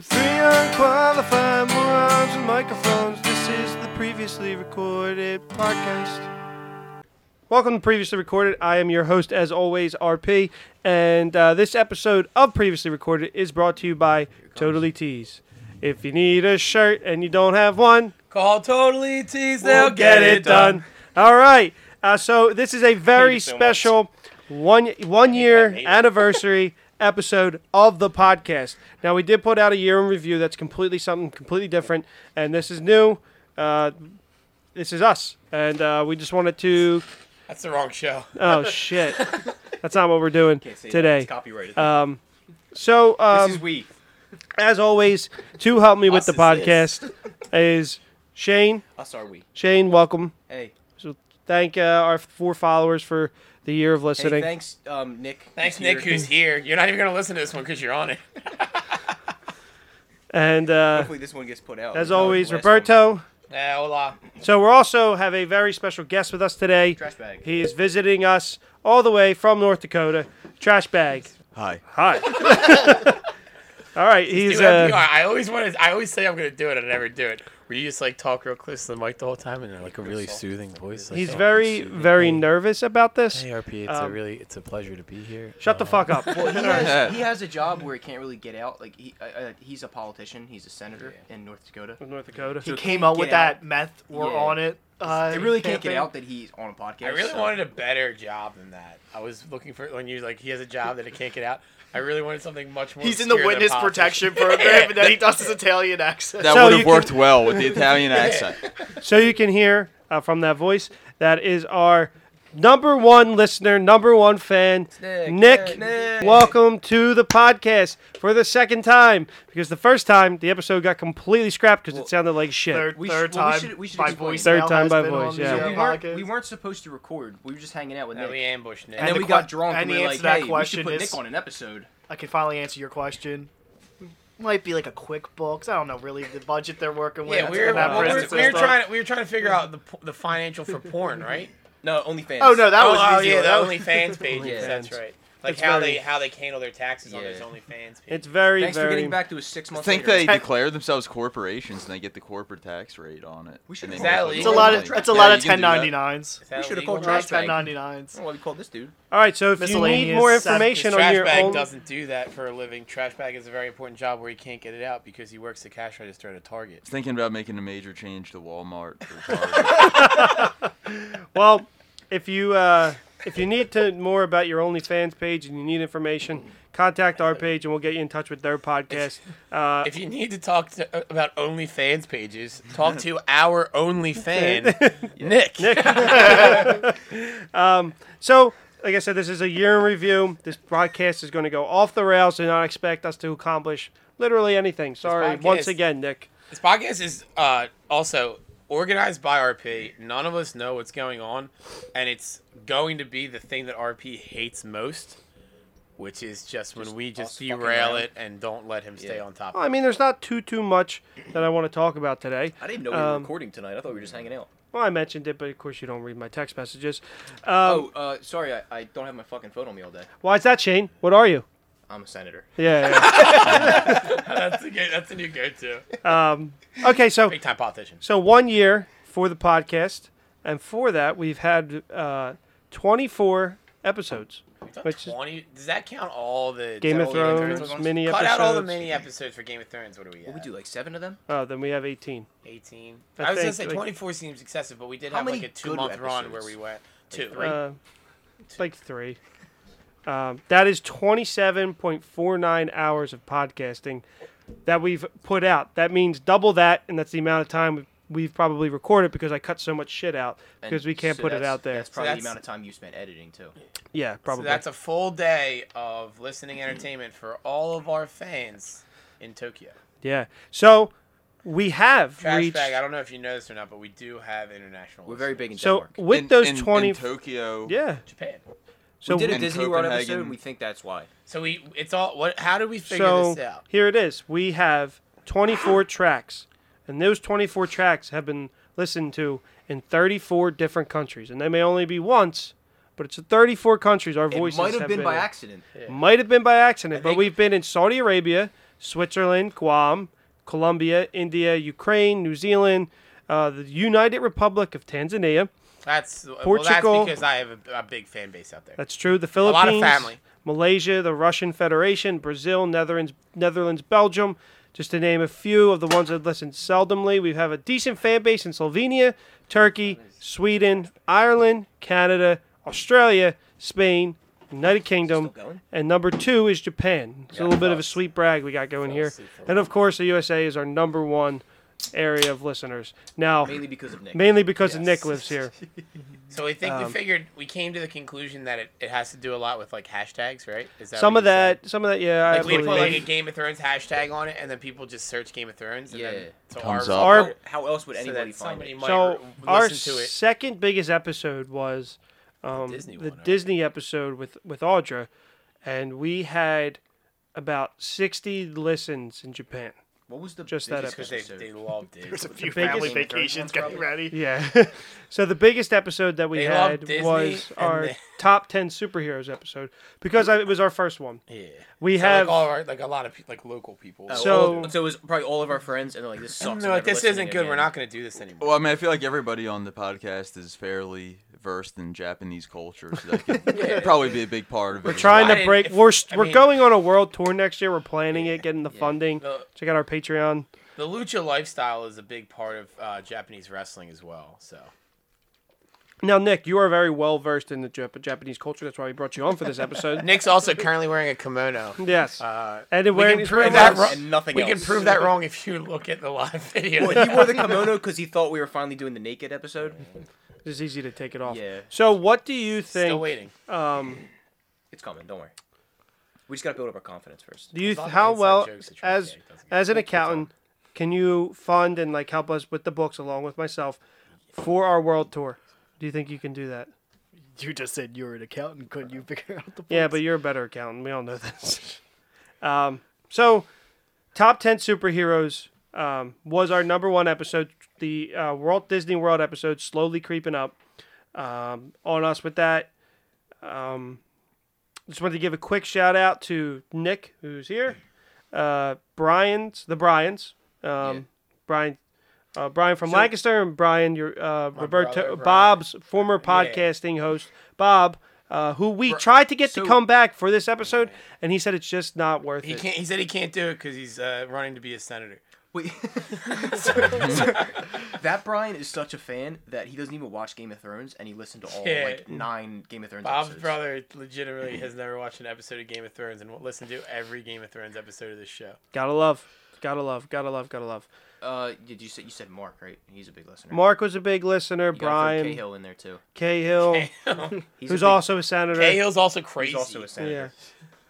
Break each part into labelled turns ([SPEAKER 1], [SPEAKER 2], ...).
[SPEAKER 1] Three unqualified morons with microphones. This is the previously recorded podcast. Welcome to Previously Recorded. I am your host, as always, RP, and uh, this episode of Previously Recorded is brought to you by Totally Tees. If you need a shirt and you don't have one,
[SPEAKER 2] Call totally tease,
[SPEAKER 1] We'll
[SPEAKER 2] they'll get it done.
[SPEAKER 1] All right. Uh, so this is a very
[SPEAKER 3] you so much.
[SPEAKER 1] special one one year
[SPEAKER 3] hate it.
[SPEAKER 1] anniversary episode of the podcast. Now we did put out a year in review. That's completely something completely different, and this is new. Uh, this is us, and uh, we just wanted to.
[SPEAKER 2] That's the wrong show.
[SPEAKER 1] Oh shit, that's not what we're doing today.
[SPEAKER 3] copyrighted.
[SPEAKER 4] Um,
[SPEAKER 1] So um,
[SPEAKER 3] this is we.
[SPEAKER 1] as always, to help me with
[SPEAKER 3] Us
[SPEAKER 1] the
[SPEAKER 3] is this.
[SPEAKER 1] podcast is Shane.
[SPEAKER 3] Us are we.
[SPEAKER 1] Shane, welcome.
[SPEAKER 3] Hey.
[SPEAKER 1] So thank uh, our four followers for the year of
[SPEAKER 3] Hey,
[SPEAKER 1] listening.
[SPEAKER 3] thanks, um, Nick.
[SPEAKER 2] Thanks,
[SPEAKER 3] He's here.
[SPEAKER 2] Nick, who's here. You're not even going to listen to this one because you're on it.
[SPEAKER 1] and uh,
[SPEAKER 3] Hopefully this one gets put out.
[SPEAKER 1] as
[SPEAKER 3] That was
[SPEAKER 1] always,
[SPEAKER 3] the last one.
[SPEAKER 1] Roberto.
[SPEAKER 2] Yeah, hola.
[SPEAKER 1] So we also have a very special guest with us today.
[SPEAKER 3] Trash bag.
[SPEAKER 1] He is visiting us all the way from North Dakota. Trash bag.
[SPEAKER 5] Hi.
[SPEAKER 1] Hi. all right,
[SPEAKER 2] Dude,
[SPEAKER 1] he's
[SPEAKER 2] NPR,
[SPEAKER 1] uh,
[SPEAKER 2] I always want to. I always say I'm going to do it, and I never do it. Where you just like talk real close to the mic the whole time, and they're like,
[SPEAKER 5] Like a really soothing voice. Like
[SPEAKER 1] he's
[SPEAKER 5] oh,
[SPEAKER 1] very
[SPEAKER 5] soothing.
[SPEAKER 1] very
[SPEAKER 5] Hey,
[SPEAKER 1] nervous about this.
[SPEAKER 5] Hey, RP, it's a
[SPEAKER 1] Um,
[SPEAKER 5] really it's a pleasure to be here.
[SPEAKER 1] Shut the
[SPEAKER 5] Uh,
[SPEAKER 1] fuck up.
[SPEAKER 3] Well, he has, he has a job where he can't really get out. Like he, uh, uh, he's a politician. He's a senator in North Dakota.
[SPEAKER 1] North Dakota.
[SPEAKER 4] he came out with
[SPEAKER 3] get out.
[SPEAKER 4] that meth or
[SPEAKER 3] Yeah.
[SPEAKER 4] on it. Uh,
[SPEAKER 3] They really can't get
[SPEAKER 4] campaign.
[SPEAKER 3] out that he's on a podcast.
[SPEAKER 2] I really
[SPEAKER 3] so-
[SPEAKER 2] wanted a better job than that. I was looking for when you like he has a job that I can't get out. I really wanted something much more.
[SPEAKER 4] He's in the
[SPEAKER 2] obscure than
[SPEAKER 4] witness
[SPEAKER 2] politician.
[SPEAKER 4] protection program, and then he does his Italian accent.
[SPEAKER 6] That
[SPEAKER 1] So
[SPEAKER 6] would
[SPEAKER 1] you
[SPEAKER 6] have worked well with the Italian accent.
[SPEAKER 1] So you can hear uh, from that voice that is our number one listener, number one fan, Nick.
[SPEAKER 3] Nick. Yeah, Nick.
[SPEAKER 1] Welcome to the podcast for the second time because the first time the episode got completely scrapped because it sounded like shit.
[SPEAKER 4] Third,
[SPEAKER 3] We
[SPEAKER 4] third
[SPEAKER 3] should- well, we
[SPEAKER 4] time
[SPEAKER 3] should- we should
[SPEAKER 4] by
[SPEAKER 3] explain.
[SPEAKER 4] voice.
[SPEAKER 1] Third
[SPEAKER 4] now
[SPEAKER 1] time
[SPEAKER 4] has
[SPEAKER 1] by
[SPEAKER 4] been
[SPEAKER 1] voice,
[SPEAKER 4] on the,
[SPEAKER 1] yeah.
[SPEAKER 4] uh,
[SPEAKER 3] We weren't,
[SPEAKER 4] podcast.
[SPEAKER 3] we weren't supposed to record. We were just hanging out with
[SPEAKER 2] No, we
[SPEAKER 3] Nick.
[SPEAKER 2] ambushed Nick.
[SPEAKER 3] And,
[SPEAKER 4] And
[SPEAKER 3] then
[SPEAKER 4] the
[SPEAKER 3] we got
[SPEAKER 4] que-
[SPEAKER 3] drunk.
[SPEAKER 4] and
[SPEAKER 3] And,
[SPEAKER 4] the
[SPEAKER 3] we were
[SPEAKER 4] answer
[SPEAKER 3] like,
[SPEAKER 4] to that
[SPEAKER 3] hey, we should
[SPEAKER 4] question
[SPEAKER 3] put
[SPEAKER 4] is-
[SPEAKER 3] Nick on an episode.
[SPEAKER 4] I can finally answer your question. Might be like a quick books. I don't know really the budget they're working with.
[SPEAKER 2] Yeah, we were,
[SPEAKER 4] and that
[SPEAKER 2] well, we
[SPEAKER 4] prison
[SPEAKER 2] were, we were
[SPEAKER 4] system.
[SPEAKER 2] trying. To, we were trying to figure out the po- the financial for porn, right?
[SPEAKER 3] No, OnlyFans.
[SPEAKER 4] Oh no, that
[SPEAKER 2] oh,
[SPEAKER 4] was
[SPEAKER 2] oh,
[SPEAKER 4] easy.
[SPEAKER 2] yeah,
[SPEAKER 4] that
[SPEAKER 2] the
[SPEAKER 4] was-
[SPEAKER 2] OnlyFans pages.
[SPEAKER 3] Yeah.
[SPEAKER 2] That's right. Like
[SPEAKER 1] It's
[SPEAKER 2] how
[SPEAKER 1] very-
[SPEAKER 2] they how they handle their taxes on
[SPEAKER 3] Yeah.
[SPEAKER 2] those OnlyFans. Page.
[SPEAKER 1] It's very,
[SPEAKER 3] Thanks
[SPEAKER 1] very.
[SPEAKER 3] for getting back to us six months
[SPEAKER 6] think
[SPEAKER 3] later.
[SPEAKER 6] they declare themselves corporations and they get the corporate tax rate on it.
[SPEAKER 3] We should
[SPEAKER 6] And they
[SPEAKER 3] Is
[SPEAKER 6] make
[SPEAKER 2] that
[SPEAKER 6] it
[SPEAKER 2] legal?
[SPEAKER 4] it's a lot
[SPEAKER 6] legally.
[SPEAKER 4] of it's a
[SPEAKER 6] Yeah,
[SPEAKER 4] lot
[SPEAKER 6] you
[SPEAKER 4] of
[SPEAKER 6] can do that.
[SPEAKER 4] 1099s.
[SPEAKER 2] Is that
[SPEAKER 3] we should have
[SPEAKER 2] illegal?
[SPEAKER 3] called Trash Bag. I
[SPEAKER 4] 1099s.
[SPEAKER 3] don't know why we called this dude.
[SPEAKER 1] All right, so if you need
[SPEAKER 4] Miscellaneous
[SPEAKER 1] more
[SPEAKER 4] savages.
[SPEAKER 1] information on
[SPEAKER 2] Trash
[SPEAKER 1] your
[SPEAKER 2] bag
[SPEAKER 1] own,
[SPEAKER 2] doesn't do that for a living. Trash bag is a very important job where he can't get it out because he works the cash register at a Target.
[SPEAKER 6] I was Thinking about making a major change to Walmart. For Target.
[SPEAKER 1] well, if you uh, if you need to more about your OnlyFans page and you need information, contact our page and we'll get you in touch with their podcast. Uh,
[SPEAKER 2] If you need to talk to, uh, about OnlyFans pages, talk to our OnlyFan, Nick. Nick.
[SPEAKER 1] So, like I said, this is a year in review. This broadcast is going to go off the rails. Do not expect us to accomplish literally anything. Sorry,
[SPEAKER 2] podcast-
[SPEAKER 1] once again, Nick.
[SPEAKER 2] This podcast is uh, also organized by RP. None of us know what's going on, and it's going to be the thing that RP hates most, which is just when
[SPEAKER 3] Just
[SPEAKER 2] we just
[SPEAKER 3] us fucking
[SPEAKER 2] derail
[SPEAKER 3] around.
[SPEAKER 2] it and don't let him stay
[SPEAKER 3] Yeah.
[SPEAKER 2] on top.
[SPEAKER 1] Well, I mean, there's not too too much that I want to talk about today.
[SPEAKER 3] I didn't know we were
[SPEAKER 1] Um,
[SPEAKER 3] recording tonight. I thought we were just hanging out.
[SPEAKER 1] Well, I mentioned it, but of course you don't read my text messages.
[SPEAKER 3] Oh,
[SPEAKER 1] um,
[SPEAKER 3] uh, sorry, I, I don't have my fucking phone on me all day.
[SPEAKER 1] Why is that, Shane? What are you?
[SPEAKER 3] I'm a senator.
[SPEAKER 1] Yeah. yeah,
[SPEAKER 2] that's, a good, that's a new go-to.
[SPEAKER 1] yeah. okay, so
[SPEAKER 2] Big time politician.
[SPEAKER 1] so one year for the podcast, and for that we've had uh, 24 episodes. Which is-
[SPEAKER 2] 20, does that count all the
[SPEAKER 1] Game of
[SPEAKER 2] all the
[SPEAKER 1] Thrones,
[SPEAKER 3] Thrones.
[SPEAKER 1] mini
[SPEAKER 2] Cut
[SPEAKER 1] episodes.
[SPEAKER 2] out all the mini episodes for Game of Thrones. What do we?
[SPEAKER 3] What we
[SPEAKER 2] at?
[SPEAKER 3] do, like seven of them?
[SPEAKER 1] Oh, then we have 18.
[SPEAKER 2] 18.
[SPEAKER 1] I
[SPEAKER 2] I, was gonna
[SPEAKER 1] think,
[SPEAKER 2] say
[SPEAKER 1] like-
[SPEAKER 2] 24 seems excessive, but we did
[SPEAKER 3] How
[SPEAKER 2] have like
[SPEAKER 3] many
[SPEAKER 2] a
[SPEAKER 3] good
[SPEAKER 2] two month run
[SPEAKER 3] episodes?
[SPEAKER 2] where we went two.
[SPEAKER 3] three?
[SPEAKER 1] Uh, it's like three. Um, that is 27.49 hours of podcasting that we've put out. That means double that, and that's the amount of time we've, we've probably recorded because I cut so much shit out
[SPEAKER 3] And
[SPEAKER 1] because we can't
[SPEAKER 3] so
[SPEAKER 1] put it
[SPEAKER 3] that's-
[SPEAKER 1] out there.
[SPEAKER 3] That's probably
[SPEAKER 2] that's-
[SPEAKER 3] the amount of time you spent editing too.
[SPEAKER 1] yeah,
[SPEAKER 2] So
[SPEAKER 1] probably.
[SPEAKER 2] that's a full day of listening entertainment for all of our fans in Tokyo.
[SPEAKER 1] yeah. So we have
[SPEAKER 2] Trash
[SPEAKER 1] reached.
[SPEAKER 2] bag. I don't know if you know this or not, but we do have international.
[SPEAKER 3] We're very
[SPEAKER 2] listeners.
[SPEAKER 3] big in
[SPEAKER 1] so
[SPEAKER 3] Denmark.
[SPEAKER 1] with
[SPEAKER 6] In-
[SPEAKER 1] those
[SPEAKER 6] in-
[SPEAKER 1] 20.
[SPEAKER 6] in Tokyo.
[SPEAKER 1] yeah.
[SPEAKER 2] Japan.
[SPEAKER 1] So
[SPEAKER 3] we did a
[SPEAKER 6] in
[SPEAKER 3] Disney World episode,
[SPEAKER 6] Copenhagen-
[SPEAKER 3] and we think that's why.
[SPEAKER 2] So we. It's all. What? How do we figure
[SPEAKER 1] so
[SPEAKER 2] this out?
[SPEAKER 1] here it is. We have 24 tracks, and those 24 tracks have been listened to in 34 different countries, and they may only be once, but it's 34 countries. Our
[SPEAKER 3] It
[SPEAKER 1] voices
[SPEAKER 3] might have been by
[SPEAKER 1] in.
[SPEAKER 3] accident.
[SPEAKER 1] Might have been by accident, but
[SPEAKER 2] think-
[SPEAKER 1] we've been in Saudi Arabia, Switzerland, Guam, Colombia, India, Ukraine, New Zealand, uh, the United Republic of Tanzania.
[SPEAKER 2] That's Well,
[SPEAKER 1] Portugal.
[SPEAKER 2] that's because I have a, a big fan base out there.
[SPEAKER 1] That's true. The
[SPEAKER 2] lot of
[SPEAKER 1] Philippines,
[SPEAKER 2] family.
[SPEAKER 1] Malaysia, the Russian Federation, Brazil, Netherlands, Netherlands, Belgium, just to name a few of the ones that listen seldomly. We have a decent fan base in Slovenia, Turkey, Sweden, Ireland, Canada, Australia, Spain, United Kingdom,
[SPEAKER 3] Still going?
[SPEAKER 1] and number two is Japan. It's a little bit of a sweet brag we got going here, and of course the USA is our number one area of listeners now.
[SPEAKER 3] mainly because of Nick.
[SPEAKER 1] Mainly because of
[SPEAKER 2] Yes.
[SPEAKER 1] Nick lives here.
[SPEAKER 2] So we think
[SPEAKER 1] Um,
[SPEAKER 2] we figured we came to the conclusion that it, it has to do a lot with like hashtags, right? Is that
[SPEAKER 1] Some
[SPEAKER 2] what
[SPEAKER 1] of
[SPEAKER 2] you said?
[SPEAKER 1] that, some of that, yeah. I
[SPEAKER 2] Like we put
[SPEAKER 1] believe.
[SPEAKER 2] like a Game of Thrones hashtag on it, and then people just search Game of Thrones. And
[SPEAKER 3] Yeah.
[SPEAKER 2] Then, so
[SPEAKER 6] Comes
[SPEAKER 2] our,
[SPEAKER 6] up.
[SPEAKER 1] Our-
[SPEAKER 3] How, how else would
[SPEAKER 2] so
[SPEAKER 3] anybody
[SPEAKER 2] that
[SPEAKER 3] find
[SPEAKER 2] somebody
[SPEAKER 3] it?
[SPEAKER 2] might
[SPEAKER 1] so
[SPEAKER 2] re-
[SPEAKER 1] our
[SPEAKER 2] listen to it.
[SPEAKER 1] second biggest episode was um,
[SPEAKER 2] Disney
[SPEAKER 1] the
[SPEAKER 2] one, right?
[SPEAKER 1] Disney episode with with Audra, and we had about sixty listens in Japan.
[SPEAKER 3] What was the
[SPEAKER 1] Just that
[SPEAKER 3] biggest
[SPEAKER 2] because they, they loved it.
[SPEAKER 4] There's a few
[SPEAKER 1] biggest- Game
[SPEAKER 4] family
[SPEAKER 3] of Thrones
[SPEAKER 4] vacations
[SPEAKER 3] ones,
[SPEAKER 4] getting
[SPEAKER 3] probably.
[SPEAKER 4] ready.
[SPEAKER 1] Yeah. so the biggest episode that we
[SPEAKER 2] They love
[SPEAKER 1] had
[SPEAKER 2] Disney
[SPEAKER 1] was
[SPEAKER 2] and
[SPEAKER 1] our
[SPEAKER 2] they-
[SPEAKER 1] top ten superheroes episode because I, it was our first one.
[SPEAKER 2] yeah.
[SPEAKER 1] We
[SPEAKER 2] So,
[SPEAKER 1] have
[SPEAKER 2] like, all our, like a lot of pe- like local people.
[SPEAKER 3] Oh,
[SPEAKER 1] So-
[SPEAKER 3] all- so it was probably all of our friends, and they're like, "This sucks."
[SPEAKER 2] And
[SPEAKER 3] I'm
[SPEAKER 2] they're like,
[SPEAKER 3] never
[SPEAKER 2] this
[SPEAKER 3] listening
[SPEAKER 2] isn't good. We're
[SPEAKER 3] again."
[SPEAKER 2] not going to do this anymore.
[SPEAKER 6] Well, I mean, I feel like everybody on the podcast is fairly versed in Japanese culture, so that could probably be a big part of it.
[SPEAKER 1] we're trying
[SPEAKER 2] I
[SPEAKER 1] to
[SPEAKER 2] didn't-
[SPEAKER 1] break.
[SPEAKER 2] if-
[SPEAKER 1] we're st-
[SPEAKER 2] I
[SPEAKER 1] we're
[SPEAKER 2] mean-
[SPEAKER 1] going on a world tour next year. We're planning it, getting the funding.
[SPEAKER 2] The-
[SPEAKER 1] Check out our Patreon.
[SPEAKER 2] The lucha lifestyle is a big part of uh, Japanese wrestling as well. So
[SPEAKER 1] Now, Nick, you are very well versed in the Jap- Japanese culture. That's why we brought you on for this episode.
[SPEAKER 2] Nick's also currently wearing a kimono.
[SPEAKER 1] yes.
[SPEAKER 2] Uh,
[SPEAKER 1] and then
[SPEAKER 2] we
[SPEAKER 1] wearing
[SPEAKER 2] can
[SPEAKER 1] his
[SPEAKER 2] prove
[SPEAKER 1] red
[SPEAKER 2] that
[SPEAKER 1] bars.
[SPEAKER 2] wrong.
[SPEAKER 3] And nothing
[SPEAKER 2] We can
[SPEAKER 3] else.
[SPEAKER 2] prove that wrong if you look at the live video.
[SPEAKER 3] Well, he wore the kimono because he thought we were finally doing the naked episode.
[SPEAKER 1] It's easy to take it off.
[SPEAKER 3] Yeah.
[SPEAKER 1] So, what do you
[SPEAKER 2] Still
[SPEAKER 1] think?
[SPEAKER 2] waiting.
[SPEAKER 3] It's coming. Don't worry. We just gotta build up our confidence first.
[SPEAKER 1] Do you
[SPEAKER 2] lot
[SPEAKER 1] th-
[SPEAKER 2] of
[SPEAKER 1] how
[SPEAKER 2] inside
[SPEAKER 1] well
[SPEAKER 2] jokes that Trump
[SPEAKER 1] as
[SPEAKER 2] can't- doesn't get.
[SPEAKER 1] as an accountant can you fund and like help us with the books along with myself for our world tour? Do you think you can do that?
[SPEAKER 4] You just said you were an accountant. Couldn't you figure out the?
[SPEAKER 1] Yeah, but you're a better accountant. We all know this. um, so, top 10 superheroes um, was our number one episode. The uh, Walt Disney World episode slowly creeping up um, on us with that. Um, just wanted to give a quick shout out to Nick, who's here, uh, Brian's, the Bryans, um, Brian. Uh, Brian from Lancaster and Brian, your uh, Roberto
[SPEAKER 2] brother, Brian.
[SPEAKER 1] Bob's former podcasting host, Bob, uh, who we tried to get
[SPEAKER 3] so-
[SPEAKER 1] to come back for this episode, and he said it's just not worth
[SPEAKER 2] He
[SPEAKER 1] it.
[SPEAKER 2] can't. He said he can't do it because he's uh, running to be a senator.
[SPEAKER 3] Wait. that Brian is such a fan that he doesn't even watch Game of Thrones, and he listened to all
[SPEAKER 2] Yeah.
[SPEAKER 3] like nine Game of Thrones
[SPEAKER 2] Bob's
[SPEAKER 3] episodes.
[SPEAKER 2] brother legitimately has never watched an episode of Game of Thrones and will listen to every Game of Thrones episode of this show.
[SPEAKER 1] Gotta love, gotta love, gotta love, gotta love.
[SPEAKER 3] Uh, did you say you said Mark? Right? He's a big listener.
[SPEAKER 1] Mark was a big listener.
[SPEAKER 3] You gotta throw
[SPEAKER 1] Brian
[SPEAKER 3] Cahill in there too.
[SPEAKER 1] Cahill,
[SPEAKER 3] He's a
[SPEAKER 1] who's
[SPEAKER 3] big-
[SPEAKER 1] also a senator.
[SPEAKER 2] Cahill's also crazy.
[SPEAKER 3] He's also a senator.
[SPEAKER 1] Yeah.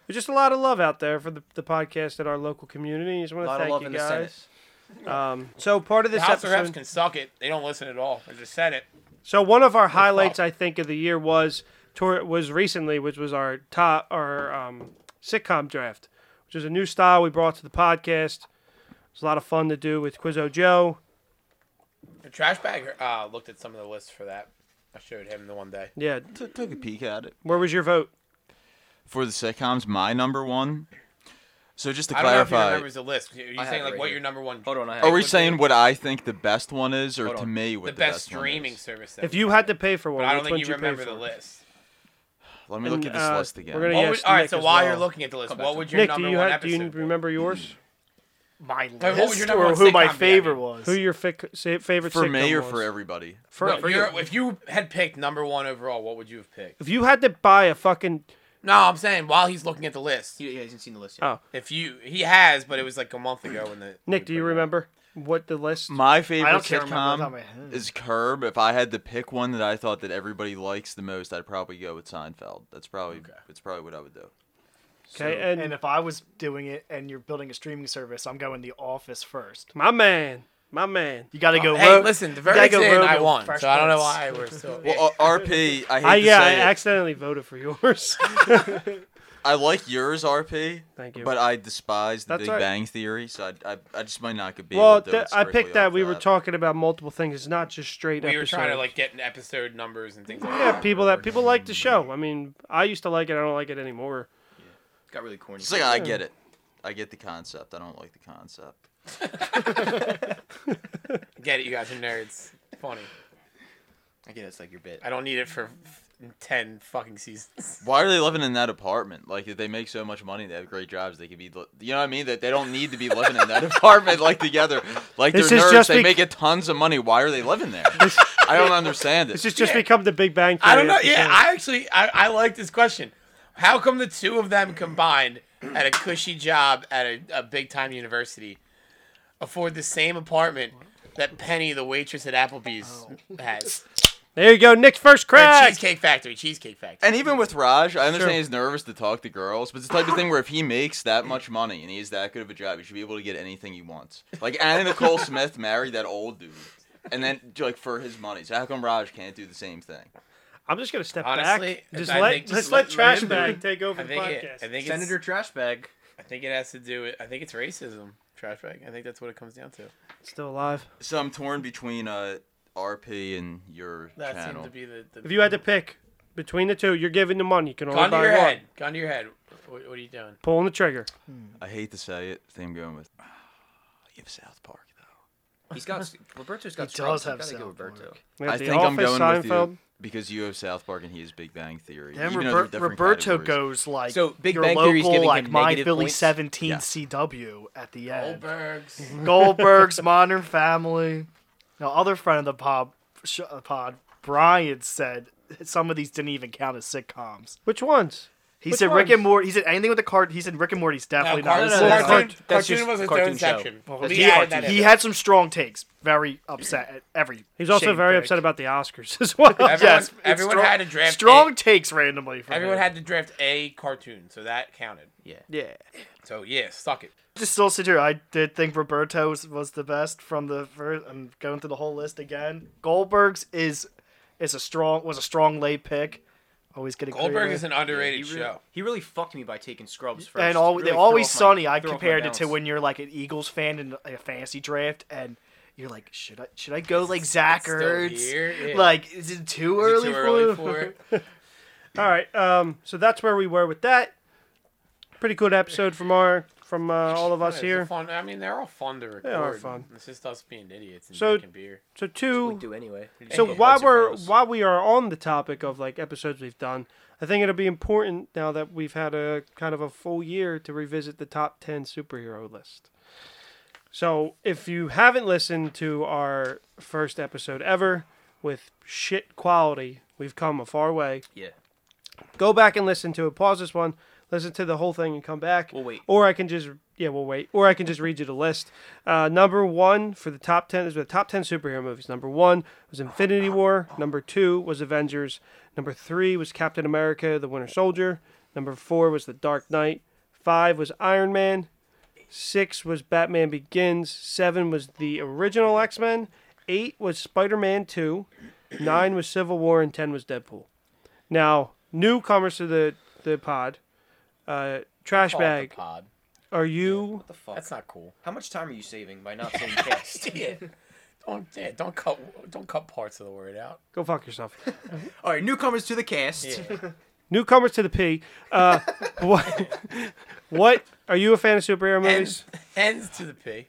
[SPEAKER 1] There's just a lot of love out there for the, the podcast at our local community. Just
[SPEAKER 3] A
[SPEAKER 1] want to
[SPEAKER 3] lot of
[SPEAKER 1] thank
[SPEAKER 3] love
[SPEAKER 1] you
[SPEAKER 3] in the Senate.
[SPEAKER 1] guys. Um, so part of
[SPEAKER 2] The
[SPEAKER 1] this
[SPEAKER 2] House of Reps
[SPEAKER 1] episode,
[SPEAKER 2] can suck it. They don't listen at all. There's a Senate.
[SPEAKER 1] so one of our highlights I think of the year was tour, was recently, which was our top our um, sitcom draft, which is a new style we brought to the podcast. It's a lot of fun to do with Quizzo Joe.
[SPEAKER 2] The trash bag uh, looked at some of the lists for that. I showed him the one day.
[SPEAKER 1] Yeah,
[SPEAKER 6] T- took a peek at it
[SPEAKER 1] where was your vote?
[SPEAKER 6] for the sitcoms. My number one. So just to
[SPEAKER 2] I don't know if he
[SPEAKER 6] clarify,
[SPEAKER 2] remembers the list. Are you
[SPEAKER 3] I have
[SPEAKER 2] saying
[SPEAKER 3] it
[SPEAKER 2] like
[SPEAKER 3] right
[SPEAKER 2] what
[SPEAKER 3] here.
[SPEAKER 2] your number one?
[SPEAKER 3] Hold on, I have
[SPEAKER 6] are we
[SPEAKER 3] it.
[SPEAKER 6] saying what I think the best one is, or
[SPEAKER 3] Hold
[SPEAKER 6] to
[SPEAKER 3] on.
[SPEAKER 6] me what
[SPEAKER 2] The
[SPEAKER 6] the,
[SPEAKER 2] best
[SPEAKER 6] one
[SPEAKER 2] streaming
[SPEAKER 6] is?
[SPEAKER 2] service. that
[SPEAKER 1] If
[SPEAKER 2] we
[SPEAKER 1] you
[SPEAKER 2] have.
[SPEAKER 1] had to pay for one,
[SPEAKER 2] but I
[SPEAKER 1] which
[SPEAKER 2] don't think
[SPEAKER 1] one you
[SPEAKER 2] you
[SPEAKER 1] pay
[SPEAKER 2] remember
[SPEAKER 1] for?
[SPEAKER 2] the list.
[SPEAKER 6] Let me look at this
[SPEAKER 1] Uh,
[SPEAKER 6] list again.
[SPEAKER 1] we're gonna
[SPEAKER 2] What
[SPEAKER 1] Yes,
[SPEAKER 2] would- all right,
[SPEAKER 1] Nick
[SPEAKER 2] so
[SPEAKER 1] as
[SPEAKER 2] while
[SPEAKER 1] well.
[SPEAKER 2] you're looking at the list,
[SPEAKER 3] Come back
[SPEAKER 2] what
[SPEAKER 3] to
[SPEAKER 2] would your
[SPEAKER 1] Nick, do
[SPEAKER 2] number
[SPEAKER 1] you
[SPEAKER 2] one
[SPEAKER 1] have, do
[SPEAKER 2] episode?
[SPEAKER 1] you remember yours?
[SPEAKER 4] My
[SPEAKER 2] what was
[SPEAKER 4] list
[SPEAKER 2] your number
[SPEAKER 4] or
[SPEAKER 2] one
[SPEAKER 4] who
[SPEAKER 2] sitcom
[SPEAKER 4] my
[SPEAKER 2] be? I
[SPEAKER 4] favorite
[SPEAKER 2] mean,
[SPEAKER 4] was.
[SPEAKER 1] Who your fic- sa- favorite
[SPEAKER 6] for
[SPEAKER 1] sitcom
[SPEAKER 6] me or
[SPEAKER 1] was?
[SPEAKER 6] for everybody?
[SPEAKER 1] For-
[SPEAKER 2] No, you're- if you had picked number one overall, what would you have picked?
[SPEAKER 1] if you had to buy a fucking
[SPEAKER 2] No, I'm saying while he's looking at the list,
[SPEAKER 3] He, he hasn't seen the list yet.
[SPEAKER 1] oh
[SPEAKER 2] if you he has, but it was like a month ago when the
[SPEAKER 1] Nick, do you remember what the list?
[SPEAKER 6] My favorite
[SPEAKER 4] I don't care, remember off the top of my
[SPEAKER 6] sitcom
[SPEAKER 4] head.
[SPEAKER 6] is Curb. If I had to pick one that I thought that everybody likes the most, I'd probably go with Seinfeld. That's probably it's probably what I would do.
[SPEAKER 1] Okay,
[SPEAKER 3] So-
[SPEAKER 1] and,
[SPEAKER 4] And if I was doing it, and you're building a streaming service, I'm going The Office first.
[SPEAKER 1] my man, my man.
[SPEAKER 4] You got to go.
[SPEAKER 2] Hey,
[SPEAKER 4] rogue-
[SPEAKER 2] listen, the
[SPEAKER 4] you gotta
[SPEAKER 2] verdict's
[SPEAKER 4] go
[SPEAKER 2] in.
[SPEAKER 4] rogue
[SPEAKER 2] I
[SPEAKER 4] with
[SPEAKER 2] won,
[SPEAKER 4] fresh
[SPEAKER 2] so I don't know
[SPEAKER 4] cuts.
[SPEAKER 2] why we're still.
[SPEAKER 6] Well, uh, RP, I hate
[SPEAKER 1] I
[SPEAKER 6] to
[SPEAKER 1] yeah, I
[SPEAKER 6] say it,
[SPEAKER 1] accidentally voted for yours.
[SPEAKER 6] I like yours, RP.
[SPEAKER 1] Thank you.
[SPEAKER 6] But I despise the
[SPEAKER 1] That's
[SPEAKER 6] Big
[SPEAKER 1] all right.
[SPEAKER 6] Bang Theory, so I, I, I just might not be
[SPEAKER 1] well,
[SPEAKER 6] able to. do
[SPEAKER 1] th-
[SPEAKER 6] it
[SPEAKER 1] I
[SPEAKER 6] strictly
[SPEAKER 1] picked that.
[SPEAKER 6] off
[SPEAKER 1] We were talking about multiple things. It's not just straight.
[SPEAKER 2] we were trying to
[SPEAKER 1] episodes.
[SPEAKER 2] like get an episode numbers and things like
[SPEAKER 1] yeah,
[SPEAKER 2] that.
[SPEAKER 1] people that people like the show. I mean, I used to like it. I don't like it anymore.
[SPEAKER 3] Got really corny.
[SPEAKER 6] It's like I get it. I get the concept. I don't like the concept.
[SPEAKER 2] Get it, you guys are nerds. Funny.
[SPEAKER 3] I get it's like your bit.
[SPEAKER 2] I don't need it for f- ten fucking seasons.
[SPEAKER 6] Why are they living in that apartment? Like, if they make so much money, they have great jobs. They could be, li- you know what I mean? That they don't need to be living in that apartment like together. Like they're
[SPEAKER 1] This is
[SPEAKER 6] nerds.
[SPEAKER 1] just
[SPEAKER 6] they
[SPEAKER 1] bec-
[SPEAKER 6] make a tons of money. Why are they living there? I don't understand it.
[SPEAKER 1] This has just
[SPEAKER 2] Yeah.
[SPEAKER 1] become the Big Bang Theory.
[SPEAKER 2] I don't know.
[SPEAKER 1] of the
[SPEAKER 2] Yeah,
[SPEAKER 1] show.
[SPEAKER 2] I actually I, I like this question. How come the two of them combined at a cushy job at a, a big time university afford the same apartment that Penny, the waitress at Applebee's, has?
[SPEAKER 1] There you go. Nick's first
[SPEAKER 2] Or
[SPEAKER 1] crack.
[SPEAKER 2] Cheesecake Factory. Cheesecake Factory.
[SPEAKER 6] and even with Raj, I understand
[SPEAKER 1] Sure.
[SPEAKER 6] he's nervous to talk to girls, but it's the type of thing where if he makes that much money and he's that good of a job, he should be able to get anything he wants. Like Anna Nicole Smith married that old dude, and then like for his money. So how come Raj can't do the same thing?
[SPEAKER 1] I'm just gonna step
[SPEAKER 2] Honestly,
[SPEAKER 1] back. Just
[SPEAKER 2] I
[SPEAKER 1] let
[SPEAKER 2] think-
[SPEAKER 1] let's
[SPEAKER 2] just
[SPEAKER 1] let,
[SPEAKER 2] let
[SPEAKER 1] Trash
[SPEAKER 2] Liam
[SPEAKER 1] Bag take over
[SPEAKER 2] I
[SPEAKER 1] the
[SPEAKER 2] think it,
[SPEAKER 1] podcast.
[SPEAKER 2] I think it's,
[SPEAKER 3] Senator Trashbag.
[SPEAKER 2] I think it has to do with I think it's racism. Trash bag. I think that's what it comes down to.
[SPEAKER 1] Still alive.
[SPEAKER 6] So I'm torn between uh, RP and your
[SPEAKER 2] That
[SPEAKER 6] channel.
[SPEAKER 2] seemed to be the. the
[SPEAKER 1] If you had to pick between the two, you're giving the money. You can only
[SPEAKER 2] gun to
[SPEAKER 1] buy
[SPEAKER 2] your
[SPEAKER 1] one.
[SPEAKER 2] head, gun to your head. What, what are you doing?
[SPEAKER 1] Pulling the trigger.
[SPEAKER 6] I hate to say it. I think I'm going with. You have South Park though.
[SPEAKER 3] He's got Roberto's got.
[SPEAKER 4] He does
[SPEAKER 3] scrubs.
[SPEAKER 4] have
[SPEAKER 3] I've gotta go
[SPEAKER 4] South
[SPEAKER 3] Roberto.
[SPEAKER 4] Park.
[SPEAKER 1] We have
[SPEAKER 6] I
[SPEAKER 1] The
[SPEAKER 6] think I'm
[SPEAKER 1] Office,
[SPEAKER 6] going with
[SPEAKER 1] Seinfeld.
[SPEAKER 6] you because you have South Park and he is Big Bang Theory.
[SPEAKER 4] Then
[SPEAKER 6] even though they're
[SPEAKER 4] Robert,
[SPEAKER 6] different
[SPEAKER 4] Roberto
[SPEAKER 6] categories.
[SPEAKER 4] goes like
[SPEAKER 5] So, Big
[SPEAKER 4] your
[SPEAKER 5] Bang
[SPEAKER 4] local,
[SPEAKER 5] Theory's giving
[SPEAKER 4] like
[SPEAKER 5] him
[SPEAKER 4] my
[SPEAKER 5] negative
[SPEAKER 4] Philly
[SPEAKER 5] points?
[SPEAKER 4] 17
[SPEAKER 6] Yeah.
[SPEAKER 4] CW at the
[SPEAKER 2] Oh.
[SPEAKER 4] end.
[SPEAKER 2] Goldbergs.
[SPEAKER 4] Goldberg's Modern Family. Now, other friend of the pod, sh- uh, pod, Brian said some of these didn't even count as sitcoms.
[SPEAKER 1] Which ones?
[SPEAKER 4] He
[SPEAKER 1] Which
[SPEAKER 4] said Rick
[SPEAKER 1] ones?
[SPEAKER 4] and Morty. He said anything with the card. He said Rick and Morty's
[SPEAKER 2] No,
[SPEAKER 4] definitely
[SPEAKER 2] cartoon,
[SPEAKER 5] no,
[SPEAKER 4] not. a
[SPEAKER 5] no,
[SPEAKER 4] sitcom.
[SPEAKER 5] that's
[SPEAKER 2] cartoon,
[SPEAKER 5] cart- that's
[SPEAKER 2] cartoon
[SPEAKER 5] just
[SPEAKER 2] was its
[SPEAKER 5] cartoon
[SPEAKER 2] own
[SPEAKER 5] show.
[SPEAKER 2] section. We
[SPEAKER 4] He,
[SPEAKER 2] added that in.
[SPEAKER 4] he had some strong takes. Very upset at every.
[SPEAKER 1] He's also
[SPEAKER 4] shade
[SPEAKER 1] very
[SPEAKER 4] pick.
[SPEAKER 1] upset about the Oscars as well.
[SPEAKER 2] Everyone-
[SPEAKER 4] yes, it's
[SPEAKER 2] everyone
[SPEAKER 4] strong-
[SPEAKER 2] had to draft
[SPEAKER 4] strong
[SPEAKER 2] eight.
[SPEAKER 4] takes randomly. From
[SPEAKER 2] Everyone
[SPEAKER 4] him.
[SPEAKER 2] had to draft a cartoon, so that counted.
[SPEAKER 1] yeah.
[SPEAKER 2] So yeah, suck it.
[SPEAKER 4] just still sit here. I did think Roberto was, was the best from the first. I'm going through the whole list again. Goldberg's is is a strong was a strong late pick. Always get a
[SPEAKER 2] Goldberg is an underrated
[SPEAKER 3] He really,
[SPEAKER 2] show.
[SPEAKER 3] he really fucked me by taking Scrubs first.
[SPEAKER 4] and all
[SPEAKER 3] Really
[SPEAKER 4] they
[SPEAKER 3] threw
[SPEAKER 4] always
[SPEAKER 3] off my-
[SPEAKER 4] sunny. I
[SPEAKER 3] threw off my
[SPEAKER 4] compared it to
[SPEAKER 3] balance.
[SPEAKER 4] when you're like an Eagles fan in a fantasy draft and. You're like, should I should I go like Zach
[SPEAKER 2] still here?
[SPEAKER 4] Ertz?
[SPEAKER 2] Yeah.
[SPEAKER 4] Like, is it too
[SPEAKER 2] Is
[SPEAKER 4] early,
[SPEAKER 2] it too early
[SPEAKER 4] for?
[SPEAKER 2] for it?
[SPEAKER 1] All right. Um. So that's where we were with that. Pretty good episode from our from uh, all of
[SPEAKER 2] Yeah,
[SPEAKER 1] us
[SPEAKER 2] it's a
[SPEAKER 1] here.
[SPEAKER 2] Fun. I mean, they're all fun to record.
[SPEAKER 1] are fun.
[SPEAKER 2] It's just us being idiots and
[SPEAKER 1] So-
[SPEAKER 2] drinking beer.
[SPEAKER 1] So two.
[SPEAKER 3] We do anyway.
[SPEAKER 1] So
[SPEAKER 2] Yeah,
[SPEAKER 1] while
[SPEAKER 2] what's your
[SPEAKER 1] we're
[SPEAKER 2] pros?
[SPEAKER 1] while we are on the topic of like episodes we've done, I think it'll be important now that we've had a kind of a full year to revisit the top ten superhero list. So if you haven't listened to our first episode ever with shit quality, we've come a far way.
[SPEAKER 3] Yeah.
[SPEAKER 1] Go back and listen to it. Pause this one, listen to the whole thing, and come back.
[SPEAKER 3] We'll wait.
[SPEAKER 1] Or I can just yeah, we'll wait. Or I can just read you the list. Uh, number one for the top ten is the top ten superhero movies. Number one was Infinity War. Number two was Avengers. Number three was Captain America: The Winter Soldier. Number four was The Dark Knight. Five was Iron Man. Six was Batman Begins. Seven was the original X Men. Eight was Spider Man Two. Nine was Civil War, and ten was Deadpool. Now, newcomers to the the pod, uh, trash
[SPEAKER 2] Call it
[SPEAKER 1] bag.
[SPEAKER 2] the pod.
[SPEAKER 1] Are you?
[SPEAKER 3] What the fuck?
[SPEAKER 2] That's not cool.
[SPEAKER 3] How much time are you saving by not saying cast?
[SPEAKER 2] yeah. Don't yeah, don't cut don't cut parts of the word out.
[SPEAKER 1] Go fuck yourself.
[SPEAKER 3] All right, newcomers to the cast.
[SPEAKER 1] Newcomers to the P. Uh, what? What? Are you a fan of superhero movies?
[SPEAKER 2] Ends, ends to the P.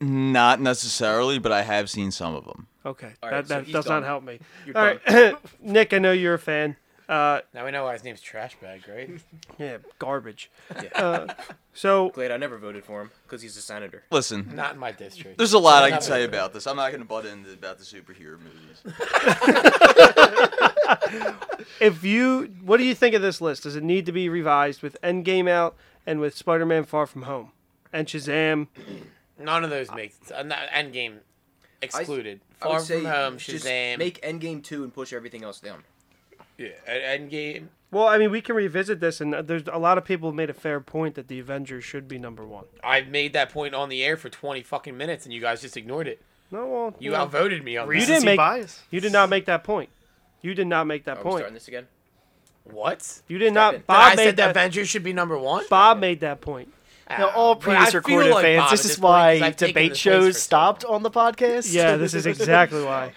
[SPEAKER 6] Not necessarily, but I have seen some of them.
[SPEAKER 1] Okay,
[SPEAKER 3] All
[SPEAKER 1] that,
[SPEAKER 3] right, so
[SPEAKER 1] that
[SPEAKER 3] he's
[SPEAKER 1] does
[SPEAKER 3] done.
[SPEAKER 1] not help me.
[SPEAKER 3] You're
[SPEAKER 1] All
[SPEAKER 3] done.
[SPEAKER 1] right, Nick, I know you're a fan. Uh,
[SPEAKER 2] Now we know why his name's Trash Bag, right?
[SPEAKER 1] yeah, garbage.
[SPEAKER 3] Yeah.
[SPEAKER 1] Uh, so
[SPEAKER 3] Glad I never voted for him because he's a senator.
[SPEAKER 6] Listen,
[SPEAKER 2] Not in my district.
[SPEAKER 6] there's a lot I can say about this. I'm not going to butt in about the superhero movies.
[SPEAKER 1] if you what do you think of this list? Does it need to be revised with Endgame out and with Spider-Man Far From Home and Shazam?
[SPEAKER 2] None of those make uh, not- Endgame excluded.
[SPEAKER 3] I
[SPEAKER 2] Far
[SPEAKER 3] would say
[SPEAKER 2] from home,
[SPEAKER 3] just
[SPEAKER 2] Shazam.
[SPEAKER 3] make Endgame two and push everything else down.
[SPEAKER 2] yeah, End- Endgame.
[SPEAKER 1] Well, I mean, we can revisit this, and there's a lot of people made a fair point that the Avengers should be number one.
[SPEAKER 2] I've made that point on the air for 20 fucking minutes, and you guys just ignored it.
[SPEAKER 1] No, well,
[SPEAKER 2] You outvoted me on
[SPEAKER 1] You
[SPEAKER 2] that.
[SPEAKER 1] didn't make-
[SPEAKER 4] bias.
[SPEAKER 1] you did not make that point. You did not make that
[SPEAKER 3] Are we
[SPEAKER 1] point.
[SPEAKER 3] starting this again?
[SPEAKER 2] What?
[SPEAKER 1] You did
[SPEAKER 3] in.
[SPEAKER 1] not.
[SPEAKER 2] But
[SPEAKER 1] Bob
[SPEAKER 2] I said
[SPEAKER 1] made
[SPEAKER 2] that
[SPEAKER 1] that.
[SPEAKER 2] Avengers should be number one.
[SPEAKER 1] Bob made that point.
[SPEAKER 4] Now, all
[SPEAKER 2] but I
[SPEAKER 4] previous
[SPEAKER 2] feel
[SPEAKER 4] recorded
[SPEAKER 2] like
[SPEAKER 4] fans.
[SPEAKER 2] Bob
[SPEAKER 4] This
[SPEAKER 2] at
[SPEAKER 4] is
[SPEAKER 2] point, 'cause
[SPEAKER 4] why
[SPEAKER 2] I've taken
[SPEAKER 4] debate
[SPEAKER 2] this place for
[SPEAKER 4] shows
[SPEAKER 2] so
[SPEAKER 4] stopped
[SPEAKER 2] long.
[SPEAKER 4] on the podcast.
[SPEAKER 1] Yeah, this is exactly why.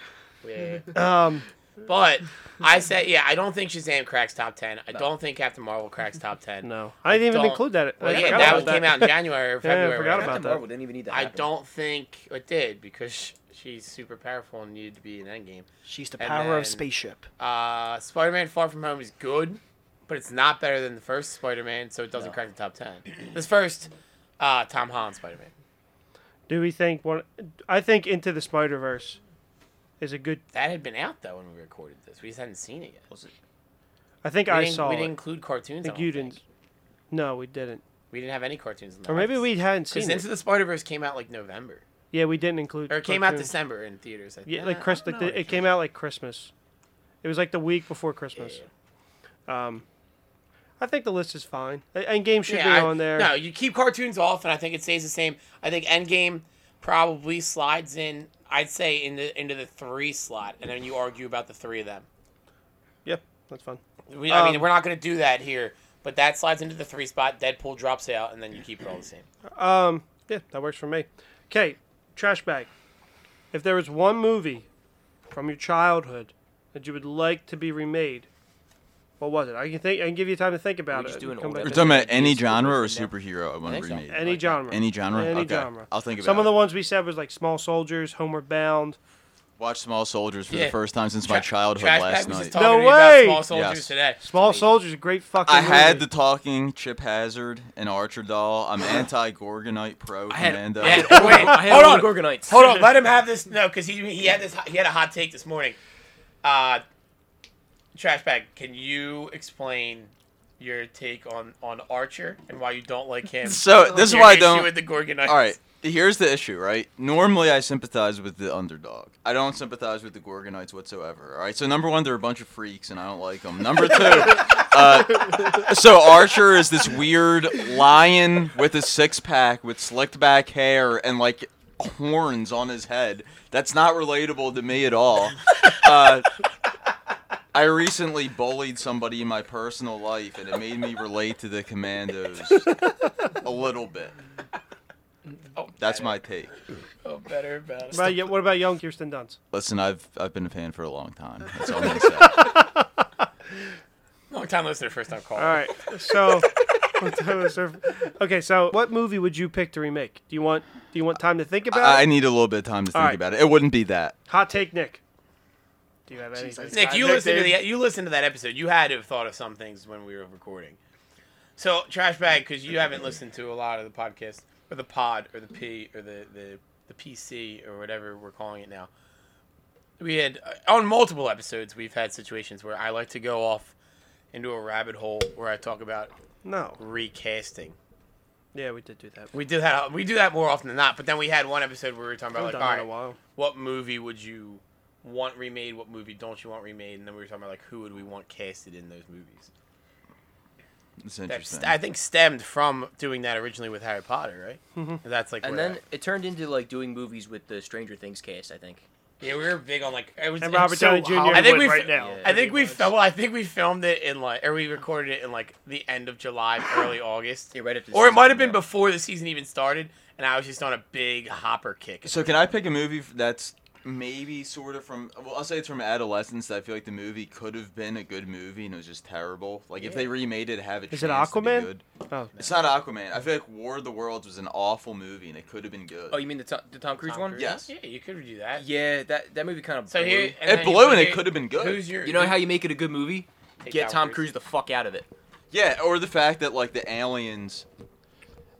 [SPEAKER 2] Yeah.
[SPEAKER 1] Um,
[SPEAKER 2] But I said, yeah, I don't think Shazam cracks top ten. I don't think Captain Marvel cracks top ten.
[SPEAKER 1] No, I didn't even
[SPEAKER 2] don't-
[SPEAKER 1] include that. I
[SPEAKER 2] Well, yeah,
[SPEAKER 1] forgot
[SPEAKER 2] that
[SPEAKER 1] about
[SPEAKER 2] was came out in January or
[SPEAKER 1] Yeah, I
[SPEAKER 2] February.
[SPEAKER 1] forgot
[SPEAKER 2] whatever.
[SPEAKER 1] about
[SPEAKER 7] Captain
[SPEAKER 1] that.
[SPEAKER 7] Marvel didn't even need to
[SPEAKER 2] I
[SPEAKER 7] happen.
[SPEAKER 2] don't think oh, it did because sh- she's super powerful and needed to be in Endgame.
[SPEAKER 7] She's the
[SPEAKER 2] And
[SPEAKER 7] power
[SPEAKER 2] then-
[SPEAKER 7] of spaceship.
[SPEAKER 2] Uh, Spider-Man: Far From Home is good, but it's not better than the first Spider-Man, so it doesn't crack the top ten. This first, uh, Tom Holland Spider-Man.
[SPEAKER 1] Do we think one? I think Into the Spider Verse is a good.
[SPEAKER 2] That had been out though when we recorded this. We just hadn't seen it yet.
[SPEAKER 1] I think
[SPEAKER 2] We
[SPEAKER 1] I
[SPEAKER 2] didn't,
[SPEAKER 1] saw
[SPEAKER 2] we
[SPEAKER 1] it.
[SPEAKER 2] didn't include cartoons.
[SPEAKER 1] I think
[SPEAKER 2] I don't
[SPEAKER 1] you
[SPEAKER 2] think.
[SPEAKER 1] didn't. No, we didn't.
[SPEAKER 2] We didn't have any cartoons. In the
[SPEAKER 1] Or maybe
[SPEAKER 2] office.
[SPEAKER 1] we hadn't
[SPEAKER 2] 'Cause
[SPEAKER 1] seen
[SPEAKER 2] Into
[SPEAKER 1] it.
[SPEAKER 2] the Spider Verse came out like November,
[SPEAKER 1] Yeah, we didn't include.
[SPEAKER 2] or it came out
[SPEAKER 1] cartoons.
[SPEAKER 2] December in theaters. I
[SPEAKER 1] Yeah,
[SPEAKER 2] think.
[SPEAKER 1] like Chris, like the, it came out like Christmas. It was like the week before Christmas. Um, I think the list is fine. A- And game should be
[SPEAKER 2] I-
[SPEAKER 1] on there.
[SPEAKER 2] No, you keep cartoons off, and I think it stays the same. I think Endgame probably slides in. I'd say in the into the three slot, and then you argue about the three of them.
[SPEAKER 1] Yep, that's fun.
[SPEAKER 2] We, I mean,
[SPEAKER 1] Um,
[SPEAKER 2] we're not going to do that here, but that slides into the three spot. Deadpool drops out, and then you keep it all the same.
[SPEAKER 1] Um, yeah, that works for me. Okay, trash bag. If there was one movie from your childhood that you would like to be remade, what was it? I can think. I can give you time to think about
[SPEAKER 3] we
[SPEAKER 1] it.
[SPEAKER 3] just do an
[SPEAKER 1] Come
[SPEAKER 3] old
[SPEAKER 1] back-
[SPEAKER 6] We're
[SPEAKER 3] episode?
[SPEAKER 6] talking about any
[SPEAKER 3] Yes,
[SPEAKER 6] genre or
[SPEAKER 3] yes, no.
[SPEAKER 6] superhero I want
[SPEAKER 2] think
[SPEAKER 6] to
[SPEAKER 2] so.
[SPEAKER 6] remade.
[SPEAKER 1] Any genre.
[SPEAKER 6] Any genre?
[SPEAKER 1] Any
[SPEAKER 6] Okay.
[SPEAKER 1] genre.
[SPEAKER 6] I'll think about
[SPEAKER 1] Some of the
[SPEAKER 6] it.
[SPEAKER 1] ones we said was like Small Soldiers, Homeward Bound.
[SPEAKER 6] Watch Small Soldiers for
[SPEAKER 2] Yeah.
[SPEAKER 6] the first time since
[SPEAKER 2] Tra-
[SPEAKER 6] my childhood
[SPEAKER 2] Trash
[SPEAKER 6] last
[SPEAKER 2] Bag was just
[SPEAKER 6] night.
[SPEAKER 1] No
[SPEAKER 2] talking to me about
[SPEAKER 1] way!
[SPEAKER 2] Small soldiers
[SPEAKER 6] Yes.
[SPEAKER 2] today.
[SPEAKER 1] Small Soldiers is a great fucking.
[SPEAKER 6] I had the
[SPEAKER 1] movie.
[SPEAKER 6] talking Chip Hazard and Archer doll. I'm anti Gorgonite pro
[SPEAKER 7] had-
[SPEAKER 6] Commando.
[SPEAKER 2] I had-
[SPEAKER 7] Wait, I had
[SPEAKER 2] hold
[SPEAKER 7] all
[SPEAKER 2] on,
[SPEAKER 7] the Gorgonites.
[SPEAKER 2] hold on. Let him have this. No, because he he had this. He had a hot take this morning. Uh, trash bag. Can you explain your take on on Archer and why you don't like him?
[SPEAKER 6] So this is
[SPEAKER 2] Your
[SPEAKER 6] why I
[SPEAKER 2] issue
[SPEAKER 6] don't.
[SPEAKER 2] With the Gorgonites.
[SPEAKER 6] All right. Here's the issue, right? Normally, I sympathize with the underdog. I don't sympathize with the Gorgonites whatsoever. All right. So number one, they're a bunch of freaks, and I don't like them. Number two, uh, so Archer is this weird lion with a six pack, with slicked back hair, and like horns on his head. That's not relatable to me at all. Uh, I recently bullied somebody in my personal life, and it made me relate to the Commandos a little bit.
[SPEAKER 2] Oh,
[SPEAKER 6] That's
[SPEAKER 2] better.
[SPEAKER 6] my take.
[SPEAKER 2] Oh, better about it.
[SPEAKER 1] Right, yeah, what about young Kirsten Dunst?
[SPEAKER 6] Listen, I've I've been a fan for a long time. That's all I'm gonna say.
[SPEAKER 2] Long time listener, first time caller.
[SPEAKER 1] All right, so. okay, so what movie would you pick to remake? Do you want do you want time to think about
[SPEAKER 6] I, I
[SPEAKER 1] it?
[SPEAKER 6] need a little bit of time to think
[SPEAKER 1] All right.
[SPEAKER 6] about it. It wouldn't be that.
[SPEAKER 1] Hot take, Nick. Do you have anything?
[SPEAKER 2] Nick, you
[SPEAKER 4] Nick,
[SPEAKER 2] listened to the you listened to that episode. You had to have thought of some things when we were recording. So trash bag, because you haven't listened to a lot of the podcast or the pod or the P or the the the PC or whatever we're calling it now. We had uh, on multiple episodes we've had situations where I like to go off into a rabbit hole where I talk about
[SPEAKER 1] No.
[SPEAKER 2] recasting.
[SPEAKER 1] Yeah, we did do that.
[SPEAKER 2] We do that we do that more often than not. But then we had one episode where we were talking about
[SPEAKER 1] We've
[SPEAKER 2] like, all
[SPEAKER 1] done that in
[SPEAKER 2] right,
[SPEAKER 1] a while.
[SPEAKER 2] what movie would you want remade? What movie don't you want remade? And then we were talking about like who would we want casted in those movies?
[SPEAKER 6] It's
[SPEAKER 2] That
[SPEAKER 6] interesting.
[SPEAKER 2] st- I think stemmed from doing that originally with Harry Potter, right? Mm-hmm. That's like
[SPEAKER 3] And
[SPEAKER 2] where-
[SPEAKER 3] then it turned into like doing movies with the Stranger Things cast. I think.
[SPEAKER 2] yeah, we were big on like it was.
[SPEAKER 1] And
[SPEAKER 2] it was
[SPEAKER 1] Robert
[SPEAKER 2] so-
[SPEAKER 1] Downey Jr.
[SPEAKER 4] Hollywood
[SPEAKER 2] I think we
[SPEAKER 4] right
[SPEAKER 2] fi-
[SPEAKER 4] now.
[SPEAKER 2] I think we
[SPEAKER 4] pretty much.
[SPEAKER 2] filmed. Well, I think we filmed it in like or we recorded it in like the end of July, early August,
[SPEAKER 3] Yeah, right after the
[SPEAKER 2] or it
[SPEAKER 3] season
[SPEAKER 2] might have been
[SPEAKER 3] came out.
[SPEAKER 2] before the season even started. And I was just on a big hopper kick.
[SPEAKER 6] So can I pick a movie f- that's maybe sort of from? Well, I'll say it's from adolescence. That I feel like the movie could have been a good movie and it was just terrible. Like if they remade it, have it.
[SPEAKER 1] Is it Aquaman?
[SPEAKER 6] To be good.
[SPEAKER 1] Oh.
[SPEAKER 6] It's not Aquaman. I feel like War of the Worlds was an awful movie and it could have been good.
[SPEAKER 3] Oh, you mean the Tom, the Tom Cruise
[SPEAKER 2] Tom
[SPEAKER 3] one?
[SPEAKER 2] Cruise?
[SPEAKER 6] Yes.
[SPEAKER 2] Yeah, you could do that.
[SPEAKER 3] Yeah, that that movie kind of.
[SPEAKER 2] So here,
[SPEAKER 6] It
[SPEAKER 2] then-
[SPEAKER 6] blew and
[SPEAKER 2] but
[SPEAKER 6] it
[SPEAKER 2] here-
[SPEAKER 6] could've been good.
[SPEAKER 2] Who's your?
[SPEAKER 3] you know how you make it a good movie?
[SPEAKER 2] Take
[SPEAKER 3] Get Tom
[SPEAKER 2] Tom
[SPEAKER 3] Cruise
[SPEAKER 2] Cruise.
[SPEAKER 3] the fuck out of it.
[SPEAKER 6] Yeah, or the fact that like the aliens,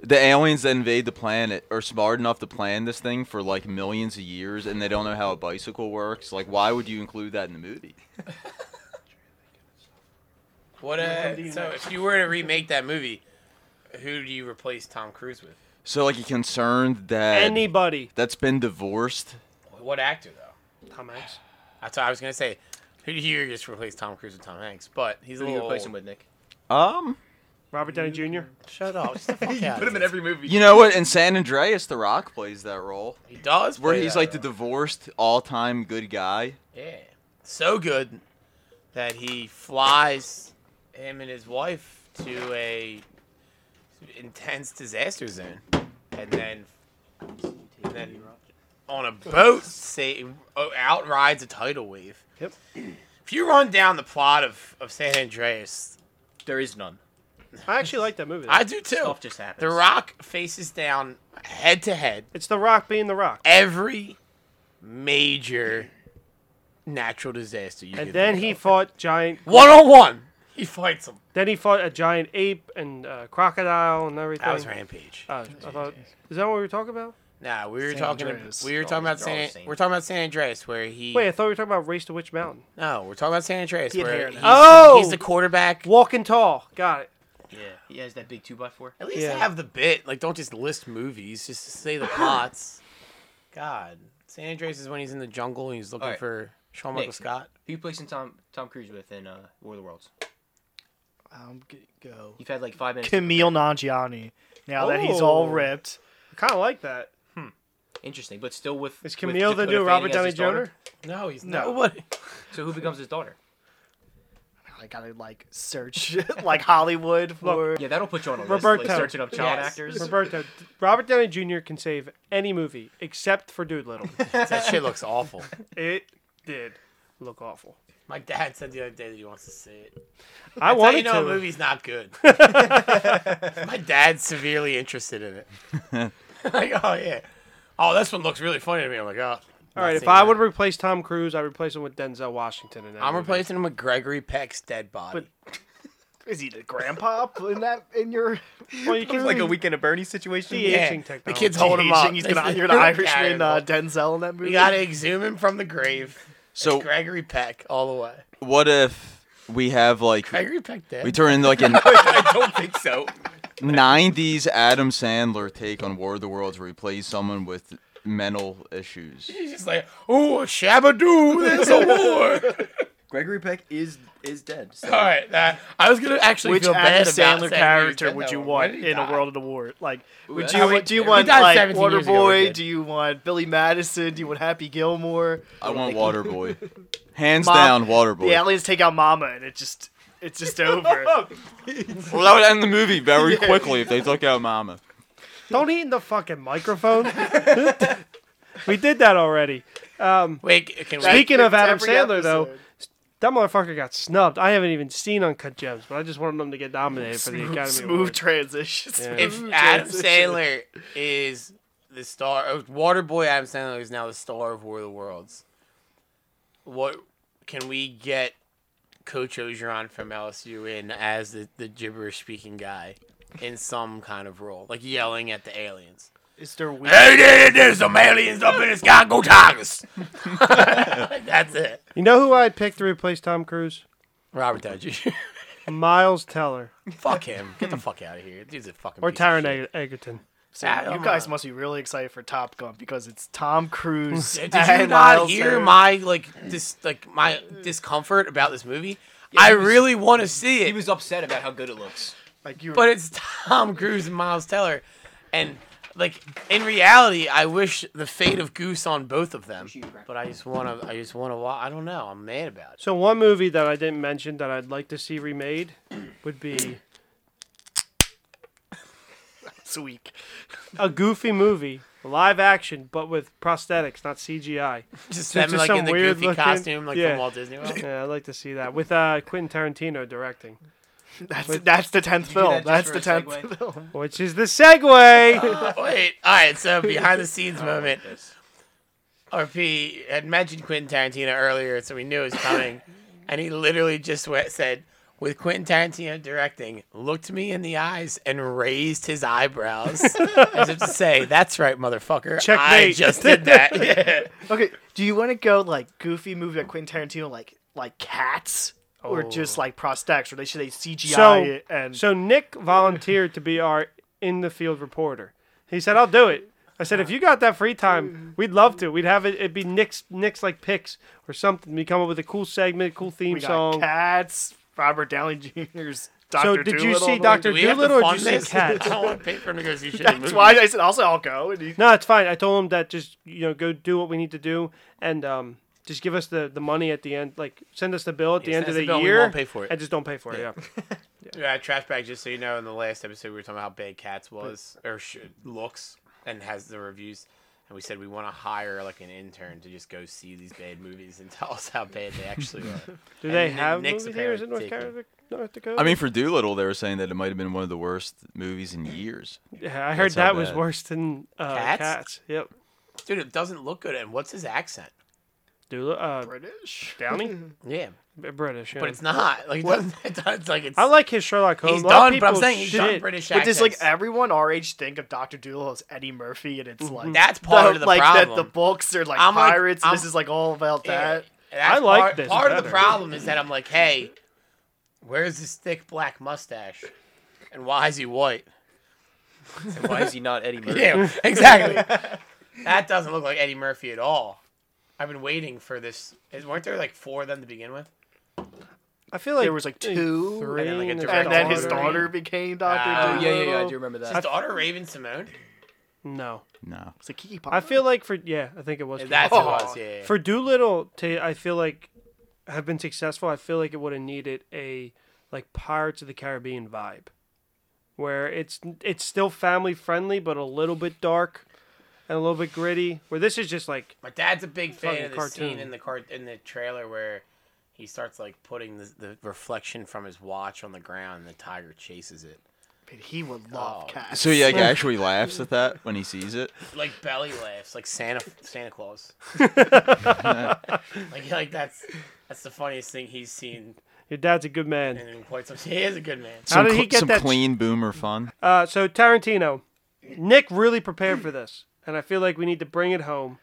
[SPEAKER 6] the aliens that invade the planet are smart enough to plan this thing for like millions of years, and they don't know how a bicycle works. Like, why would you include that in the movie?
[SPEAKER 2] What? A, so if you were to remake that movie, who do you replace Tom Cruise with?
[SPEAKER 6] So like a concerned dad
[SPEAKER 1] Anybody.
[SPEAKER 6] that's been divorced.
[SPEAKER 2] What actor though?
[SPEAKER 1] Tom Hanks.
[SPEAKER 2] That's what I was gonna say. Who do you just replace Tom Cruise with Tom Hanks? But he's a
[SPEAKER 3] Who do you
[SPEAKER 2] little.
[SPEAKER 3] replace him with, Nick?
[SPEAKER 6] Um,
[SPEAKER 1] Robert Downey Jr.
[SPEAKER 2] Shut up! Just the fuck out of
[SPEAKER 3] Put him in
[SPEAKER 2] here.
[SPEAKER 3] every movie.
[SPEAKER 6] you know what? In San Andreas, The Rock plays that role
[SPEAKER 2] He does.
[SPEAKER 6] where
[SPEAKER 2] play uh,
[SPEAKER 6] he's
[SPEAKER 2] that
[SPEAKER 6] like the
[SPEAKER 2] role.
[SPEAKER 6] divorced, all-time good guy.
[SPEAKER 2] Yeah. So good that he flies him and his wife to a intense disaster zone, and then and oh, then on a boat, say, out rides a tidal wave.
[SPEAKER 1] Yep.
[SPEAKER 2] If you run down the plot of, of San Andreas,
[SPEAKER 7] There is none.
[SPEAKER 1] I actually like that movie. though.
[SPEAKER 2] I do too.
[SPEAKER 7] Stuff just happens.
[SPEAKER 2] The Rock faces down head to head
[SPEAKER 1] it's The Rock being The Rock.
[SPEAKER 2] every major natural disaster you
[SPEAKER 1] And
[SPEAKER 2] could
[SPEAKER 1] then
[SPEAKER 2] think
[SPEAKER 1] he
[SPEAKER 2] of.
[SPEAKER 1] fought giant.
[SPEAKER 2] one on one he fights him.
[SPEAKER 1] Then he fought a giant ape and uh, crocodile and everything.
[SPEAKER 2] That was Rampage.
[SPEAKER 1] Oh, I thought, is that what we were talking about?
[SPEAKER 2] Nah, we were
[SPEAKER 4] San
[SPEAKER 2] talking.
[SPEAKER 4] Andreas.
[SPEAKER 2] We were talking about
[SPEAKER 7] they're all the
[SPEAKER 2] San.
[SPEAKER 7] same.
[SPEAKER 2] We're talking about San Andreas, where he.
[SPEAKER 1] Wait, I thought we were talking about Race to Witch Mountain.
[SPEAKER 2] no, we're talking about San Andreas,
[SPEAKER 3] He had hair
[SPEAKER 2] where
[SPEAKER 3] in
[SPEAKER 2] he's,
[SPEAKER 3] it.
[SPEAKER 1] Oh!
[SPEAKER 2] he's the quarterback.
[SPEAKER 1] Walking tall. Got it.
[SPEAKER 7] Yeah.
[SPEAKER 3] He has that big two by four.
[SPEAKER 2] At least
[SPEAKER 1] Yeah.
[SPEAKER 2] have the bit. Like, don't just list movies. Just say the plots. God, San Andreas is when he's in the jungle and he's looking
[SPEAKER 3] All right.
[SPEAKER 2] for Sean Michael
[SPEAKER 3] Nick.
[SPEAKER 2] Scott.
[SPEAKER 3] Who you placing Tom Tom Cruise with in uh, War of the Worlds?
[SPEAKER 4] I'm Um, g- go.
[SPEAKER 3] You've had like five minutes.
[SPEAKER 4] Camille Nangiani. Now that he's all
[SPEAKER 1] Oh.
[SPEAKER 4] ripped,
[SPEAKER 1] I kind of like that.
[SPEAKER 3] Interesting, but still with.
[SPEAKER 1] Is
[SPEAKER 3] with
[SPEAKER 1] Camille the
[SPEAKER 3] Dakota
[SPEAKER 1] new
[SPEAKER 3] Fanning
[SPEAKER 1] Robert
[SPEAKER 3] as
[SPEAKER 1] Downey
[SPEAKER 3] his daughter?
[SPEAKER 1] Jr.?
[SPEAKER 2] No, he's
[SPEAKER 4] No.
[SPEAKER 2] nobody.
[SPEAKER 3] So who becomes his daughter?
[SPEAKER 4] I gotta like search like Hollywood for.
[SPEAKER 3] Yeah, that'll put you on a list.
[SPEAKER 1] Roberto.
[SPEAKER 3] Like searching up child
[SPEAKER 2] Yes.
[SPEAKER 3] actors.
[SPEAKER 1] Roberto, Robert Downey Jr. can save any movie except for Doolittle.
[SPEAKER 2] that shit looks awful.
[SPEAKER 1] it did look awful.
[SPEAKER 2] My dad said the other day that he wants to see it.
[SPEAKER 1] I
[SPEAKER 2] That's how
[SPEAKER 1] wanted
[SPEAKER 2] you know
[SPEAKER 1] to.
[SPEAKER 2] a movie's not good. My dad's severely interested in it. like, oh yeah. Oh, this one looks really funny to me. I'm like, oh.
[SPEAKER 1] All right, if I would replace Tom Cruise, I'd replace him with Denzel Washington. In that
[SPEAKER 2] I'm
[SPEAKER 1] movie.
[SPEAKER 2] replacing him with Gregory Peck's dead body.
[SPEAKER 4] Is he the grandpa in that in your?
[SPEAKER 1] Well, you can
[SPEAKER 7] It's like a weekend of Bernie situation.
[SPEAKER 1] Yeah. aging
[SPEAKER 2] the
[SPEAKER 1] technology.
[SPEAKER 2] kids holding him up.
[SPEAKER 4] He's
[SPEAKER 2] They-
[SPEAKER 4] gonna.
[SPEAKER 2] they
[SPEAKER 4] You're the
[SPEAKER 2] don't
[SPEAKER 4] Irishman
[SPEAKER 2] carry him.
[SPEAKER 4] uh, Denzel in that movie.
[SPEAKER 2] we gotta exhume him from the grave. So
[SPEAKER 6] So
[SPEAKER 2] Gregory Peck all the way.
[SPEAKER 6] what if we have like
[SPEAKER 2] Gregory Peck dead.
[SPEAKER 6] we turn into like a
[SPEAKER 7] I don't think so.
[SPEAKER 6] 90s Adam Sandler take on War of the Worlds where he plays someone with mental issues.
[SPEAKER 2] He's just like, oh, Shabadoo, there's a war.
[SPEAKER 7] Gregory Peck is is dead. So.
[SPEAKER 2] all right, that, I was gonna actually
[SPEAKER 4] Which
[SPEAKER 2] feel bad
[SPEAKER 4] Adam
[SPEAKER 2] about
[SPEAKER 4] Sandler
[SPEAKER 2] saying that
[SPEAKER 4] character
[SPEAKER 2] he's
[SPEAKER 4] would
[SPEAKER 2] dead,
[SPEAKER 4] you
[SPEAKER 2] though.
[SPEAKER 4] want
[SPEAKER 2] When did he
[SPEAKER 4] in a
[SPEAKER 2] die?
[SPEAKER 4] world of the war? Like, would
[SPEAKER 6] that
[SPEAKER 4] you
[SPEAKER 2] would-
[SPEAKER 4] do you
[SPEAKER 2] he
[SPEAKER 4] want
[SPEAKER 2] died
[SPEAKER 4] like
[SPEAKER 2] 17 years ago, he
[SPEAKER 4] Waterboy?
[SPEAKER 2] did.
[SPEAKER 4] Do you want Billy Madison? Do you want Happy Gilmore?
[SPEAKER 6] I want Waterboy. Hands
[SPEAKER 4] Mom-
[SPEAKER 6] down, Waterboy.
[SPEAKER 4] The aliens take out Mama, and it just it's just over.
[SPEAKER 6] Well, that would end the movie very quickly if they took out Mama.
[SPEAKER 1] Don't eat in the fucking microphone. we did that already.
[SPEAKER 2] Wait, can we?
[SPEAKER 1] Speaking of Adam
[SPEAKER 4] Every
[SPEAKER 1] Sandler, though,
[SPEAKER 4] episode.
[SPEAKER 1] that motherfucker got snubbed. I haven't even seen Uncut Gems, but I just wanted them to get nominated for the
[SPEAKER 4] smooth,
[SPEAKER 1] Academy
[SPEAKER 4] smooth
[SPEAKER 1] Award.
[SPEAKER 4] transition.
[SPEAKER 2] if
[SPEAKER 4] smooth
[SPEAKER 2] Adam
[SPEAKER 4] transition.
[SPEAKER 2] Sandler is the star, uh, Waterboy Adam Sandler is now the star of War of the Worlds. What can we get Coach Ogeron from LSU in as the, the gibberish speaking guy in some kind of role, like yelling at the aliens?
[SPEAKER 4] is there weird?
[SPEAKER 2] Hey, there, there's some aliens up in the sky. Go Tigers! That's it.
[SPEAKER 1] You know who I'd pick to replace Tom Cruise?
[SPEAKER 2] Robert Downey. Jr.
[SPEAKER 1] Miles Teller
[SPEAKER 2] fuck him. Get the fuck out of here. Dude's a fucking.
[SPEAKER 1] or
[SPEAKER 2] piece of
[SPEAKER 1] Taron
[SPEAKER 2] shit.
[SPEAKER 1] Eg- Egerton.
[SPEAKER 4] So
[SPEAKER 2] Ah,
[SPEAKER 4] you
[SPEAKER 2] come
[SPEAKER 4] guys
[SPEAKER 2] on.
[SPEAKER 4] must be really excited for Top Gun because it's Tom Cruise.
[SPEAKER 2] Did
[SPEAKER 4] and
[SPEAKER 2] you not
[SPEAKER 4] Miles
[SPEAKER 2] hear
[SPEAKER 4] Teller.
[SPEAKER 2] my like this like my discomfort about this movie? I really want to see
[SPEAKER 3] He
[SPEAKER 2] it,
[SPEAKER 3] was upset about how good it looks.
[SPEAKER 4] Like you were
[SPEAKER 2] but it's Tom Cruise and Miles Teller, and like in reality, I wish the fate of Goose on both of them. But I just want to, I just want to. I don't know. I'm mad about it.
[SPEAKER 1] So one movie that I didn't mention that I'd like to see remade would be
[SPEAKER 4] this week.
[SPEAKER 1] a goofy movie, live action, but with prosthetics, not CGI.
[SPEAKER 2] Just them
[SPEAKER 1] just
[SPEAKER 2] like
[SPEAKER 1] some
[SPEAKER 2] in the
[SPEAKER 1] weird
[SPEAKER 2] goofy
[SPEAKER 1] looking-
[SPEAKER 2] costume, like
[SPEAKER 1] yeah.
[SPEAKER 2] from Walt Disney World.
[SPEAKER 1] Yeah, I'd like to see that with uh, Quentin Tarantino directing,
[SPEAKER 4] That's that's the tenth
[SPEAKER 3] do that
[SPEAKER 4] film.
[SPEAKER 3] just
[SPEAKER 4] That's
[SPEAKER 3] for
[SPEAKER 4] the
[SPEAKER 3] a
[SPEAKER 4] tenth
[SPEAKER 3] segue?
[SPEAKER 4] film.
[SPEAKER 1] which is the segue.
[SPEAKER 2] Wait, all right. So behind the scenes moment. RP had mentioned Quentin Tarantino earlier, so we knew it was coming, and he literally just went, said, "With Quentin Tarantino directing," looked me in the eyes and raised his eyebrows as if to say, "That's right, motherfucker. I
[SPEAKER 1] Checkmate."
[SPEAKER 2] just did that." Yeah.
[SPEAKER 4] Okay, do you want to go like goofy movie like Quentin Tarantino, like like Cats, or just like prosthetics, or they should they CGI
[SPEAKER 1] Oh. So,
[SPEAKER 4] it and
[SPEAKER 1] so Nick volunteered to be our in the field reporter. He said, "I'll do it." I said, "If you got that free time, we'd love to. We'd have it. It'd be Nick's Nick's like picks or something. We come up with a cool segment, cool theme
[SPEAKER 4] we got
[SPEAKER 1] song."
[SPEAKER 4] Cats, Robert Downey Jr.'s Doctor
[SPEAKER 1] So did you see
[SPEAKER 2] Do
[SPEAKER 1] Doctor
[SPEAKER 2] we have to
[SPEAKER 1] Doolittle or
[SPEAKER 2] fund
[SPEAKER 1] did you
[SPEAKER 2] this?
[SPEAKER 1] see Cats?
[SPEAKER 2] I don't want to pay for negotiation.
[SPEAKER 4] That's why I said also I'll go. And he,
[SPEAKER 1] No, it's fine. I told him that just you know go do what we need to do and um just give us the the money at the end. Like send us the bill at the
[SPEAKER 2] Yeah,
[SPEAKER 1] end
[SPEAKER 2] send
[SPEAKER 1] of the
[SPEAKER 2] us the bill and we
[SPEAKER 1] year.
[SPEAKER 2] won't pay for it.
[SPEAKER 1] And just don't pay for it. Yeah.
[SPEAKER 2] Yeah, trash bag. Just so you know, in the last episode, we were talking about how bad Cats was or sh- looks and has the reviews. and we said we want to hire like an intern to just go see these bad movies and tell us how bad they actually are.
[SPEAKER 1] Do
[SPEAKER 2] And
[SPEAKER 1] they
[SPEAKER 2] Nick-
[SPEAKER 1] have
[SPEAKER 2] Nick's
[SPEAKER 1] movie theaters in North
[SPEAKER 2] apparently
[SPEAKER 1] Carolina? North Dakota.
[SPEAKER 6] I mean, for Doolittle, they were saying that it might have been one of the worst movies in years.
[SPEAKER 1] yeah, I heard
[SPEAKER 6] that's how
[SPEAKER 1] that was
[SPEAKER 6] bad.
[SPEAKER 1] worse than uh,
[SPEAKER 2] Cats?
[SPEAKER 1] cats? Yep.
[SPEAKER 2] Dude, it doesn't look good. And what's his accent?
[SPEAKER 1] Do uh,
[SPEAKER 4] British.
[SPEAKER 1] Downey?
[SPEAKER 2] Yeah,
[SPEAKER 1] B- British. Yeah.
[SPEAKER 2] but it's not like it doesn't- it does- it's like it's.
[SPEAKER 1] I like his Sherlock Holmes.
[SPEAKER 2] he's
[SPEAKER 1] A lot of
[SPEAKER 2] done, but I'm
[SPEAKER 1] people
[SPEAKER 2] saying he's done
[SPEAKER 1] shit.
[SPEAKER 2] British
[SPEAKER 4] But
[SPEAKER 2] accents.
[SPEAKER 4] does like everyone our age think of Doctor Doolittle as Eddie Murphy, and
[SPEAKER 1] Mm-hmm.
[SPEAKER 4] it's like
[SPEAKER 2] That's part of the
[SPEAKER 4] like
[SPEAKER 2] problem.
[SPEAKER 4] that the books are like
[SPEAKER 2] I'm like-
[SPEAKER 4] pirates. and this
[SPEAKER 2] I'm-
[SPEAKER 4] is like all about
[SPEAKER 2] Yeah.
[SPEAKER 4] that.
[SPEAKER 2] And that's
[SPEAKER 1] I like
[SPEAKER 2] part,
[SPEAKER 1] this
[SPEAKER 2] Part of the
[SPEAKER 1] better.
[SPEAKER 2] problem is that I'm like, hey, where's this thick black mustache, and why is he white?
[SPEAKER 7] And why is he not Eddie Murphy?
[SPEAKER 2] Yeah, exactly. that doesn't look like Eddie Murphy at all. I've been waiting for this. Is, weren't there like four of them to begin with?
[SPEAKER 1] I feel like
[SPEAKER 4] there was like two,
[SPEAKER 1] three,
[SPEAKER 2] and then, like, a
[SPEAKER 1] and
[SPEAKER 2] direct
[SPEAKER 4] and then his
[SPEAKER 2] daughter.
[SPEAKER 4] daughter became Doctor
[SPEAKER 2] Ah.
[SPEAKER 7] Oh, yeah,
[SPEAKER 4] Doolittle.
[SPEAKER 7] yeah, yeah. I do remember
[SPEAKER 2] Is
[SPEAKER 7] that.
[SPEAKER 2] his daughter Raven Simone?
[SPEAKER 1] No,
[SPEAKER 6] No.
[SPEAKER 4] It's like Kiki
[SPEAKER 1] I feel like for yeah, I think it was.
[SPEAKER 2] That's who it was. Yeah. yeah.
[SPEAKER 1] for Doolittle to I feel like have been successful. I feel like it would have needed a like Pirates of the Caribbean vibe, where it's it's still family friendly but a little bit dark and a little bit gritty. Where this is just like
[SPEAKER 2] My dad's a big fan
[SPEAKER 1] Fucking
[SPEAKER 2] of the scene
[SPEAKER 1] cartoon.
[SPEAKER 2] in the car- in the trailer where he starts like putting the, the reflection from his watch on the ground, and the tiger chases it.
[SPEAKER 4] like he would love
[SPEAKER 2] Oh.
[SPEAKER 4] cats.
[SPEAKER 6] So he like actually laughs at that when he sees it.
[SPEAKER 2] Like belly laughs, like Santa Santa Claus. like like that's that's the funniest thing he's seen
[SPEAKER 1] your dad's a good man.
[SPEAKER 2] in quite some. He is a good man.
[SPEAKER 1] How
[SPEAKER 6] Some,
[SPEAKER 1] did he
[SPEAKER 6] cl-
[SPEAKER 1] get
[SPEAKER 6] some
[SPEAKER 1] that-
[SPEAKER 6] clean boomer fun.
[SPEAKER 1] Uh, so Tarantino, Nick really prepared for this, and I feel like we need to bring it home.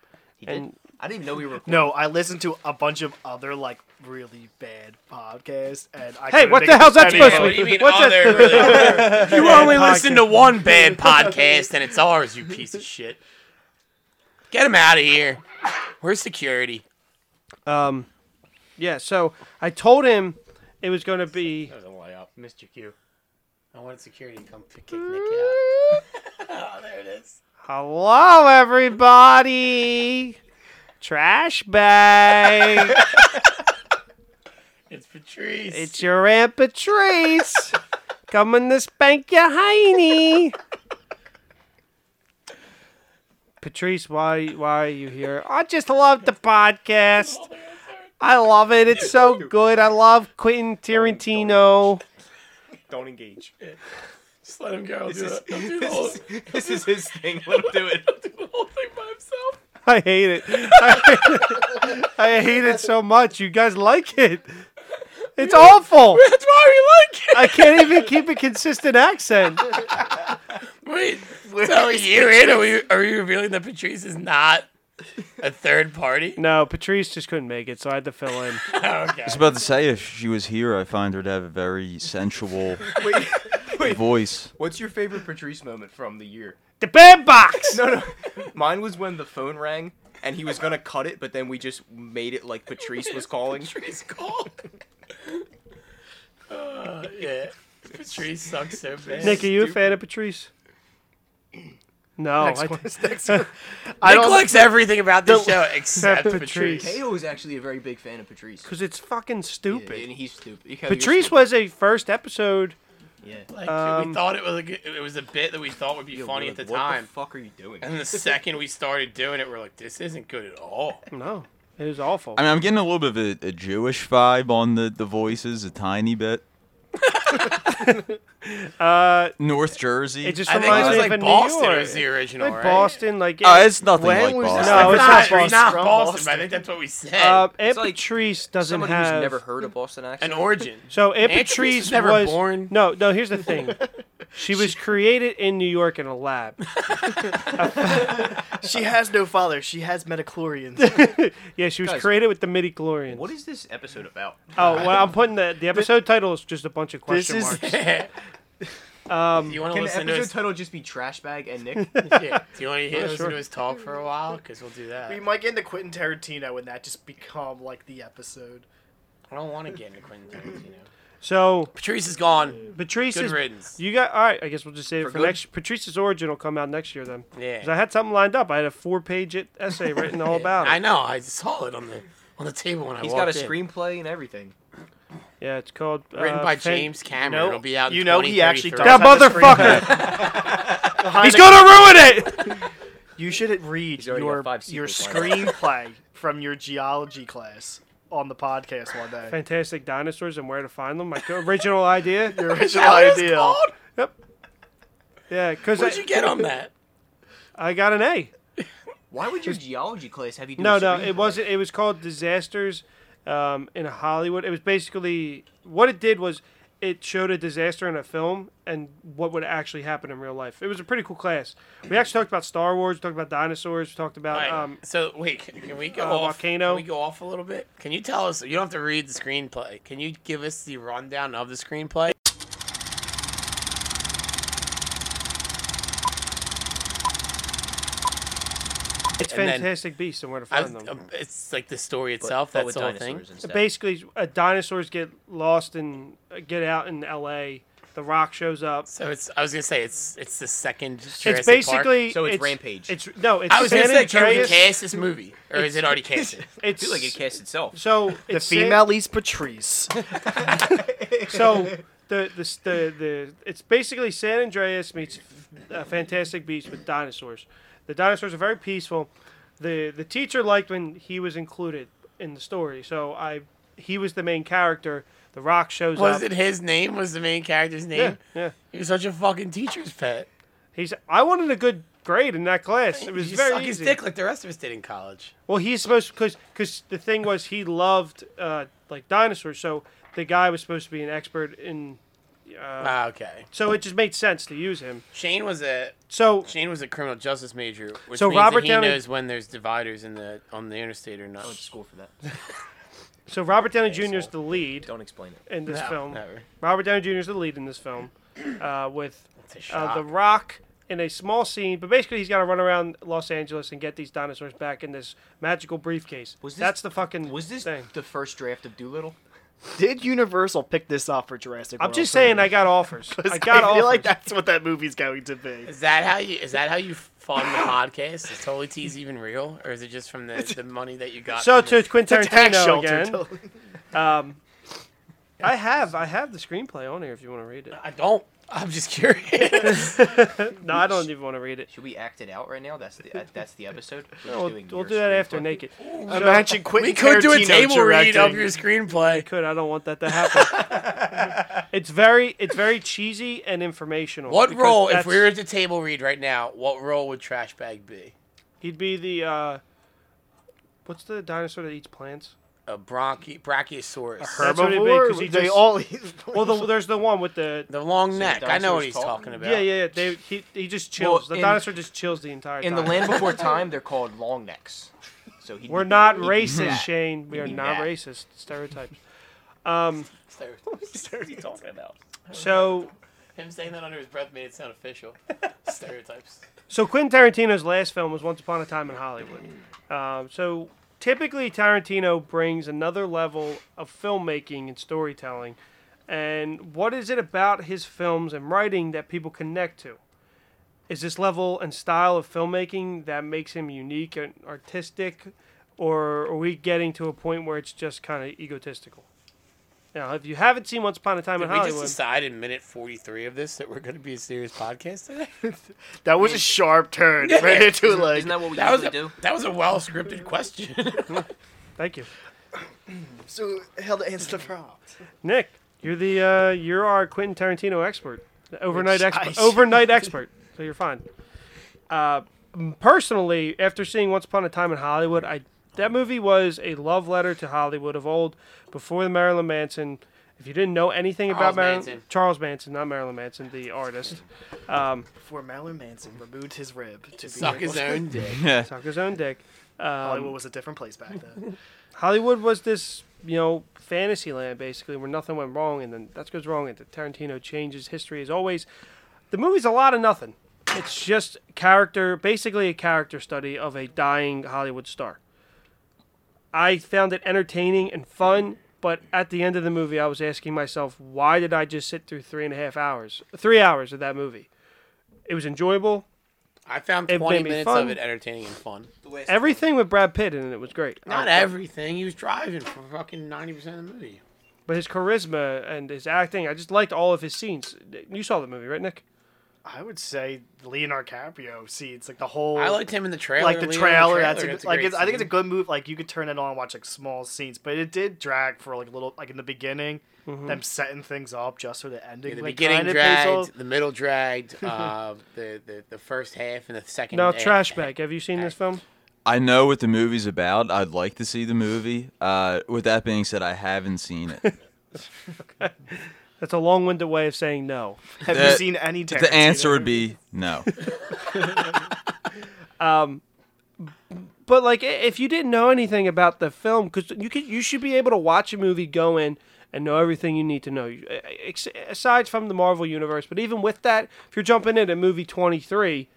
[SPEAKER 1] and
[SPEAKER 7] I didn't know we were.
[SPEAKER 4] No, I listened to a bunch of other like really bad podcasts, and I
[SPEAKER 1] Hey,
[SPEAKER 4] couldn't
[SPEAKER 1] what the
[SPEAKER 4] think
[SPEAKER 1] hell's that
[SPEAKER 4] of any
[SPEAKER 1] supposed
[SPEAKER 4] of
[SPEAKER 1] to be?
[SPEAKER 2] What
[SPEAKER 4] them.
[SPEAKER 2] do you mean
[SPEAKER 1] What's that-
[SPEAKER 2] other? really? you only
[SPEAKER 1] podcast.
[SPEAKER 2] listen to one bad podcast, and it's ours. You piece of shit. Get him out of here. Where's security?
[SPEAKER 1] Um, Yeah, so I told him it was going to be
[SPEAKER 2] That was a layup. Mr. Q. I wanted security to come p- kick Nick out. oh, there it is.
[SPEAKER 1] Hello, everybody. Trash bag.
[SPEAKER 2] It's Patrice.
[SPEAKER 1] it's your Aunt Patrice. Coming to spank your hiney. Patrice, why why are you here? I just love the podcast. I love it. It's so good. I love Quentin Tarantino.
[SPEAKER 7] Don't engage.
[SPEAKER 2] Just let him go.
[SPEAKER 7] This
[SPEAKER 2] do
[SPEAKER 7] is,
[SPEAKER 2] it. Don't do the whole,
[SPEAKER 7] this, is, this is his thing. Let him do it.
[SPEAKER 2] do the whole thing by himself.
[SPEAKER 1] I hate it. I, hate it so much. You guys like it. It's awful.
[SPEAKER 2] That's why we like
[SPEAKER 1] I can't even keep a consistent accent.
[SPEAKER 2] it. Wait. So a year in, are we, are we revealing that Patrice is not a third party?
[SPEAKER 1] No, Patrice just couldn't make it, so I had to fill in.
[SPEAKER 2] okay.
[SPEAKER 6] I was about to say if she was here, I find her to have a very sensual
[SPEAKER 7] Wait,
[SPEAKER 6] voice.
[SPEAKER 7] what's your favorite Patrice moment from the year?
[SPEAKER 1] The bed box.
[SPEAKER 7] No, no. Mine was when the phone rang and he was gonna cut it, but then we just made it like Patrice was calling.
[SPEAKER 2] Patrice called. uh, yeah. Patrice sucks so bad.
[SPEAKER 1] Nick, are you a fan of Patrice? No,
[SPEAKER 4] Next
[SPEAKER 1] I,
[SPEAKER 4] one.
[SPEAKER 1] Next
[SPEAKER 4] I
[SPEAKER 2] Nick
[SPEAKER 4] don't
[SPEAKER 2] likes everything about this show except
[SPEAKER 1] Patrice.
[SPEAKER 2] Patrice.
[SPEAKER 7] Teo is actually a very big fan of Patrice.
[SPEAKER 1] because it's fucking
[SPEAKER 7] Yeah, and
[SPEAKER 1] stupid.
[SPEAKER 7] he's stupid. Yeah, you're
[SPEAKER 1] Patrice
[SPEAKER 7] stupid.
[SPEAKER 1] was a first episode.
[SPEAKER 7] Yeah.
[SPEAKER 2] Like we
[SPEAKER 1] Um,
[SPEAKER 2] thought it was a good, it was a bit that we thought would be
[SPEAKER 7] Yo,
[SPEAKER 2] funny
[SPEAKER 7] we're
[SPEAKER 2] at the
[SPEAKER 7] like, what
[SPEAKER 2] time,
[SPEAKER 7] the fuck are you doing?
[SPEAKER 2] and the second we started doing it, we're like, this isn't good at all.
[SPEAKER 1] No, it was awful.
[SPEAKER 6] I mean, I'm getting a little bit of a, a Jewish vibe on the, the voices, a tiny bit.
[SPEAKER 1] Uh,
[SPEAKER 6] North Jersey.
[SPEAKER 1] it just
[SPEAKER 2] I think it
[SPEAKER 1] reminds
[SPEAKER 2] was
[SPEAKER 1] me of a
[SPEAKER 2] like
[SPEAKER 1] New
[SPEAKER 2] Boston
[SPEAKER 1] York.
[SPEAKER 2] was the original,
[SPEAKER 1] Like
[SPEAKER 2] right?
[SPEAKER 1] Boston, like
[SPEAKER 6] Oh, it's nothing
[SPEAKER 5] When
[SPEAKER 6] like
[SPEAKER 5] was
[SPEAKER 6] Boston.
[SPEAKER 5] this?
[SPEAKER 1] No,
[SPEAKER 2] It's
[SPEAKER 1] it's
[SPEAKER 2] not,
[SPEAKER 1] not
[SPEAKER 2] it's not
[SPEAKER 1] Boston.
[SPEAKER 2] Boston, but I think that's what we said.
[SPEAKER 1] Uh, Aunt
[SPEAKER 7] It's like
[SPEAKER 1] Patrice doesn't
[SPEAKER 7] Somebody
[SPEAKER 1] have
[SPEAKER 7] who's never heard a Boston accent.
[SPEAKER 2] An origin.
[SPEAKER 1] So Aunt
[SPEAKER 2] Aunt Patrice
[SPEAKER 1] Patrice
[SPEAKER 2] was never
[SPEAKER 1] was
[SPEAKER 2] born.
[SPEAKER 1] No, no. Here's the thing. She was created in New York in a lab.
[SPEAKER 4] She has no father. She has metachlorians.
[SPEAKER 1] Yeah, she was
[SPEAKER 7] Guys,
[SPEAKER 1] created with the midi chlorians.
[SPEAKER 7] What is this episode about?
[SPEAKER 1] Oh, well, I'm putting the the episode title is just a bunch of
[SPEAKER 4] this
[SPEAKER 1] question
[SPEAKER 4] is
[SPEAKER 1] marks.
[SPEAKER 2] Do you want to
[SPEAKER 7] Can the
[SPEAKER 2] listen to
[SPEAKER 7] episode
[SPEAKER 2] his?
[SPEAKER 7] title just be Trash Bag and Nick?
[SPEAKER 2] yeah. Do you want to hear listen
[SPEAKER 1] sure.
[SPEAKER 2] to his talk for a while? Because we'll do that.
[SPEAKER 4] we might get into Quentin Tarantino, and that just become like the episode.
[SPEAKER 2] I don't want to get into Quentin Tarantino.
[SPEAKER 1] So
[SPEAKER 2] Patrice is gone.
[SPEAKER 1] Patrice
[SPEAKER 2] Good
[SPEAKER 1] is
[SPEAKER 2] riddance.
[SPEAKER 1] you got all right. I guess we'll just say it for
[SPEAKER 7] good?
[SPEAKER 1] next. Patrice's origin will come out next year then. 'Cause I
[SPEAKER 2] Yeah.
[SPEAKER 1] had something lined up. I had a four page essay written all about
[SPEAKER 2] I
[SPEAKER 1] it.
[SPEAKER 2] know. I saw it on the on the table when I
[SPEAKER 7] He's
[SPEAKER 2] walked
[SPEAKER 7] got a
[SPEAKER 2] in.
[SPEAKER 7] screenplay and everything.
[SPEAKER 1] Yeah, it's called uh,
[SPEAKER 2] Written by
[SPEAKER 1] Fan-
[SPEAKER 2] James Cameron.
[SPEAKER 4] know-
[SPEAKER 2] It'll be out. in
[SPEAKER 4] you know he actually
[SPEAKER 2] 2033.
[SPEAKER 4] does
[SPEAKER 1] That
[SPEAKER 4] Outside the
[SPEAKER 1] motherfucker.
[SPEAKER 4] Behind
[SPEAKER 1] He's
[SPEAKER 4] the-
[SPEAKER 1] gonna ruin it.
[SPEAKER 4] You should read
[SPEAKER 7] He's already got
[SPEAKER 4] your
[SPEAKER 7] five
[SPEAKER 4] your
[SPEAKER 7] sequels
[SPEAKER 4] screenplay from your geology class on the podcast one day.
[SPEAKER 1] Fantastic dinosaurs and where to find them. My original idea.
[SPEAKER 4] Your original idea.
[SPEAKER 1] Yeah, because
[SPEAKER 2] Where'd you
[SPEAKER 1] I,
[SPEAKER 2] get on that?
[SPEAKER 1] I got an A.
[SPEAKER 3] Why would your geology class have you do
[SPEAKER 1] No,
[SPEAKER 3] a
[SPEAKER 1] no,
[SPEAKER 3] screenplay?
[SPEAKER 1] it wasn't. It was called Disasters um, in Hollywood. It was basically what it did was it showed a disaster in a film and what would actually happen in real life. It was a pretty cool class. We actually talked about Star Wars, talked about dinosaurs, talked about
[SPEAKER 2] Right.
[SPEAKER 1] um,
[SPEAKER 2] so wait, can, can we go
[SPEAKER 1] uh,
[SPEAKER 2] off?
[SPEAKER 1] volcano.
[SPEAKER 2] Can we go off a little bit? Can you tell us? You don't have to read the screenplay. Can you give us the rundown of the screenplay?
[SPEAKER 1] it's
[SPEAKER 2] and then-
[SPEAKER 1] Fantastic Beasts and where to
[SPEAKER 2] I,
[SPEAKER 1] find them.
[SPEAKER 2] um, it's like the story
[SPEAKER 7] But-
[SPEAKER 2] itself.
[SPEAKER 7] but
[SPEAKER 2] that's
[SPEAKER 7] Oh, with
[SPEAKER 2] the whole thing.
[SPEAKER 7] dinosaurs instead.
[SPEAKER 1] basically, uh, dinosaurs get lost and uh, get out in L.A. The Rock shows up.
[SPEAKER 2] So it's. I was gonna say it's. It's the second. Jurassic
[SPEAKER 1] it's
[SPEAKER 2] Park.
[SPEAKER 1] basically
[SPEAKER 7] So it's Rampage.
[SPEAKER 1] It's no, it's
[SPEAKER 2] I was gonna
[SPEAKER 1] San
[SPEAKER 2] say, can we
[SPEAKER 1] Andreas-
[SPEAKER 2] cast this movie, or is it already casted?
[SPEAKER 1] It's
[SPEAKER 7] I feel like it cast itself.
[SPEAKER 1] so
[SPEAKER 4] The
[SPEAKER 1] it's San-
[SPEAKER 4] female is Patrice.
[SPEAKER 1] so the, the s- the the it's basically San Andreas meets uh, Fantastic Beasts with dinosaurs. The dinosaurs are very peaceful. the The teacher liked when he was included in the story, so I he was the main character. The Rock shows
[SPEAKER 2] Was
[SPEAKER 1] up.
[SPEAKER 2] it his name? Was the main character's name?
[SPEAKER 1] Yeah, yeah.
[SPEAKER 2] You're such a fucking teacher's pet.
[SPEAKER 1] He's I wanted a good grade in that class. It was
[SPEAKER 2] you
[SPEAKER 1] very
[SPEAKER 2] suck his
[SPEAKER 1] easy.
[SPEAKER 2] dick like the rest of us did in college.
[SPEAKER 1] Well, he's supposed because because the thing was he loved uh, like dinosaurs, so the guy was supposed to be an expert in. Uh,
[SPEAKER 2] Ah, okay.
[SPEAKER 1] So it just made sense to use him.
[SPEAKER 2] Shane was a
[SPEAKER 1] So
[SPEAKER 2] Shane was a criminal justice major, which
[SPEAKER 1] So
[SPEAKER 2] means
[SPEAKER 1] Robert
[SPEAKER 2] that he
[SPEAKER 1] Downey-
[SPEAKER 2] knows when there's dividers in the on the interstate or not.
[SPEAKER 7] I went to school for that.
[SPEAKER 1] so Robert Downey Jr. is the lead
[SPEAKER 7] Don't explain it.
[SPEAKER 1] in this
[SPEAKER 2] No,
[SPEAKER 1] film.
[SPEAKER 2] never.
[SPEAKER 1] Robert Downey Jr. is the lead in this film, uh, with
[SPEAKER 2] It's a
[SPEAKER 1] uh,
[SPEAKER 2] shock.
[SPEAKER 1] The Rock in a small scene. But basically, he's got to run around Los Angeles and get these dinosaurs back in this magical briefcase.
[SPEAKER 3] Was this-
[SPEAKER 1] That's the fucking
[SPEAKER 3] Was this
[SPEAKER 1] thing.
[SPEAKER 3] the first draft of Doolittle?
[SPEAKER 4] Did Universal pick this up for Jurassic?
[SPEAKER 1] I'm
[SPEAKER 4] World
[SPEAKER 1] just
[SPEAKER 4] three?
[SPEAKER 1] saying, I got offers. I got
[SPEAKER 4] I
[SPEAKER 1] offers.
[SPEAKER 4] feel like that's what that movie's going to be.
[SPEAKER 2] is that how you is that how you fund the podcast? Is Totally Tees even real, or is it just from the, the money that you got?
[SPEAKER 1] So
[SPEAKER 2] from
[SPEAKER 1] to Quentin
[SPEAKER 4] Tax
[SPEAKER 1] Tarantino
[SPEAKER 4] shelter.
[SPEAKER 1] again. I have I have the screenplay on here if you want to read it.
[SPEAKER 2] the, I don't. I'm just curious.
[SPEAKER 1] No, I don't even want to read it.
[SPEAKER 3] Should we act it out right now? That's the uh, that's the episode. We're just
[SPEAKER 1] We'll,
[SPEAKER 3] doing
[SPEAKER 1] we'll
[SPEAKER 3] your
[SPEAKER 1] do that after
[SPEAKER 3] screenplay.
[SPEAKER 1] naked.
[SPEAKER 4] Imagine Quentin
[SPEAKER 2] we could do a
[SPEAKER 4] Tarantino
[SPEAKER 2] table read of
[SPEAKER 4] directing.
[SPEAKER 2] your screenplay.
[SPEAKER 1] Could I don't want that to happen. it's very it's very cheesy and informational.
[SPEAKER 2] What
[SPEAKER 1] because
[SPEAKER 2] role, if
[SPEAKER 1] that's-
[SPEAKER 2] we were at the table read right now, what role would Trash Bag be?
[SPEAKER 1] he'd be the uh, what's the dinosaur that eats plants?
[SPEAKER 2] A bronchi- brachiosaurus.
[SPEAKER 1] That's what it'd be, 'cause he
[SPEAKER 4] Herbivore. They
[SPEAKER 1] just-
[SPEAKER 4] all.
[SPEAKER 1] Well, the, there's the one with the
[SPEAKER 2] The long neck. I
[SPEAKER 3] dinosaur's
[SPEAKER 2] know what he's
[SPEAKER 3] talking?
[SPEAKER 2] talking about.
[SPEAKER 1] yeah yeah yeah. They, he he just chills. the
[SPEAKER 3] in-
[SPEAKER 1] dinosaur just chills the entire
[SPEAKER 3] In the
[SPEAKER 1] time.
[SPEAKER 3] land before time, they're called long necks. So he
[SPEAKER 1] We're not
[SPEAKER 3] he-
[SPEAKER 1] racist,
[SPEAKER 3] that.
[SPEAKER 1] Shane. We are
[SPEAKER 3] mean
[SPEAKER 1] not
[SPEAKER 3] that.
[SPEAKER 1] racist. Stereotypes.
[SPEAKER 2] What is he talking about?
[SPEAKER 1] So
[SPEAKER 2] Him saying that under his breath made it sound official. Stereotypes.
[SPEAKER 1] So Quentin Tarantino's last film was Once Upon a Time in Hollywood. Um, so typically Tarantino brings another level of filmmaking and storytelling. And what is it about his films and writing that people connect to? Is this level and style of filmmaking that makes him unique and artistic, or are we getting to a point where it's just kind of egotistical? Now, if you haven't seen Once Upon a Time
[SPEAKER 2] Did
[SPEAKER 1] in
[SPEAKER 2] we just
[SPEAKER 1] Hollywood,
[SPEAKER 2] decide in minute 43 of this that we're going to be a serious podcast today?
[SPEAKER 4] That was a sharp turn. Right into like.
[SPEAKER 3] Isn't that what we
[SPEAKER 2] That was
[SPEAKER 3] usually
[SPEAKER 2] a,
[SPEAKER 3] do?
[SPEAKER 2] that was a well scripted question.
[SPEAKER 1] thank you,
[SPEAKER 4] So held it the prompt.
[SPEAKER 1] Nick. You're the uh, you're our Quentin Tarantino expert, The overnight
[SPEAKER 4] Which
[SPEAKER 1] expert,
[SPEAKER 4] I-
[SPEAKER 1] overnight expert. So you're fine. Uh, m- personally, after seeing Once Upon a Time in Hollywood, I that movie was a love letter to Hollywood of old, before the Marilyn Manson. If you didn't know anything about
[SPEAKER 2] Charles
[SPEAKER 1] Marilyn,
[SPEAKER 2] Manson.
[SPEAKER 1] Charles Manson, not Marilyn Manson, the artist,
[SPEAKER 4] Before Marilyn Manson removed his rib to be
[SPEAKER 2] Suck
[SPEAKER 4] able-
[SPEAKER 2] his own dick.
[SPEAKER 1] suck his own dick.
[SPEAKER 4] Hollywood was a different place back then.
[SPEAKER 1] Hollywood was this, you know, fantasy land basically where nothing went wrong, and then that goes wrong, and the Tarantino changes history as always. The movie's a lot of nothing. It's just character, basically a character study of a dying Hollywood star. I found it entertaining and fun, but at the end of the movie, I was asking myself, why did I just sit through three and a half hours, three hours of that movie? It was enjoyable.
[SPEAKER 2] I found
[SPEAKER 1] It
[SPEAKER 2] 20
[SPEAKER 1] made me
[SPEAKER 2] minutes
[SPEAKER 1] fun.
[SPEAKER 2] of it entertaining and fun.
[SPEAKER 1] Everything with Brad Pitt in it was great.
[SPEAKER 2] Not everything. He was driving for fucking 90% of the movie.
[SPEAKER 1] But his charisma and his acting, I just liked all of his scenes. You saw the movie, right, Nick?
[SPEAKER 4] I would say Leonardo DiCaprio seeds like the whole
[SPEAKER 2] I liked him in the trailer.
[SPEAKER 4] like the
[SPEAKER 2] Leo in
[SPEAKER 4] trailer. That's a,
[SPEAKER 2] trailer,
[SPEAKER 4] good
[SPEAKER 2] it's
[SPEAKER 4] like
[SPEAKER 2] great
[SPEAKER 4] it's, I think it's a
[SPEAKER 2] scene.
[SPEAKER 4] good move. Like you could turn it on and watch like small scenes, but it did drag for like a little like in the beginning, them setting things up just so Mm-hmm. the ending.
[SPEAKER 2] Yeah, the
[SPEAKER 4] like,
[SPEAKER 2] beginning
[SPEAKER 4] kinda pays off.
[SPEAKER 2] dragged, the middle dragged, uh, the, the the first half and the second.
[SPEAKER 1] Now,
[SPEAKER 2] half.
[SPEAKER 1] Trash Bag, have you seen this film?
[SPEAKER 6] I know what the movie's about. I'd like to see the movie. Uh, with that being said, I haven't seen it.
[SPEAKER 1] That's a long-winded way of saying no.
[SPEAKER 4] Have you
[SPEAKER 6] That-
[SPEAKER 4] seen any?
[SPEAKER 6] the answer would be no.
[SPEAKER 1] But like, i- if you didn't know anything about the film, because you could, you should be able to watch a movie, go in and know everything you need to know. You- a- a- ex- Aside from the Marvel universe, but even with that, if you're jumping in at movie 23,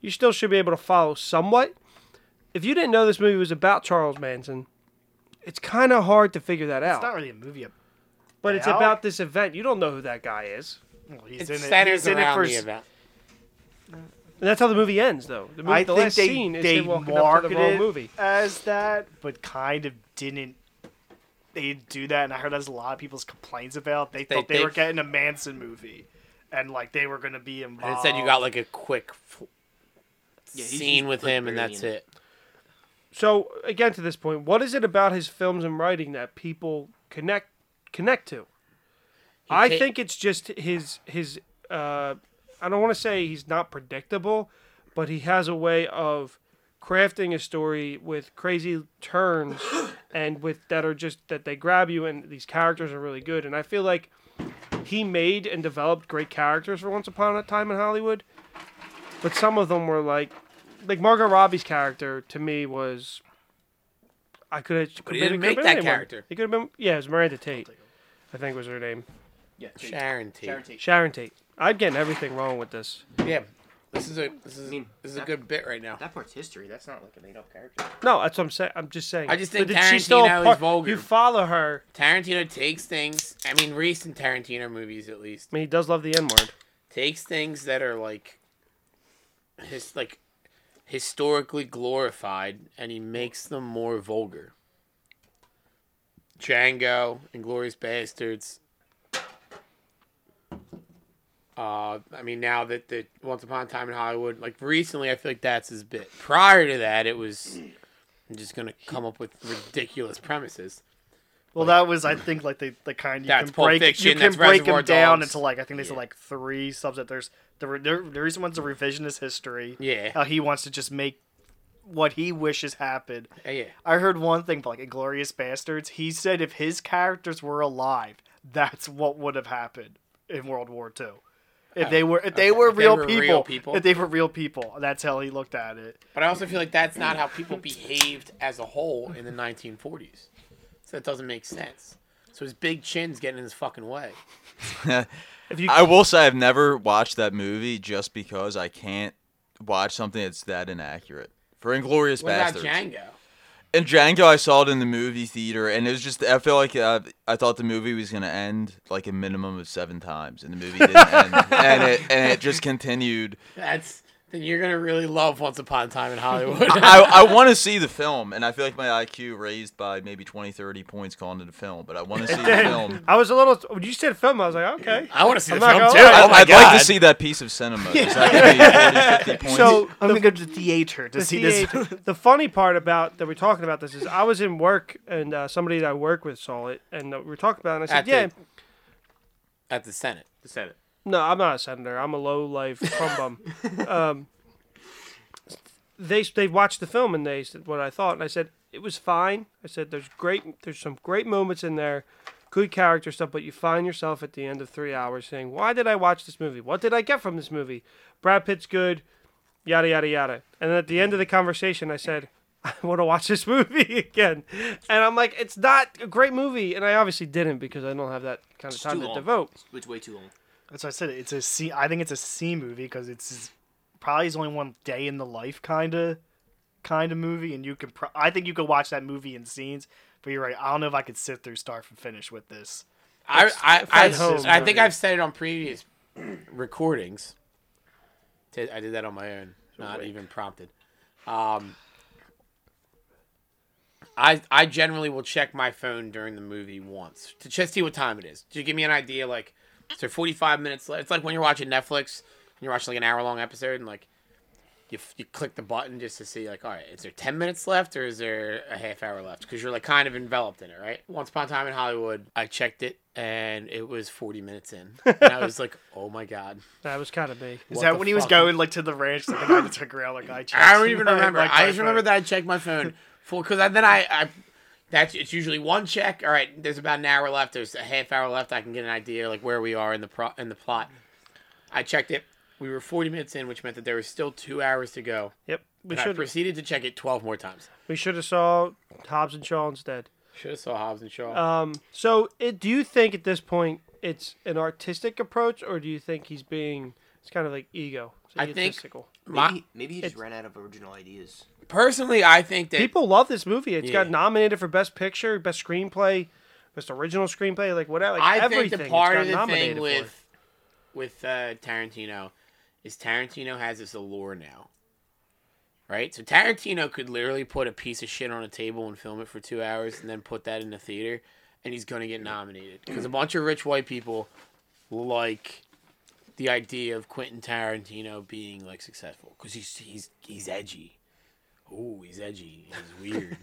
[SPEAKER 1] you still should be able to follow somewhat. If you didn't know this movie was about Charles Manson, it's kind of hard to figure that
[SPEAKER 4] It's not
[SPEAKER 1] out.
[SPEAKER 4] really a movie.
[SPEAKER 1] But it's
[SPEAKER 4] Yeah.
[SPEAKER 1] about this event. You don't know who that guy is.
[SPEAKER 4] Well, he's
[SPEAKER 2] It
[SPEAKER 4] in it.
[SPEAKER 2] centers
[SPEAKER 4] He's in it
[SPEAKER 2] around
[SPEAKER 4] for.
[SPEAKER 2] the
[SPEAKER 4] s-
[SPEAKER 2] event.
[SPEAKER 1] And that's how the movie ends, though. The, movie,
[SPEAKER 4] I
[SPEAKER 1] the
[SPEAKER 4] think
[SPEAKER 1] last
[SPEAKER 4] they
[SPEAKER 1] scene is
[SPEAKER 4] they
[SPEAKER 1] him walking up to
[SPEAKER 4] marketed
[SPEAKER 1] the wrong movie.
[SPEAKER 4] as that, but kind of didn't. They didn't do that, and I heard that's a lot of people's complaints about. They thought they,
[SPEAKER 2] they-
[SPEAKER 4] were getting a Manson movie, and like they were going to be involved.
[SPEAKER 2] And instead, you got like a quick f-
[SPEAKER 3] Yeah, he's
[SPEAKER 2] scene
[SPEAKER 3] just,
[SPEAKER 2] with
[SPEAKER 3] like,
[SPEAKER 2] him, and
[SPEAKER 3] barely
[SPEAKER 2] that's
[SPEAKER 3] in
[SPEAKER 2] it.
[SPEAKER 1] So again, to this point, what is it about his films and writing that people connect connect to? I
[SPEAKER 2] ta-
[SPEAKER 1] think it's just his his. Uh, I don't want to say he's not predictable, but he has a way of crafting a story with crazy turns and with that are just that they grab you and these characters are really good and I feel like he made and developed great characters for Once Upon a Time in Hollywood, but some of them were like like Margot Robbie's character to me was I could have
[SPEAKER 2] he didn't make that character.
[SPEAKER 1] He could have been yeah, it was Miranda Tate. I think was her name.
[SPEAKER 3] Yeah, Tate.
[SPEAKER 2] Sharon Tate.
[SPEAKER 3] Sharon Tate.
[SPEAKER 1] Sharon Tate. I'm getting everything wrong with this.
[SPEAKER 2] Yeah, this is a this is
[SPEAKER 3] mean,
[SPEAKER 2] this is a
[SPEAKER 3] that-
[SPEAKER 2] good bit right now.
[SPEAKER 3] That part's history. That's not like a made up character.
[SPEAKER 1] No, that's what I'm saying. I'm just saying.
[SPEAKER 2] I just
[SPEAKER 1] But
[SPEAKER 2] think
[SPEAKER 1] did she still a
[SPEAKER 2] Tarantino is
[SPEAKER 1] part-
[SPEAKER 2] vulgar.
[SPEAKER 1] You follow her.
[SPEAKER 2] Tarantino takes things. I mean, recent Tarantino movies, at least,
[SPEAKER 1] I mean, he does love the N word.
[SPEAKER 2] takes things that are like his like historically glorified and he makes them more vulgar. Django, Inglorious Bastards. Uh, I mean, now that the Once Upon a Time in Hollywood, like recently, I feel like that's his bit. Prior to that, it was I'm just gonna come up with ridiculous premises.
[SPEAKER 4] Well, that was I think like the the kind you
[SPEAKER 2] That's
[SPEAKER 4] can
[SPEAKER 2] Pulp
[SPEAKER 4] break
[SPEAKER 2] Fiction,
[SPEAKER 4] you can
[SPEAKER 2] that's
[SPEAKER 4] break them
[SPEAKER 2] Reservoir
[SPEAKER 4] down
[SPEAKER 2] Dogs.
[SPEAKER 4] into like I think they said
[SPEAKER 2] Yeah.
[SPEAKER 4] like three subsets. There's the re- the the reason one's the revisionist history.
[SPEAKER 2] Yeah.
[SPEAKER 4] how he wants to just make what he wishes happen.
[SPEAKER 2] Yeah, yeah.
[SPEAKER 4] I heard one thing like Inglorious Bastards. He said if his characters were alive, that's what would have happened in World War II. If they were if they
[SPEAKER 2] Oh, okay.
[SPEAKER 4] were,
[SPEAKER 2] If they
[SPEAKER 4] real,
[SPEAKER 2] were
[SPEAKER 4] people,
[SPEAKER 2] real people.
[SPEAKER 4] if they were real people, that's how he looked at it.
[SPEAKER 2] But I also feel like that's not how people behaved as a whole in the 1940s. So that doesn't make sense. So his big chin's getting in his fucking way.
[SPEAKER 1] If you
[SPEAKER 6] I will say I've never watched that movie just because I can't watch something that's that inaccurate. For Inglorious
[SPEAKER 2] What
[SPEAKER 6] Bastards.
[SPEAKER 2] about Django?
[SPEAKER 6] And Django, I saw it in the movie theater, and it was just, I feel like uh, I thought the movie was going to end like a minimum of seven times, and the movie didn't end. And it, and it just continued.
[SPEAKER 2] That's then you're gonna really love Once Upon a Time in Hollywood.
[SPEAKER 6] I, I want to see the film, and I feel like my IQ raised by maybe 20, 30 points going to the film, but I want to see the film.
[SPEAKER 1] I was a little. When you said film, I was like, okay.
[SPEAKER 2] I want to see the
[SPEAKER 1] not
[SPEAKER 2] film
[SPEAKER 1] gonna
[SPEAKER 2] too.
[SPEAKER 1] lie.
[SPEAKER 2] Oh my
[SPEAKER 6] I'd like
[SPEAKER 2] god!
[SPEAKER 6] to see that piece of cinema. Is that gonna be 40, 50 points?
[SPEAKER 1] So
[SPEAKER 4] I'm gonna go to the theater to
[SPEAKER 1] the
[SPEAKER 4] see this.
[SPEAKER 1] CH the funny part about that we're talking about this is I was in work and uh, somebody that I work with saw it and uh, we were talking about it and I
[SPEAKER 2] At
[SPEAKER 1] said, yeah,
[SPEAKER 2] the- At the Senate.
[SPEAKER 7] The Senate.
[SPEAKER 1] no, I'm not a senator. I'm a low life crumb bum. um, they they watched the film and they said what I thought and I said it was fine. I said there's great there's some great moments in there, good character stuff, but you find yourself at the end of three hours saying, why did I watch this movie? What did I get from this movie? Brad Pitt's good, yada yada yada. And then at the end of the conversation, I said. I want to watch this movie again, and I'm like, it's not a great movie, and I obviously didn't because I don't have that kind of
[SPEAKER 3] It's
[SPEAKER 1] time
[SPEAKER 3] too
[SPEAKER 1] to
[SPEAKER 3] long.
[SPEAKER 1] devote.
[SPEAKER 3] It's, it's way too long.
[SPEAKER 4] That's why I said it. it's a C. I think it's a C movie because it's his- probably his only one day in the life kind of kind of movie, and you can. Pro- I think you could watch that movie in scenes. But you're right. I don't know if I could sit through start from finish with this.
[SPEAKER 2] I I, I,
[SPEAKER 1] At home,
[SPEAKER 2] I think I've said it on previous recordings. Did- I did that on my own, not even prompted. Um, I I generally will check my phone during the movie once to just see what time it is to give me an idea. Like, is there forty five minutes left? It's like when you're watching Netflix, you're watching like an hour long episode and like you, f- you click the button just to see like all right is there 10 minutes left or is there a half hour left because you're like kind of enveloped in it right once upon a time in hollywood i checked it and it was 40 minutes in and i was like oh my god
[SPEAKER 1] That was kind of me.
[SPEAKER 4] Is
[SPEAKER 2] What
[SPEAKER 4] that
[SPEAKER 2] the
[SPEAKER 4] when he was
[SPEAKER 2] fuck?
[SPEAKER 4] going like to the ranch? Like, the guy that took her out, like I.
[SPEAKER 2] I don't
[SPEAKER 4] checked
[SPEAKER 2] even
[SPEAKER 4] my-
[SPEAKER 2] remember.
[SPEAKER 4] my
[SPEAKER 2] I just
[SPEAKER 4] car
[SPEAKER 2] remember
[SPEAKER 4] phone.
[SPEAKER 2] that I checked my phone full because then I, I that's it's usually one check. All right, there's about an hour left. There's a half hour left. I can get an idea like where we are in the pro in the plot. I checked it. We were 40 minutes in, which meant that there was still two hours to go.
[SPEAKER 1] Yep. We
[SPEAKER 2] And I
[SPEAKER 1] should
[SPEAKER 2] proceeded to check it 12 more times.
[SPEAKER 1] we should have saw Hobbs and Shaw instead.
[SPEAKER 2] Should have saw Hobbs and Shaw.
[SPEAKER 1] Um, so it, do you think at this point it's an artistic approach, or do you think he's being it's kind of like ego? It's
[SPEAKER 2] I think-
[SPEAKER 1] egotistical.
[SPEAKER 2] My,
[SPEAKER 3] Maybe, maybe he just
[SPEAKER 1] it's-
[SPEAKER 3] ran out of original ideas.
[SPEAKER 2] personally, I think that
[SPEAKER 1] people love this movie. It's got
[SPEAKER 2] Yeah.
[SPEAKER 1] nominated for best picture, best screenplay, best original screenplay, like whatever. Like
[SPEAKER 2] I
[SPEAKER 1] everything
[SPEAKER 2] think the
[SPEAKER 1] it's
[SPEAKER 2] part
[SPEAKER 1] got
[SPEAKER 2] of the
[SPEAKER 1] nominated
[SPEAKER 2] thing
[SPEAKER 1] for.
[SPEAKER 2] with with uh, Tarantino is Tarantino has this allure now, right? So Tarantino could literally put a piece of shit on a table and film it for two hours, and then put that in the theater, and he's gonna get nominated because a bunch of rich white people like the idea of Quentin Tarantino being like successful because he's he's he's edgy. Ooh, he's edgy. He's weird.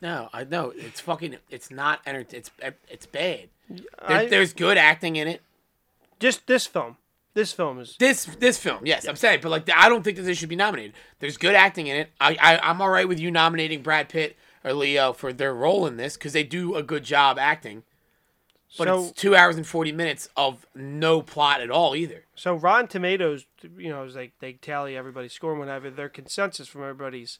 [SPEAKER 2] no, I know it's fucking. It's not enter. It's it's bad. There,
[SPEAKER 1] I-
[SPEAKER 2] there's good acting in it.
[SPEAKER 1] just this film. This film is
[SPEAKER 2] This this film, yes, I'm saying, but like I don't think that this should be nominated. There's good acting in it. I, I I'm all right with you nominating Brad Pitt or Leo for their role in this because they do a good job acting. But
[SPEAKER 1] so.
[SPEAKER 2] it's two hours and forty minutes of no plot at all either.
[SPEAKER 1] So Rotten Tomatoes, you know, is like they tally everybody's score and whatever. Their consensus from everybody's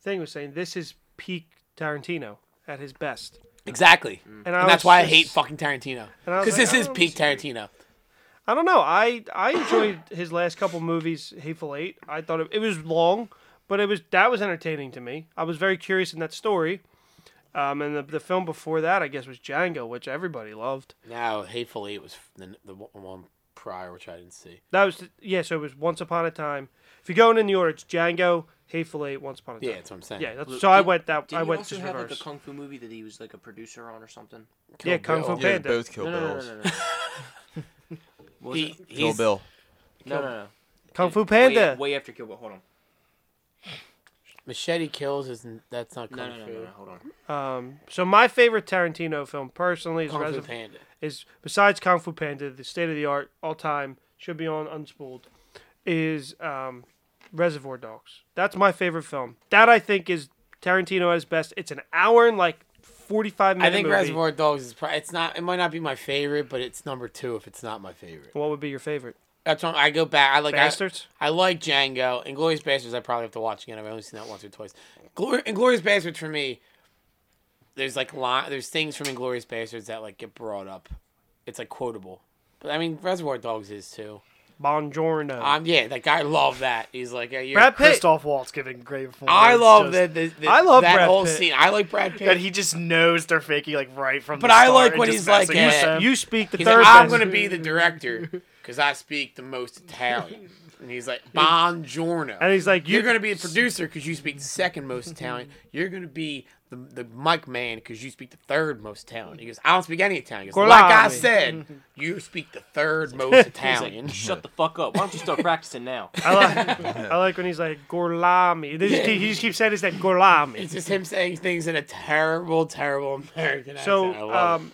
[SPEAKER 1] thing was saying this is peak Tarantino at his best.
[SPEAKER 2] Exactly, and,
[SPEAKER 1] was
[SPEAKER 2] that's why I
[SPEAKER 1] just-
[SPEAKER 2] hate fucking Tarantino
[SPEAKER 1] And I was
[SPEAKER 2] because
[SPEAKER 1] like,
[SPEAKER 2] this
[SPEAKER 1] I
[SPEAKER 2] is
[SPEAKER 1] don't
[SPEAKER 2] peak Tarantino.
[SPEAKER 1] I don't know. I I enjoyed his last couple movies, Hateful Eight. I thought it, it was long, but it was that was entertaining to me. I was very curious in that story. Um, and the, the film before that, I guess, was Django, which everybody loved.
[SPEAKER 2] No, Hateful Eight was the, the one prior, which I didn't see.
[SPEAKER 1] That was yeah. So it was Once Upon a Time. If you're going in the order, it's Django, Hateful Eight, Once Upon a Time.
[SPEAKER 2] Yeah, that's what I'm saying.
[SPEAKER 1] yeah. That's, so I
[SPEAKER 3] Did-
[SPEAKER 1] went that.
[SPEAKER 3] Did
[SPEAKER 1] I
[SPEAKER 3] he
[SPEAKER 1] went
[SPEAKER 3] also
[SPEAKER 1] just
[SPEAKER 3] have
[SPEAKER 1] reverse.
[SPEAKER 3] like a kung fu movie that he was like a producer on or something?
[SPEAKER 1] yeah, Kung Fu
[SPEAKER 2] Bill.
[SPEAKER 6] Yeah,
[SPEAKER 1] Panda.
[SPEAKER 6] both Kill
[SPEAKER 3] No, no, no, no,
[SPEAKER 6] Bills.
[SPEAKER 3] no, no. What was
[SPEAKER 2] He,
[SPEAKER 3] it?
[SPEAKER 6] Kill
[SPEAKER 2] he's,
[SPEAKER 6] Bill.
[SPEAKER 3] no, no, no.
[SPEAKER 1] Kung Fu
[SPEAKER 3] Way-
[SPEAKER 1] Panda.
[SPEAKER 3] Way, after Kill Bill. Hold on.
[SPEAKER 2] Machete kills isn't that's not
[SPEAKER 3] No,
[SPEAKER 2] kung
[SPEAKER 3] no, no,
[SPEAKER 2] fu.
[SPEAKER 3] no, no. Hold on.
[SPEAKER 1] Um, so my favorite Tarantino film personally is,
[SPEAKER 2] Kung Fu
[SPEAKER 1] Reserv-
[SPEAKER 2] Panda.
[SPEAKER 1] is besides Kung Fu Panda, the state of the art all time should be on Unspooled, is um, Reservoir Dogs. That's my favorite film. That I think is Tarantino at his best. It's an hour and like forty five
[SPEAKER 2] I
[SPEAKER 1] minutes.
[SPEAKER 2] think Reservoir Dogs is probably it's not it might not be my favorite, but it's number two if it's not my favorite.
[SPEAKER 1] What would be your favorite?
[SPEAKER 2] That's why I go back. I like
[SPEAKER 1] Bastards.
[SPEAKER 2] I, I like Django. Inglorious Bastards. I probably have to watch again. I've only seen that once or twice. Glor- Inglorious Bastards for me. There's like lot. There's things from Inglorious Bastards that like get brought up. It's like quotable. But I mean, Reservoir Dogs is too.
[SPEAKER 1] Bonjourno.
[SPEAKER 2] Um, yeah, that guy love that. He's like, yeah, you're.
[SPEAKER 1] Brad Pitt.
[SPEAKER 4] Christoph Waltz giving great performance.
[SPEAKER 2] I love
[SPEAKER 4] just-
[SPEAKER 2] that. that- that-
[SPEAKER 1] I love
[SPEAKER 2] that
[SPEAKER 1] Brad
[SPEAKER 2] whole
[SPEAKER 1] Pitt.
[SPEAKER 2] scene. I like Brad Pitt.
[SPEAKER 4] That he just knows they're faking like right from.
[SPEAKER 2] But
[SPEAKER 4] the
[SPEAKER 2] I
[SPEAKER 4] start
[SPEAKER 2] like
[SPEAKER 4] and
[SPEAKER 2] when
[SPEAKER 4] just
[SPEAKER 2] he's like,
[SPEAKER 4] messing with
[SPEAKER 2] uh,
[SPEAKER 4] them.
[SPEAKER 1] you speak the
[SPEAKER 2] He's
[SPEAKER 1] third.
[SPEAKER 2] like, I'm
[SPEAKER 1] best."
[SPEAKER 2] going to be the director because I speak the most Italian. And he's like, Bongiorno.
[SPEAKER 1] And he's like,
[SPEAKER 2] You're
[SPEAKER 1] you
[SPEAKER 2] going to be a producer because you speak the second most Italian. You're going to be the, the mic man because you speak the third most Italian. He goes, I don't speak any Italian. He goes, like I
[SPEAKER 1] Golani."
[SPEAKER 2] said, you speak the third most
[SPEAKER 3] He's
[SPEAKER 2] Italian.
[SPEAKER 3] like, shut the fuck up. Why don't you start practicing now?
[SPEAKER 1] I like, I like when he's like Gorlami. They just keep, he just keeps saying his name Gorlami.
[SPEAKER 2] It's just him saying things in a terrible, terrible American accent. I
[SPEAKER 1] So,
[SPEAKER 2] love
[SPEAKER 1] um,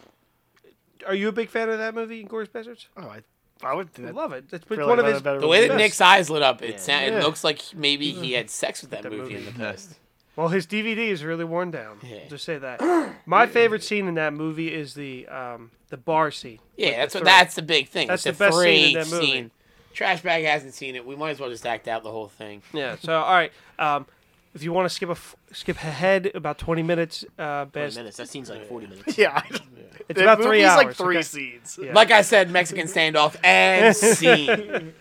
[SPEAKER 1] are you a big fan of that movie, Glorious Bastards?
[SPEAKER 4] Oh, I, I would.
[SPEAKER 1] I
[SPEAKER 4] That,
[SPEAKER 1] love it. It's
[SPEAKER 4] really
[SPEAKER 1] one of
[SPEAKER 4] better-
[SPEAKER 1] his
[SPEAKER 4] better
[SPEAKER 2] it. the way
[SPEAKER 4] than
[SPEAKER 2] that
[SPEAKER 4] this.
[SPEAKER 2] Nick's eyes lit up, it,
[SPEAKER 3] Yeah.
[SPEAKER 2] sound, it
[SPEAKER 1] Yeah.
[SPEAKER 2] looks like maybe he had sex with that, movie, in the past.
[SPEAKER 1] Well, his DVD is really worn down.
[SPEAKER 2] Yeah.
[SPEAKER 1] Just say that. My favorite scene in that movie is the um, the bar scene.
[SPEAKER 2] Yeah, that's
[SPEAKER 1] threat.
[SPEAKER 2] what that's the big thing.
[SPEAKER 1] That's
[SPEAKER 2] It's
[SPEAKER 1] the best scene in
[SPEAKER 2] free
[SPEAKER 1] that movie.
[SPEAKER 2] Trash bag hasn't seen it. We might as well just act out the whole thing.
[SPEAKER 1] Yeah. So, all right. Um, if you want to skip a f- skip ahead about twenty minutes, uh,
[SPEAKER 3] Forty
[SPEAKER 1] best
[SPEAKER 3] minutes. That seems like forty minutes.
[SPEAKER 4] yeah,
[SPEAKER 1] it's about three hours.
[SPEAKER 4] like three
[SPEAKER 1] okay?
[SPEAKER 4] scenes.
[SPEAKER 1] Yeah.
[SPEAKER 2] Like I said, Mexican standoff and scene.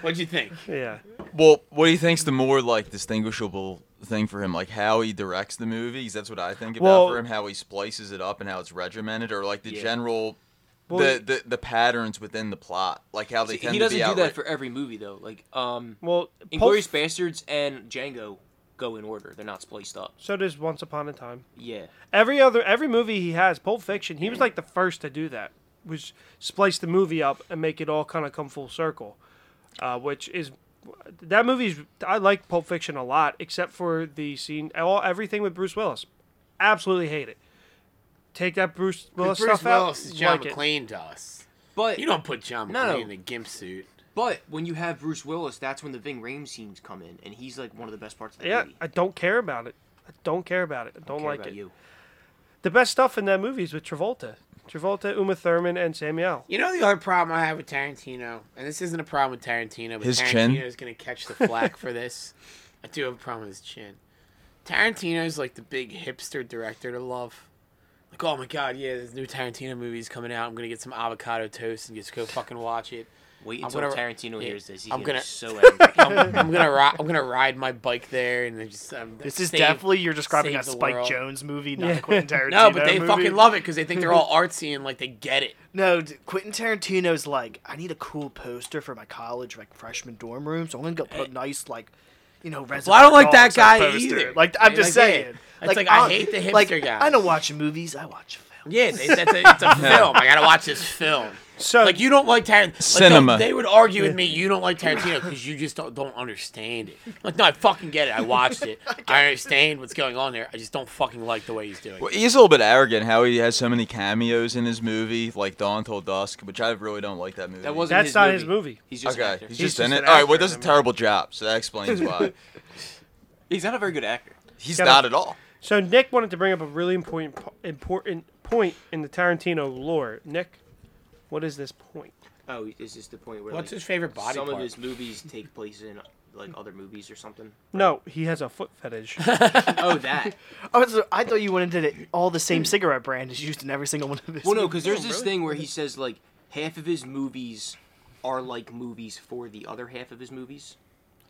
[SPEAKER 2] What'd you think?
[SPEAKER 1] yeah.
[SPEAKER 6] Well, what do you think's the more like distinguishable thing for him, like how he directs the movies? That's what I think about
[SPEAKER 1] Well-
[SPEAKER 6] for him, how he splices it up and how it's regimented, or like the
[SPEAKER 3] Yeah.
[SPEAKER 6] general,
[SPEAKER 1] Well-
[SPEAKER 6] the, the the patterns within the plot, like how they tend
[SPEAKER 3] he
[SPEAKER 6] to
[SPEAKER 3] doesn't
[SPEAKER 6] be
[SPEAKER 3] do
[SPEAKER 6] outright-
[SPEAKER 3] that for every movie though. Like, um,
[SPEAKER 1] Well, Pulp-
[SPEAKER 3] Inglorious Bastards and Django go in order. They're not spliced up.
[SPEAKER 1] so does Once Upon a Time.
[SPEAKER 3] Yeah.
[SPEAKER 1] Every other every movie he has, Pulp Fiction, he was like the first to do that. Was splice the movie up and make it all kind of come full circle. uh, which is that movie's. I like Pulp Fiction a lot, except for the scene, all everything with Bruce Willis. Absolutely hate it. Take that Bruce Willis
[SPEAKER 2] Bruce Willis
[SPEAKER 1] stuff
[SPEAKER 2] is
[SPEAKER 1] out.
[SPEAKER 2] John
[SPEAKER 1] like it.
[SPEAKER 2] McClane to us.
[SPEAKER 3] But
[SPEAKER 2] You don't put John McClane
[SPEAKER 3] No, no.
[SPEAKER 2] in a gimp suit.
[SPEAKER 3] but when you have Bruce Willis, that's when the Ving Rhames scenes come in, and he's like one of the best parts of the
[SPEAKER 1] Yeah,
[SPEAKER 3] movie.
[SPEAKER 1] I don't care about it. I don't care about it. I don't
[SPEAKER 3] care
[SPEAKER 1] like
[SPEAKER 3] about
[SPEAKER 1] it.
[SPEAKER 3] You.
[SPEAKER 1] The best stuff in that movie is with Travolta, Travolta, Uma Thurman, and Samuel.
[SPEAKER 2] You know the other problem I have with Tarantino, and this isn't a problem with Tarantino, but
[SPEAKER 6] His
[SPEAKER 2] Tarantino
[SPEAKER 6] chin?
[SPEAKER 2] is going to catch the flack for this. I do have a problem with his chin. Tarantino's like the big hipster director to love. Like, oh my god, yeah, this new Tarantino movie's coming out. I'm going to get some avocado toast and just go fucking watch it.
[SPEAKER 3] Wait
[SPEAKER 2] I'm
[SPEAKER 3] until
[SPEAKER 2] gonna-
[SPEAKER 3] Tarantino
[SPEAKER 2] yeah,
[SPEAKER 3] hears this. He's
[SPEAKER 2] I'm
[SPEAKER 3] gonna,
[SPEAKER 2] gonna-
[SPEAKER 3] be so angry.
[SPEAKER 2] I'm, I'm gonna ri- I'm gonna ride my bike there and then just. Um,
[SPEAKER 4] This is
[SPEAKER 2] save-
[SPEAKER 4] definitely you're describing
[SPEAKER 2] save
[SPEAKER 4] a
[SPEAKER 2] the
[SPEAKER 4] Spike
[SPEAKER 2] world.
[SPEAKER 4] Jones movie, not a Quentin Tarantino.
[SPEAKER 2] No, but they
[SPEAKER 4] movie.
[SPEAKER 2] fucking love it because they think they're all artsy and like they get it.
[SPEAKER 4] No, d- Quentin Tarantino's like, I need a cool poster for my college like freshman dorm room, so I'm gonna go put a nice like, you know, resume.
[SPEAKER 2] don't like that guy either.
[SPEAKER 4] Like I'm
[SPEAKER 2] Like,
[SPEAKER 4] just
[SPEAKER 2] yeah.
[SPEAKER 4] saying,
[SPEAKER 2] It's like, I
[SPEAKER 4] I'll-
[SPEAKER 2] hate the hipster
[SPEAKER 4] like,
[SPEAKER 2] guys.
[SPEAKER 4] I don't watch movies. I watch films.
[SPEAKER 2] Yeah, they, that's a, it's a film. I gotta watch this film.
[SPEAKER 1] So
[SPEAKER 2] Like you don't like Tarantino.
[SPEAKER 6] Cinema.
[SPEAKER 2] they would argue with me. You don't like Tarantino because you just don't, don't understand it. Like no, I fucking get it. I watched it. I understand what's going on there. I just don't fucking like the way he's doing.
[SPEAKER 6] Well,
[SPEAKER 2] it.
[SPEAKER 6] he's a little bit arrogant how he has so many cameos in his movie, like Dawn Till Dusk, which I really don't like that movie.
[SPEAKER 3] That wasn't
[SPEAKER 1] that's
[SPEAKER 3] his
[SPEAKER 1] not
[SPEAKER 3] movie.
[SPEAKER 1] his movie.
[SPEAKER 3] He's just an
[SPEAKER 6] okay.
[SPEAKER 3] actor.
[SPEAKER 6] He's,
[SPEAKER 1] He's
[SPEAKER 6] just in
[SPEAKER 1] just an
[SPEAKER 6] it. All right,
[SPEAKER 1] actor,
[SPEAKER 6] well, does
[SPEAKER 1] I
[SPEAKER 6] a
[SPEAKER 1] mean.
[SPEAKER 6] terrible job, so that explains why.
[SPEAKER 3] He's not a very good actor.
[SPEAKER 6] He's
[SPEAKER 1] Yeah,
[SPEAKER 6] not
[SPEAKER 1] but-
[SPEAKER 6] at all.
[SPEAKER 1] So Nick wanted to bring up a really important po- important point in the Tarantino lore. Nick, what is this point?
[SPEAKER 3] Oh, is this the point where
[SPEAKER 2] What's
[SPEAKER 3] like,
[SPEAKER 2] his favorite body
[SPEAKER 3] some
[SPEAKER 2] part?
[SPEAKER 3] of his movies take place in like other movies or something?
[SPEAKER 1] No, he has a foot fetish.
[SPEAKER 3] Oh, that.
[SPEAKER 4] I was, I thought you went into the, all the same cigarette brand is used in every single one of his.
[SPEAKER 3] Well, no, because
[SPEAKER 4] movies.
[SPEAKER 3] there's this thing where he says like half of his movies are like movies for the other half of his movies.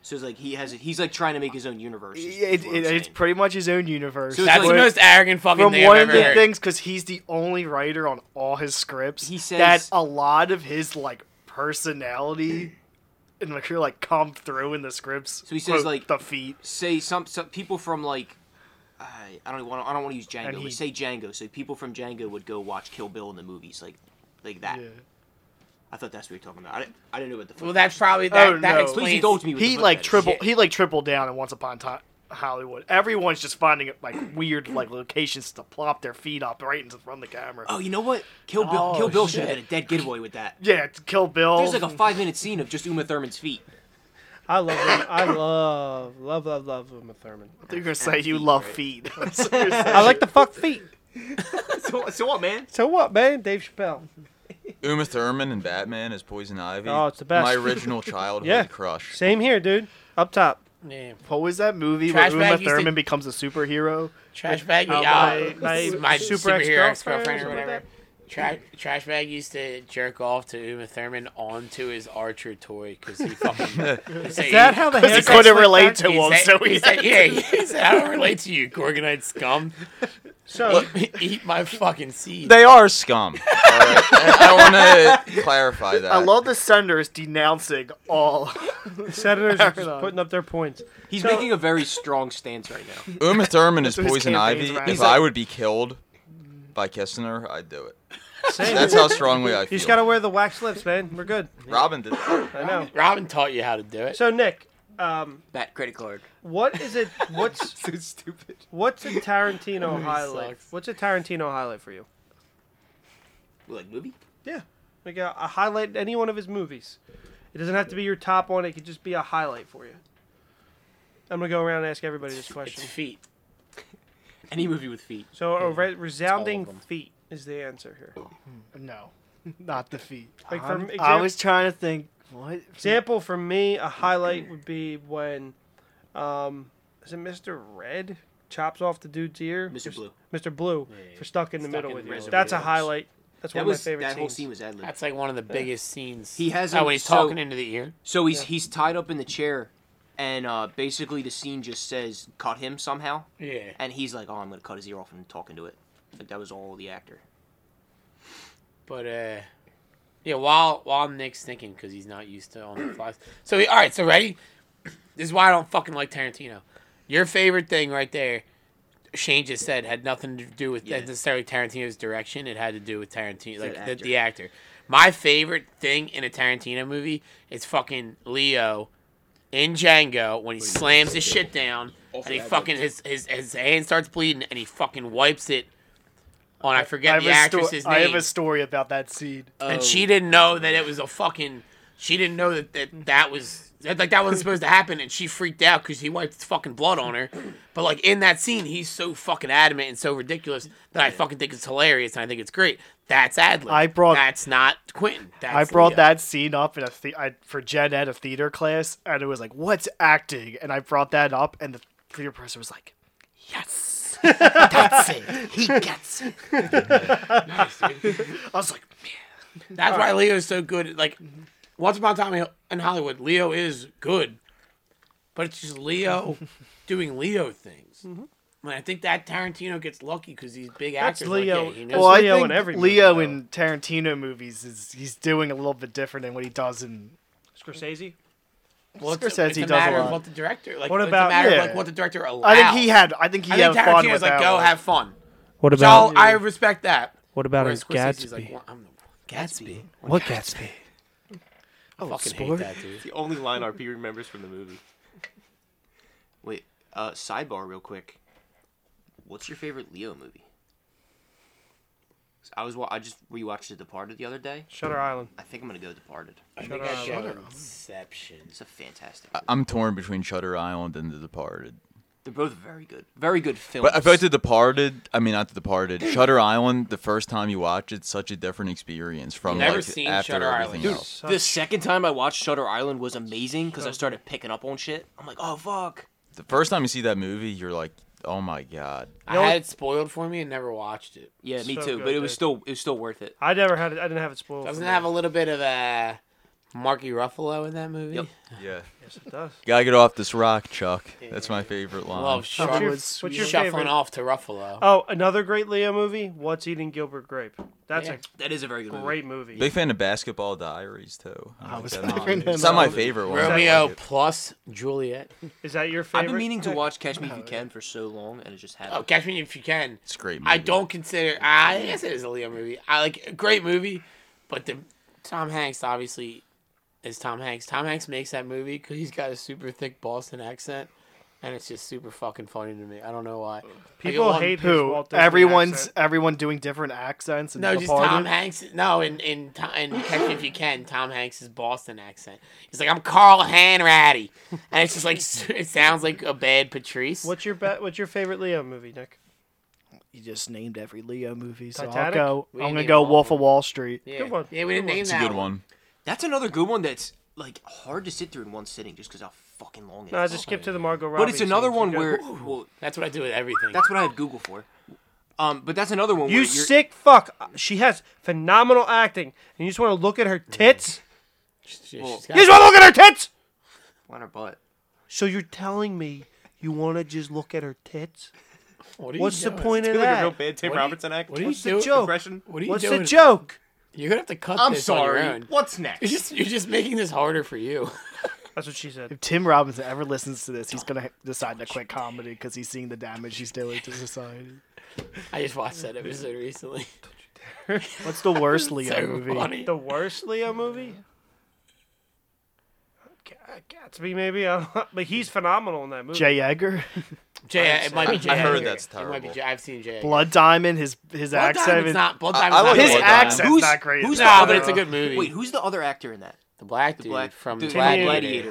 [SPEAKER 3] So it's like he has he's like trying to make his own universe. is-
[SPEAKER 4] It-
[SPEAKER 3] is what I'm
[SPEAKER 4] it- it's
[SPEAKER 3] saying.
[SPEAKER 4] pretty much his own universe.
[SPEAKER 3] So it's
[SPEAKER 2] That's
[SPEAKER 3] like-
[SPEAKER 2] the most arrogant fucking
[SPEAKER 4] from
[SPEAKER 2] thing
[SPEAKER 4] one
[SPEAKER 2] I've
[SPEAKER 4] of
[SPEAKER 2] ever
[SPEAKER 4] the
[SPEAKER 2] heard.
[SPEAKER 4] things because he's the only writer on all his scripts
[SPEAKER 3] He
[SPEAKER 4] that
[SPEAKER 3] says-
[SPEAKER 4] a lot of his like personality and like you're like come through in the scripts.
[SPEAKER 3] So he says,
[SPEAKER 4] quote,
[SPEAKER 3] like-
[SPEAKER 4] the feet.
[SPEAKER 3] say some, some people from like I I don't want I don't want to use Django.
[SPEAKER 4] And he-
[SPEAKER 3] but say Django. So people from Django would go watch Kill Bill in the movies like like that.
[SPEAKER 4] Yeah.
[SPEAKER 3] I thought that's what you're talking about. I didn't, I didn't know what the.
[SPEAKER 2] Well,
[SPEAKER 3] fuck-
[SPEAKER 2] that's probably that.
[SPEAKER 4] Oh,
[SPEAKER 2] that
[SPEAKER 4] no.
[SPEAKER 2] explains.
[SPEAKER 3] please indulge me. With
[SPEAKER 4] He
[SPEAKER 3] the
[SPEAKER 4] like
[SPEAKER 3] foot fetish.
[SPEAKER 4] triple he like tripled down in Once Upon Time Hollywood. Everyone's just finding like weird like locations to plop their feet up right into from the camera.
[SPEAKER 3] Oh, you know what? Kill Bill.
[SPEAKER 4] Oh,
[SPEAKER 3] Kill Bill should have
[SPEAKER 4] shit.
[SPEAKER 3] been a dead giveaway with that.
[SPEAKER 4] Yeah, to Kill Bill.
[SPEAKER 3] There's like a five minute scene of just Uma Thurman's feet.
[SPEAKER 1] I love him. I love love love love Uma Thurman.
[SPEAKER 4] They're gonna say
[SPEAKER 3] E
[SPEAKER 4] you love feet. That's what you're saying.
[SPEAKER 1] I like the fuck feet.
[SPEAKER 3] so, so what, man?
[SPEAKER 1] So what, man? Dave Chappelle.
[SPEAKER 6] Uma Thurman and Batman as Poison Ivy.
[SPEAKER 1] Oh, it's the best.
[SPEAKER 6] My original childhood
[SPEAKER 1] Yeah.
[SPEAKER 6] crush.
[SPEAKER 1] Same here, dude. Up top.
[SPEAKER 2] Yeah.
[SPEAKER 4] what was that movie
[SPEAKER 2] Trash
[SPEAKER 4] where Uma
[SPEAKER 2] bag used to-
[SPEAKER 4] Thurman becomes a superhero?
[SPEAKER 2] Trash bag,
[SPEAKER 1] Uh,
[SPEAKER 2] yeah.
[SPEAKER 1] my-
[SPEAKER 2] My,
[SPEAKER 1] my super
[SPEAKER 2] super superhero
[SPEAKER 1] ex-girlfriend
[SPEAKER 2] ex-girlfriend
[SPEAKER 1] or
[SPEAKER 2] or
[SPEAKER 1] something like
[SPEAKER 2] whatever. Tra- trash bag used to jerk off to Uma Thurman onto his archer toy because he fucking. Is
[SPEAKER 1] that how the
[SPEAKER 4] He
[SPEAKER 1] hair
[SPEAKER 4] couldn't relate to
[SPEAKER 2] He
[SPEAKER 4] him,
[SPEAKER 2] said,
[SPEAKER 4] so
[SPEAKER 2] he
[SPEAKER 4] he
[SPEAKER 2] said, yeah, he said, I don't relate to you, Gorgonite scum. e-,
[SPEAKER 1] So
[SPEAKER 2] Eat my fucking seed.
[SPEAKER 6] They are scum. all right? I want to clarify
[SPEAKER 2] Uh,
[SPEAKER 6] that.
[SPEAKER 4] I love the senators denouncing all.
[SPEAKER 1] senators are
[SPEAKER 4] Fair
[SPEAKER 1] just
[SPEAKER 4] enough.
[SPEAKER 1] putting up their points.
[SPEAKER 3] He's
[SPEAKER 1] So-
[SPEAKER 3] making a very strong stance right now.
[SPEAKER 6] Uma Thurman as
[SPEAKER 4] what his
[SPEAKER 6] Poison
[SPEAKER 4] campaign's
[SPEAKER 6] Ivy.
[SPEAKER 4] about.
[SPEAKER 6] If
[SPEAKER 4] He's
[SPEAKER 6] I
[SPEAKER 4] like-
[SPEAKER 6] would be killed by kissing her, I'd do it.
[SPEAKER 1] Same.
[SPEAKER 6] That's how strongly I
[SPEAKER 1] you
[SPEAKER 6] feel.
[SPEAKER 1] just gotta wear the wax lips, man. We're good.
[SPEAKER 6] Robin did. that.
[SPEAKER 1] I know.
[SPEAKER 2] Robin taught you how to do it.
[SPEAKER 1] So Nick, um,
[SPEAKER 3] That credit card.
[SPEAKER 1] what is it? What's
[SPEAKER 3] So stupid.
[SPEAKER 1] What's a Tarantino highlight?
[SPEAKER 2] sucks.
[SPEAKER 1] What's a Tarantino highlight for you?
[SPEAKER 3] Like movie?
[SPEAKER 1] Like a, a highlight in any one of his movies. It doesn't have to be your top one. It could just be a highlight for you. I'm gonna go around and ask everybody this
[SPEAKER 2] It's
[SPEAKER 1] question.
[SPEAKER 2] feet.
[SPEAKER 3] Any movie with feet.
[SPEAKER 1] So a re- resounding
[SPEAKER 2] them.
[SPEAKER 1] feet is the answer here.
[SPEAKER 4] No, not the feet.
[SPEAKER 1] Like, for
[SPEAKER 4] I'm-
[SPEAKER 1] example-
[SPEAKER 4] I was trying to think. What?
[SPEAKER 1] Example for me, a highlight would be when, um, is it Mr. Red chops off the dude's ear?
[SPEAKER 3] Mr. Blue.
[SPEAKER 1] Mr. Blue for stuck in the
[SPEAKER 2] Stuck
[SPEAKER 1] middle
[SPEAKER 2] in
[SPEAKER 1] with
[SPEAKER 2] the
[SPEAKER 1] you.
[SPEAKER 2] middle.
[SPEAKER 1] That's a
[SPEAKER 2] Yeah.
[SPEAKER 1] highlight. That's
[SPEAKER 3] That
[SPEAKER 1] one
[SPEAKER 3] was
[SPEAKER 1] of my favorite
[SPEAKER 3] that
[SPEAKER 1] scenes.
[SPEAKER 3] whole scene was ad lib.
[SPEAKER 2] That's like one of the biggest scenes.
[SPEAKER 3] He has
[SPEAKER 2] Oh,
[SPEAKER 3] him
[SPEAKER 2] when he's
[SPEAKER 3] so-
[SPEAKER 2] talking into the ear.
[SPEAKER 3] So he's he's tied up in the chair, and uh, basically the scene just says cut him somehow,
[SPEAKER 2] Yeah.
[SPEAKER 3] and he's like, oh, I'm gonna cut his ear off and talk into it. Like that was all the actor.
[SPEAKER 2] But uh, yeah, while while Nick's thinking because he's not used to on the fly. So he, all right, so ready. This is why I don't fucking like Tarantino. Your favorite thing right there, Shane just said, had nothing to do with
[SPEAKER 3] Yeah.
[SPEAKER 2] necessarily Tarantino's direction. It had to do with Tarantino,
[SPEAKER 3] Said
[SPEAKER 2] like the,
[SPEAKER 3] actor.
[SPEAKER 2] the actor. My favorite thing in a Tarantino movie is fucking Leo in Django when he slams his shit down and he fucking his, his his hand starts bleeding and he fucking wipes it on I forget
[SPEAKER 4] I
[SPEAKER 2] the
[SPEAKER 4] have, a
[SPEAKER 2] actress's
[SPEAKER 4] sto- I
[SPEAKER 2] name
[SPEAKER 4] have a story about that scene.
[SPEAKER 2] and she didn't know that it was a fucking. She didn't know that that, that was that, like that wasn't supposed to happen, and she freaked out because he wiped his fucking blood on her. But like in that scene, he's so fucking adamant and so ridiculous that I fucking think it's hilarious and I think it's great. That's Adlin.
[SPEAKER 4] I brought-
[SPEAKER 2] That's not Quentin. That's
[SPEAKER 4] I brought
[SPEAKER 2] Leo.
[SPEAKER 4] that scene up in a the- I, for Gen Ed, a theater class, and it was like, "What's acting?" And I brought that up, and the theater person was like, "Yes, that's it. He gets it." I was like,
[SPEAKER 2] That's why Leo is so good. Like
[SPEAKER 4] Mm-hmm.
[SPEAKER 2] once upon a time in Hollywood, Leo is good, but it's just Leo doing Leo things.
[SPEAKER 4] Mm-hmm.
[SPEAKER 2] And I think that Tarantino gets lucky because these big
[SPEAKER 1] That's
[SPEAKER 2] actors. like,
[SPEAKER 1] Leo.
[SPEAKER 2] yeah, he knows
[SPEAKER 1] There's
[SPEAKER 4] "Well, I
[SPEAKER 1] Leo
[SPEAKER 4] think
[SPEAKER 1] in every movie,
[SPEAKER 4] Leo
[SPEAKER 1] though.
[SPEAKER 4] in Tarantino movies is he's doing a little bit different than what he does in."
[SPEAKER 1] Scorsese.
[SPEAKER 2] Well, it's,
[SPEAKER 4] Scorsese
[SPEAKER 2] it's a
[SPEAKER 4] does a
[SPEAKER 2] matter of
[SPEAKER 4] lot.
[SPEAKER 2] what the director like.
[SPEAKER 1] What
[SPEAKER 2] What
[SPEAKER 1] about-
[SPEAKER 2] about it's a matter
[SPEAKER 4] yeah.
[SPEAKER 2] of like what the director allows?
[SPEAKER 4] I think he had. I think he
[SPEAKER 2] I
[SPEAKER 4] had
[SPEAKER 2] think
[SPEAKER 4] fun
[SPEAKER 2] Tarantino's
[SPEAKER 4] with
[SPEAKER 2] like,
[SPEAKER 4] that.
[SPEAKER 2] go
[SPEAKER 4] one.
[SPEAKER 2] have fun.
[SPEAKER 1] What
[SPEAKER 2] Which I'll, I respect that.
[SPEAKER 1] what about
[SPEAKER 2] Whereas Scorsese's like, "Well, I'm the Gatsby.
[SPEAKER 1] what Gatsby?
[SPEAKER 2] I fucking
[SPEAKER 5] sport?
[SPEAKER 2] hate that dude.
[SPEAKER 7] The only line RP remembers from the movie.
[SPEAKER 3] Wait, uh, sidebar real quick. What's your favorite Leo movie? 'Cause I was wa- I just rewatched The Departed the other day.
[SPEAKER 1] Shutter Island.
[SPEAKER 3] I think I'm gonna go Departed.
[SPEAKER 2] I think I showed him Inception.
[SPEAKER 3] It's a fantastic.
[SPEAKER 6] I-
[SPEAKER 3] Movie.
[SPEAKER 6] I'm torn between Shutter Island and The Departed.
[SPEAKER 3] They're both very good, very good films.
[SPEAKER 6] But I feel like The Departed. I mean, not The Departed. Shutter Island. The first time you watch it's such a different experience from
[SPEAKER 2] Never
[SPEAKER 6] like
[SPEAKER 2] seen
[SPEAKER 6] after
[SPEAKER 2] Shutter
[SPEAKER 6] everything
[SPEAKER 2] Island. Dude,
[SPEAKER 6] else.
[SPEAKER 3] the second time I watched Shutter Island was amazing because I started picking up on shit. I'm like, oh fuck.
[SPEAKER 6] The first time you see that movie, you're like, oh my god.
[SPEAKER 2] I had it spoiled for me and never watched it.
[SPEAKER 3] Yeah, me
[SPEAKER 1] So
[SPEAKER 3] too.
[SPEAKER 1] good,
[SPEAKER 3] but it was
[SPEAKER 1] dude.
[SPEAKER 3] still it was still worth it.
[SPEAKER 1] I never had it. I didn't have it spoiled.
[SPEAKER 2] Doesn't it have a little bit of a Marky Ruffalo in that movie?
[SPEAKER 3] Yep.
[SPEAKER 6] Yeah.
[SPEAKER 1] Yes, it does.
[SPEAKER 6] Gotta get off this rock, Chuck. That's my favorite line.
[SPEAKER 2] Love
[SPEAKER 1] What's your,
[SPEAKER 2] sharp
[SPEAKER 4] was-
[SPEAKER 1] what's your
[SPEAKER 2] shuffling
[SPEAKER 1] favorite?
[SPEAKER 2] off to Ruffalo.
[SPEAKER 1] Oh, another great Leo movie. What's Eating Gilbert Grape? That's
[SPEAKER 2] Yeah.
[SPEAKER 3] That is a very good
[SPEAKER 1] a
[SPEAKER 3] movie.
[SPEAKER 1] great movie.
[SPEAKER 6] Big fan of Basketball Diaries too. I like
[SPEAKER 4] was
[SPEAKER 6] that
[SPEAKER 4] thinking
[SPEAKER 6] movie.
[SPEAKER 4] that
[SPEAKER 6] It's not my
[SPEAKER 4] movie.
[SPEAKER 6] favorite one. but I like
[SPEAKER 2] Romeo
[SPEAKER 6] it.
[SPEAKER 2] plus Juliet.
[SPEAKER 1] Is that your favorite?
[SPEAKER 3] I've been meaning to watch Catch Me If You Can for so long, and it just happened.
[SPEAKER 2] Oh, Catch Me If You Can.
[SPEAKER 6] It's a great.
[SPEAKER 2] I
[SPEAKER 6] movie.
[SPEAKER 2] don't consider. I guess it is a Leo movie. I like a great movie, but the Tom Hanks obviously is Tom Hanks. Tom Hanks makes that movie because he's got a super thick Boston accent, and it's just super fucking funny to me. I don't know why.
[SPEAKER 1] People
[SPEAKER 2] Like, it
[SPEAKER 1] hate
[SPEAKER 2] won-
[SPEAKER 1] his
[SPEAKER 4] Who?
[SPEAKER 1] Walt Disney
[SPEAKER 4] Everyone's
[SPEAKER 1] accent.
[SPEAKER 4] everyone doing different accents. And
[SPEAKER 2] No, just
[SPEAKER 4] Departed.
[SPEAKER 2] Tom Hanks. No, in in, Tom- in Catch Me If You Can, Tom Hanks' Boston accent. He's like, I'm Carl Hanratty, and it's just like it sounds like a bad Patrice.
[SPEAKER 1] What's your be- What's your favorite Leo movie, Nick?
[SPEAKER 4] You just named every Leo movie, so
[SPEAKER 1] Titanic?
[SPEAKER 4] I'll go.
[SPEAKER 2] We
[SPEAKER 4] I'm gonna
[SPEAKER 2] named
[SPEAKER 4] go
[SPEAKER 2] all
[SPEAKER 4] Wolf
[SPEAKER 2] of
[SPEAKER 4] of Wall Street.
[SPEAKER 2] Yeah,
[SPEAKER 1] Good one.
[SPEAKER 2] yeah, we didn't name
[SPEAKER 6] It's a
[SPEAKER 2] that
[SPEAKER 6] good one.
[SPEAKER 3] That's another good one that's like hard to sit through in one sitting just because how fucking long it is.
[SPEAKER 1] No, I just skip to the Margot Robbie.
[SPEAKER 3] but it's another
[SPEAKER 1] scenes.
[SPEAKER 3] one
[SPEAKER 1] Good.
[SPEAKER 3] where well,
[SPEAKER 2] That's what I do with everything.
[SPEAKER 3] that's what I had Google for. Um, but that's another one.
[SPEAKER 1] you
[SPEAKER 3] where you're-
[SPEAKER 1] sick fuck. She has phenomenal acting, and you just want to look at her tits.
[SPEAKER 2] She- she's got-
[SPEAKER 1] You just want to look at her tits.
[SPEAKER 3] on her butt.
[SPEAKER 1] So you're telling me you want to just look at her tits?
[SPEAKER 2] What are you
[SPEAKER 1] What's the
[SPEAKER 2] doing?
[SPEAKER 1] point of
[SPEAKER 7] Like a real
[SPEAKER 1] that?
[SPEAKER 7] bad Tim
[SPEAKER 2] What do you-
[SPEAKER 7] Robertson act.
[SPEAKER 2] What are you
[SPEAKER 1] What's the
[SPEAKER 2] doing?
[SPEAKER 1] joke?
[SPEAKER 7] Impression.
[SPEAKER 2] What are you
[SPEAKER 1] What's
[SPEAKER 2] doing?
[SPEAKER 1] the joke?
[SPEAKER 2] You're gonna have to cut
[SPEAKER 7] I'm
[SPEAKER 2] this on your
[SPEAKER 7] sorry.
[SPEAKER 2] own.
[SPEAKER 7] What's
[SPEAKER 2] You're
[SPEAKER 7] next?
[SPEAKER 2] just, you're just making this harder for you.
[SPEAKER 1] That's what she said.
[SPEAKER 4] If Tim Robinson ever listens to this, he's gonna ha- decide to quit comedy because he's seeing the damage he's doing to society.
[SPEAKER 2] I just watched that episode recently.
[SPEAKER 4] What's the worst Leo
[SPEAKER 2] so
[SPEAKER 4] movie?
[SPEAKER 2] funny.
[SPEAKER 1] The worst Leo movie? G- Gatsby, maybe. I don't know. But he's phenomenal in that movie.
[SPEAKER 4] J. Edgar,
[SPEAKER 2] Jay, it might be Jay.
[SPEAKER 6] I heard
[SPEAKER 2] Edgar.
[SPEAKER 6] that's
[SPEAKER 2] It might be
[SPEAKER 6] terrible.
[SPEAKER 2] Jay. I've seen Jay.
[SPEAKER 4] Blood Diamond, his his
[SPEAKER 2] Blood
[SPEAKER 4] accent.
[SPEAKER 2] Diamond's not. Blood Diamond's
[SPEAKER 6] I
[SPEAKER 2] not
[SPEAKER 6] like
[SPEAKER 2] good.
[SPEAKER 4] his
[SPEAKER 6] Blood Diamond.
[SPEAKER 4] accent's
[SPEAKER 3] Who's-
[SPEAKER 4] not great.
[SPEAKER 3] who's
[SPEAKER 4] in that
[SPEAKER 3] Diamond.
[SPEAKER 2] No, but
[SPEAKER 4] movie.
[SPEAKER 2] it's a good movie.
[SPEAKER 3] Wait, who's the other actor in that?
[SPEAKER 2] the black dude
[SPEAKER 3] black-
[SPEAKER 2] from
[SPEAKER 3] dude,
[SPEAKER 2] Gladiator.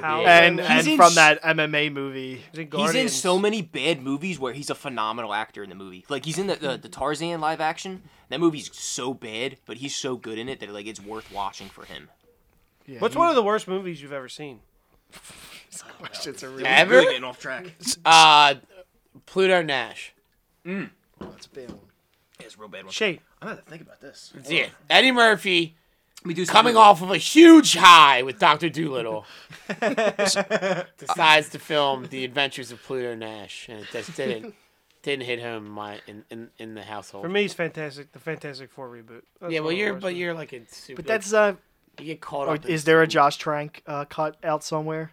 [SPEAKER 3] Gladiator.
[SPEAKER 2] yeah.
[SPEAKER 4] And,
[SPEAKER 1] He's
[SPEAKER 4] and
[SPEAKER 3] in
[SPEAKER 4] from
[SPEAKER 3] sh-
[SPEAKER 4] that MMA movie,
[SPEAKER 1] He's in,
[SPEAKER 3] He's in
[SPEAKER 1] Guardians.
[SPEAKER 3] so many bad movies where he's a phenomenal actor in the movie. Like he's in the, the, the Tarzan live action. That movie's so bad, but he's so good in it that like it's worth watching for him.
[SPEAKER 4] yeah,
[SPEAKER 1] What's
[SPEAKER 4] he-
[SPEAKER 1] one of the worst movies you've ever seen?
[SPEAKER 4] Shit's a real
[SPEAKER 2] Ever?
[SPEAKER 3] Getting off track.
[SPEAKER 2] Uh, Pluto Nash.
[SPEAKER 4] That's a bad one.
[SPEAKER 3] It's a real bad one.
[SPEAKER 1] Shape.
[SPEAKER 4] I'm gonna think about this.
[SPEAKER 2] Yeah. Eddie Murphy
[SPEAKER 3] We do
[SPEAKER 2] coming
[SPEAKER 3] something-
[SPEAKER 2] off of a huge high with Doctor Doolittle. decides to film The Adventures of Pluto Nash, and it just didn't didn't hit home in my in, in, in the household.
[SPEAKER 1] For me, it's fantastic. The Fantastic Four reboot. That's
[SPEAKER 2] yeah,
[SPEAKER 1] one
[SPEAKER 2] well,
[SPEAKER 1] of the
[SPEAKER 2] you're
[SPEAKER 1] worst
[SPEAKER 2] but
[SPEAKER 1] ones.
[SPEAKER 2] you're like a super.
[SPEAKER 4] But that's uh,
[SPEAKER 2] you get caught
[SPEAKER 4] or
[SPEAKER 2] up. in-
[SPEAKER 4] is there a Josh Trank uh, cut out somewhere?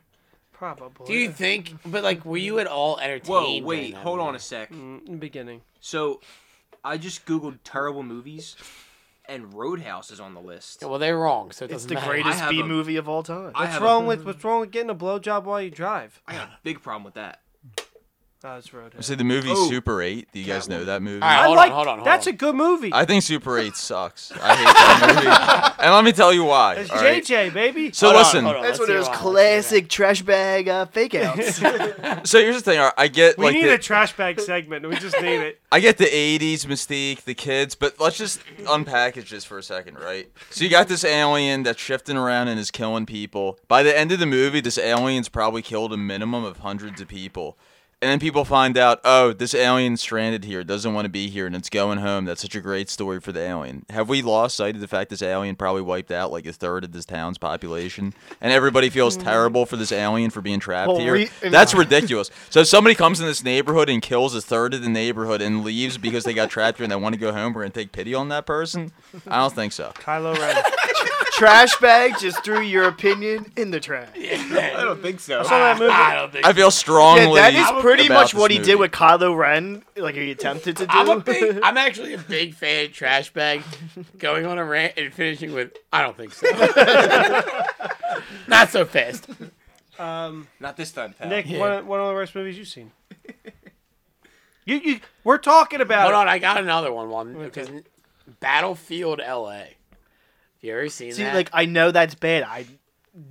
[SPEAKER 1] probably
[SPEAKER 2] Do you think? But like, were you at all entertained?
[SPEAKER 3] Whoa,
[SPEAKER 2] during
[SPEAKER 3] wait,
[SPEAKER 2] that
[SPEAKER 3] hold on
[SPEAKER 2] movie?
[SPEAKER 3] a sec.
[SPEAKER 1] Mm, in the beginning.
[SPEAKER 3] So, I just googled terrible movies, and Roadhouse is on the list.
[SPEAKER 2] Yeah, well, they're wrong, so it
[SPEAKER 4] It's
[SPEAKER 2] doesn't
[SPEAKER 4] the
[SPEAKER 2] matter.
[SPEAKER 4] greatest
[SPEAKER 3] have
[SPEAKER 4] B
[SPEAKER 3] a-
[SPEAKER 4] movie of all time.
[SPEAKER 3] I
[SPEAKER 1] What's
[SPEAKER 3] have
[SPEAKER 1] wrong
[SPEAKER 3] a,
[SPEAKER 1] with what's wrong with getting a blowjob while you drive?
[SPEAKER 3] I got a big problem with that.
[SPEAKER 1] Oh, it's Roadhouse.
[SPEAKER 6] I say the movie
[SPEAKER 3] Oh.
[SPEAKER 6] Super 8. Do you guys know that movie?
[SPEAKER 2] All right.
[SPEAKER 1] I
[SPEAKER 2] hold on,
[SPEAKER 1] like.
[SPEAKER 2] hold on, hold
[SPEAKER 1] that's
[SPEAKER 2] on.
[SPEAKER 1] a good movie.
[SPEAKER 6] I think Super 8 sucks. I hate that movie. And let me tell you why.
[SPEAKER 1] it's
[SPEAKER 6] all right?
[SPEAKER 1] JJ, baby.
[SPEAKER 6] So
[SPEAKER 2] Hold on,
[SPEAKER 6] listen.
[SPEAKER 2] hold on,
[SPEAKER 8] That's
[SPEAKER 2] let's
[SPEAKER 8] one of
[SPEAKER 2] see
[SPEAKER 8] those
[SPEAKER 2] why.
[SPEAKER 8] classic trash bag uh, fake outs.
[SPEAKER 6] So here's the thing. all right, I get
[SPEAKER 1] we
[SPEAKER 6] like
[SPEAKER 1] need
[SPEAKER 6] the,
[SPEAKER 1] a trash bag segment. We just need it.
[SPEAKER 6] I get the 80s mystique, the kids, but let's just unpackage this for a second, right? So you got this alien that's shifting around and is killing people. By the end of the movie, this alien's probably killed a minimum of hundreds of people. And then people find out, oh, this alien's stranded here, doesn't want to be here, and it's going home. That's such a great story for the alien. Have we lost sight of the fact this alien probably wiped out like a third of this town's population? And everybody feels terrible for this alien for being trapped
[SPEAKER 8] Well,
[SPEAKER 6] here?
[SPEAKER 8] re-
[SPEAKER 6] That's ridiculous. So if somebody comes in this neighborhood and kills a third of the neighborhood and leaves because they got trapped here and they want to go home, we're gonna take pity on that person. I don't think so.
[SPEAKER 1] Kylo Ren.
[SPEAKER 8] trash bag just threw your opinion in the trash.
[SPEAKER 7] I don't think so.
[SPEAKER 3] Ah.
[SPEAKER 1] Saw that movie.
[SPEAKER 2] I don't think.
[SPEAKER 6] I feel
[SPEAKER 8] Yeah,
[SPEAKER 6] strongly.
[SPEAKER 8] that is pretty
[SPEAKER 6] about
[SPEAKER 8] much
[SPEAKER 6] this
[SPEAKER 8] what he did
[SPEAKER 6] movie.
[SPEAKER 8] with Kylo Ren, like he attempted to do.
[SPEAKER 2] I'm a big. I'm actually a big fan of Trash Bag, going on a rant and finishing with I don't think so. Not so fast. Um,
[SPEAKER 7] Not this time, pal.
[SPEAKER 1] Nick,
[SPEAKER 2] Yeah.
[SPEAKER 1] one, of, one of the worst movies you've seen. you, you, we're talking about
[SPEAKER 2] Hold
[SPEAKER 1] it.
[SPEAKER 2] on, I got another one. One because Battlefield L.A. You ever seen
[SPEAKER 4] See,
[SPEAKER 2] that?
[SPEAKER 4] like I know that's bad. I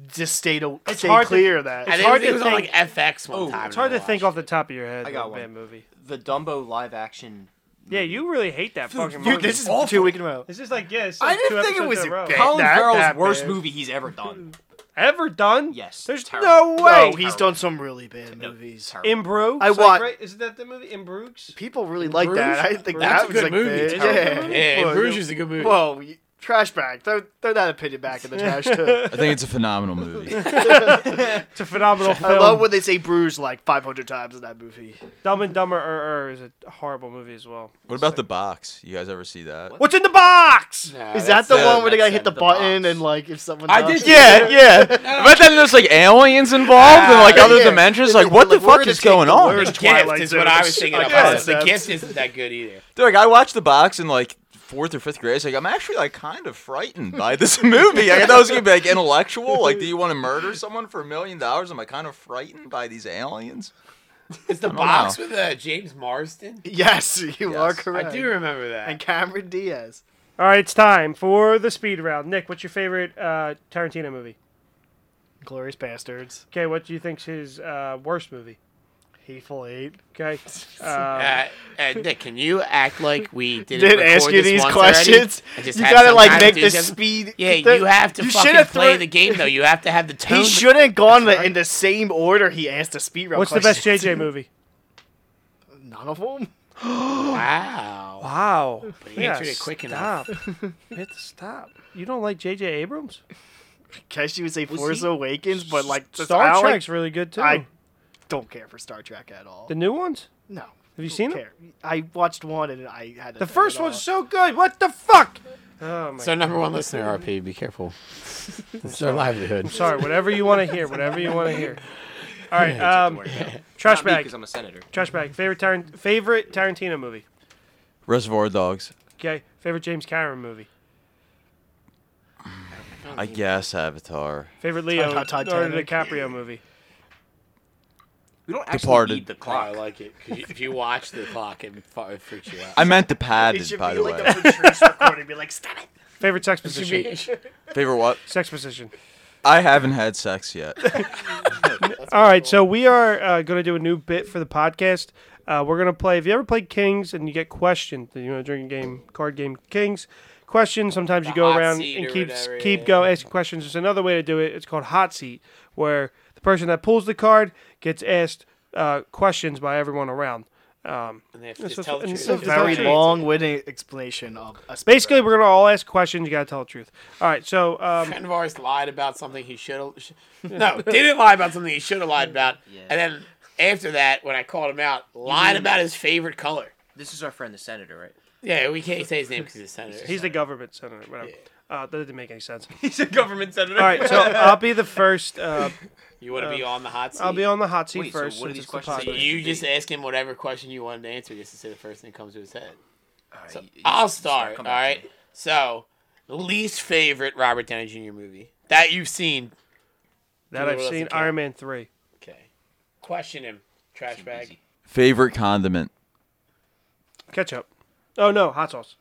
[SPEAKER 4] just stayed a,
[SPEAKER 1] It's
[SPEAKER 4] stay
[SPEAKER 1] hard to-
[SPEAKER 4] clear of that.
[SPEAKER 2] I think
[SPEAKER 1] hard
[SPEAKER 2] it
[SPEAKER 1] to
[SPEAKER 2] was on like
[SPEAKER 1] think-
[SPEAKER 2] FX one time.
[SPEAKER 1] It's hard to think off the top of your head.
[SPEAKER 7] I got
[SPEAKER 1] of a
[SPEAKER 7] one.
[SPEAKER 1] bad movie.
[SPEAKER 7] The Dumbo live action.
[SPEAKER 1] Yeah, you really hate that fucking movie.
[SPEAKER 8] Dude, this is two week in a row.
[SPEAKER 1] This is like yes.
[SPEAKER 3] I didn't
[SPEAKER 1] two
[SPEAKER 3] think it
[SPEAKER 1] episodes
[SPEAKER 3] was
[SPEAKER 1] in a
[SPEAKER 3] a
[SPEAKER 1] row.
[SPEAKER 3] bad-
[SPEAKER 7] Colin
[SPEAKER 4] that-
[SPEAKER 7] Farrell's
[SPEAKER 4] that
[SPEAKER 7] worst
[SPEAKER 4] bad.
[SPEAKER 7] movie he's ever done.
[SPEAKER 1] ever done.
[SPEAKER 3] Yes,
[SPEAKER 1] There's
[SPEAKER 3] terrible.
[SPEAKER 1] no way.
[SPEAKER 8] Bro, he's done some really bad
[SPEAKER 3] No,
[SPEAKER 8] movies.
[SPEAKER 3] terrible.
[SPEAKER 1] Imbrugs.
[SPEAKER 8] I
[SPEAKER 1] like,
[SPEAKER 8] wa-
[SPEAKER 1] right? Isn't that the movie Imbrugs?
[SPEAKER 8] People really like
[SPEAKER 2] Bruges?
[SPEAKER 8] that. I think
[SPEAKER 1] Bruges
[SPEAKER 8] that
[SPEAKER 1] is a
[SPEAKER 8] was
[SPEAKER 2] good
[SPEAKER 8] like
[SPEAKER 2] movie.
[SPEAKER 8] bad.
[SPEAKER 2] Terrible
[SPEAKER 8] Yeah.
[SPEAKER 2] Yeah,
[SPEAKER 8] Well,
[SPEAKER 2] Bruges is a good movie.
[SPEAKER 8] Whoa, you- trash bag. Throw, throw that opinion back in the trash too.
[SPEAKER 6] I think it's a phenomenal movie.
[SPEAKER 1] It's a phenomenal film.
[SPEAKER 8] I love when they say bruise like 500 times in that movie.
[SPEAKER 1] Dumb and Dumber er, er, is a horrible movie as well.
[SPEAKER 6] What about the box? You guys ever see that?
[SPEAKER 1] What's in the box?
[SPEAKER 2] Nah,
[SPEAKER 8] Is
[SPEAKER 2] Uh, that's-
[SPEAKER 8] that the
[SPEAKER 6] the-
[SPEAKER 8] one where they
[SPEAKER 6] that's
[SPEAKER 8] gotta hit the,
[SPEAKER 3] the
[SPEAKER 8] button
[SPEAKER 3] box.
[SPEAKER 8] and like if someone?
[SPEAKER 2] I
[SPEAKER 8] dies-
[SPEAKER 2] did-
[SPEAKER 6] Yeah, yeah. But then there's like aliens involved and like other
[SPEAKER 8] Yeah.
[SPEAKER 6] dimensions.
[SPEAKER 8] They're
[SPEAKER 6] Like, what
[SPEAKER 8] like,
[SPEAKER 6] the
[SPEAKER 8] we're
[SPEAKER 6] fuck
[SPEAKER 8] gonna
[SPEAKER 6] is
[SPEAKER 8] take
[SPEAKER 6] going
[SPEAKER 8] the
[SPEAKER 6] on?
[SPEAKER 8] word.
[SPEAKER 2] The gift is what I was thinking
[SPEAKER 8] Like,
[SPEAKER 2] about.
[SPEAKER 8] yeah.
[SPEAKER 2] The gift isn't that good either.
[SPEAKER 6] Dude, like I watched the box in like fourth or fifth grade. It's like I'm actually like kind of frightened by this movie. I thought it was gonna be like intellectual. Like, do you want to murder someone for a million dollars? Am I kind of frightened by these aliens?
[SPEAKER 2] It's the
[SPEAKER 6] don't
[SPEAKER 2] box
[SPEAKER 6] know.
[SPEAKER 2] with uh, James Marsden.
[SPEAKER 8] Yes, you are
[SPEAKER 6] Yes. I
[SPEAKER 8] correct.
[SPEAKER 2] I do remember that.
[SPEAKER 8] And Cameron Diaz.
[SPEAKER 1] All right, it's time for the speed round. Nick, what's your favorite uh, Tarantino movie?
[SPEAKER 4] Glorious Bastards,
[SPEAKER 1] Okay, what do you think's his uh, worst movie?
[SPEAKER 4] Hateful Eight.
[SPEAKER 1] Okay, uh,
[SPEAKER 2] Uh, uh, Nick, can you act like we didn't,
[SPEAKER 8] Didn't
[SPEAKER 2] record
[SPEAKER 8] ask you
[SPEAKER 2] this
[SPEAKER 8] these
[SPEAKER 2] once already?
[SPEAKER 8] questions.
[SPEAKER 2] I
[SPEAKER 8] You
[SPEAKER 2] just have
[SPEAKER 8] gotta
[SPEAKER 2] some
[SPEAKER 8] like
[SPEAKER 2] kind of
[SPEAKER 8] make the
[SPEAKER 2] enthusiasm?
[SPEAKER 8] speed.
[SPEAKER 2] Yeah,
[SPEAKER 8] the-
[SPEAKER 2] you have to
[SPEAKER 8] you should
[SPEAKER 2] fucking
[SPEAKER 8] have
[SPEAKER 2] play
[SPEAKER 8] thrown-
[SPEAKER 2] the game though. You have to have the tone.
[SPEAKER 8] He should have gone in the same order he asked the speed round.
[SPEAKER 1] what's the best
[SPEAKER 8] questions.
[SPEAKER 1] JJ movie?
[SPEAKER 8] None of them.
[SPEAKER 2] Wow.
[SPEAKER 1] Wow,
[SPEAKER 2] He answered it quick enough.
[SPEAKER 1] You have to stop. You don't like JJ Abrams?
[SPEAKER 8] Guess you would say Force Awakens, but like the I
[SPEAKER 1] Star
[SPEAKER 8] don't like-
[SPEAKER 1] Trek's really good too.
[SPEAKER 8] I don't care for Star Trek at all.
[SPEAKER 1] the new ones.
[SPEAKER 8] no.
[SPEAKER 1] Have you seen it?
[SPEAKER 8] care. I watched one and I had to
[SPEAKER 1] The
[SPEAKER 8] turn
[SPEAKER 1] first
[SPEAKER 8] it
[SPEAKER 1] one's
[SPEAKER 8] off.
[SPEAKER 1] so good. What the fuck? Oh my.
[SPEAKER 2] So number one listener, RP, be careful. It's their livelihood.
[SPEAKER 1] Sorry. Whatever you want to hear. Whatever you want to hear. All right. Um, trash
[SPEAKER 7] Not me,
[SPEAKER 1] bag.
[SPEAKER 7] because I'm a senator.
[SPEAKER 1] Trash bag. Favorite Tarant- favorite Tarantino movie.
[SPEAKER 6] Reservoir Dogs.
[SPEAKER 1] Okay. Favorite James Cameron movie.
[SPEAKER 6] I guess Avatar.
[SPEAKER 1] Favorite Leo
[SPEAKER 8] Titanic.
[SPEAKER 1] Leonardo DiCaprio movie.
[SPEAKER 7] We don't actually
[SPEAKER 6] Departed.
[SPEAKER 7] need the
[SPEAKER 2] Oh, I
[SPEAKER 7] clock.
[SPEAKER 2] like it. 'Cause If you watch the clock, it, fu- it freaks you out.
[SPEAKER 6] I meant the
[SPEAKER 8] It
[SPEAKER 6] padded,
[SPEAKER 8] should
[SPEAKER 6] by
[SPEAKER 8] be
[SPEAKER 6] the
[SPEAKER 8] like
[SPEAKER 6] way.
[SPEAKER 8] a Patrice recording, be like, stop it.
[SPEAKER 1] Favorite sex position.
[SPEAKER 6] Favorite what?
[SPEAKER 1] Sex position.
[SPEAKER 6] I haven't had sex yet.
[SPEAKER 1] All right, so we are uh, going to do a new bit for the podcast. Uh, we're going to play. Have you ever played Kings and you get questioned? You know, drinking game, card game, Kings. Questions. Sometimes you
[SPEAKER 2] The
[SPEAKER 1] go
[SPEAKER 2] hot
[SPEAKER 1] around
[SPEAKER 2] seat
[SPEAKER 1] and
[SPEAKER 2] or
[SPEAKER 1] keep
[SPEAKER 2] whatever,
[SPEAKER 1] keep
[SPEAKER 2] yeah.
[SPEAKER 1] go asking questions. There's another way to do it. It's called hot seat, where the person that pulls the card gets asked uh, questions by everyone around.
[SPEAKER 2] And they have to
[SPEAKER 1] It's
[SPEAKER 2] just
[SPEAKER 1] a-
[SPEAKER 2] tell the
[SPEAKER 1] and
[SPEAKER 2] truth.
[SPEAKER 1] so-
[SPEAKER 8] It's a very long-winded explanation of a speed
[SPEAKER 1] Basically, we're going to all ask questions. You got to tell the truth. All right, so um,
[SPEAKER 2] friend of ours lied about something he should have. Sh- no, didn't lie about something he should have lied about. And then after that, when I called him out, lied about his favorite color.
[SPEAKER 3] This is our friend the senator, right?
[SPEAKER 2] Yeah, we can't say his name because he's a senator.
[SPEAKER 1] he's the government senator. Whatever. Uh, that didn't make any sense.
[SPEAKER 7] He's a government senator.
[SPEAKER 1] All right, so I'll be the first. Uh,
[SPEAKER 2] you want to be on the hot seat.
[SPEAKER 1] I'll be on the hot seat
[SPEAKER 3] Wait, so
[SPEAKER 1] first.
[SPEAKER 3] what
[SPEAKER 1] since
[SPEAKER 3] are these
[SPEAKER 1] it's the
[SPEAKER 3] questions that
[SPEAKER 1] podcast.
[SPEAKER 2] So you just ask him whatever question you wanted to answer, just to say the first thing that comes to his head.
[SPEAKER 7] Oh,
[SPEAKER 3] All right,
[SPEAKER 2] So
[SPEAKER 3] you- you
[SPEAKER 2] I'll
[SPEAKER 3] start
[SPEAKER 2] start. All
[SPEAKER 3] coming at
[SPEAKER 2] right.
[SPEAKER 3] me.
[SPEAKER 2] So, least favorite Robert Downey Jr. movie that you've seen.
[SPEAKER 1] That I've seen Iron Man three.
[SPEAKER 2] Okay. Question him, trash bag.
[SPEAKER 6] Favorite condiment?
[SPEAKER 1] Ketchup. Oh no, hot sauce.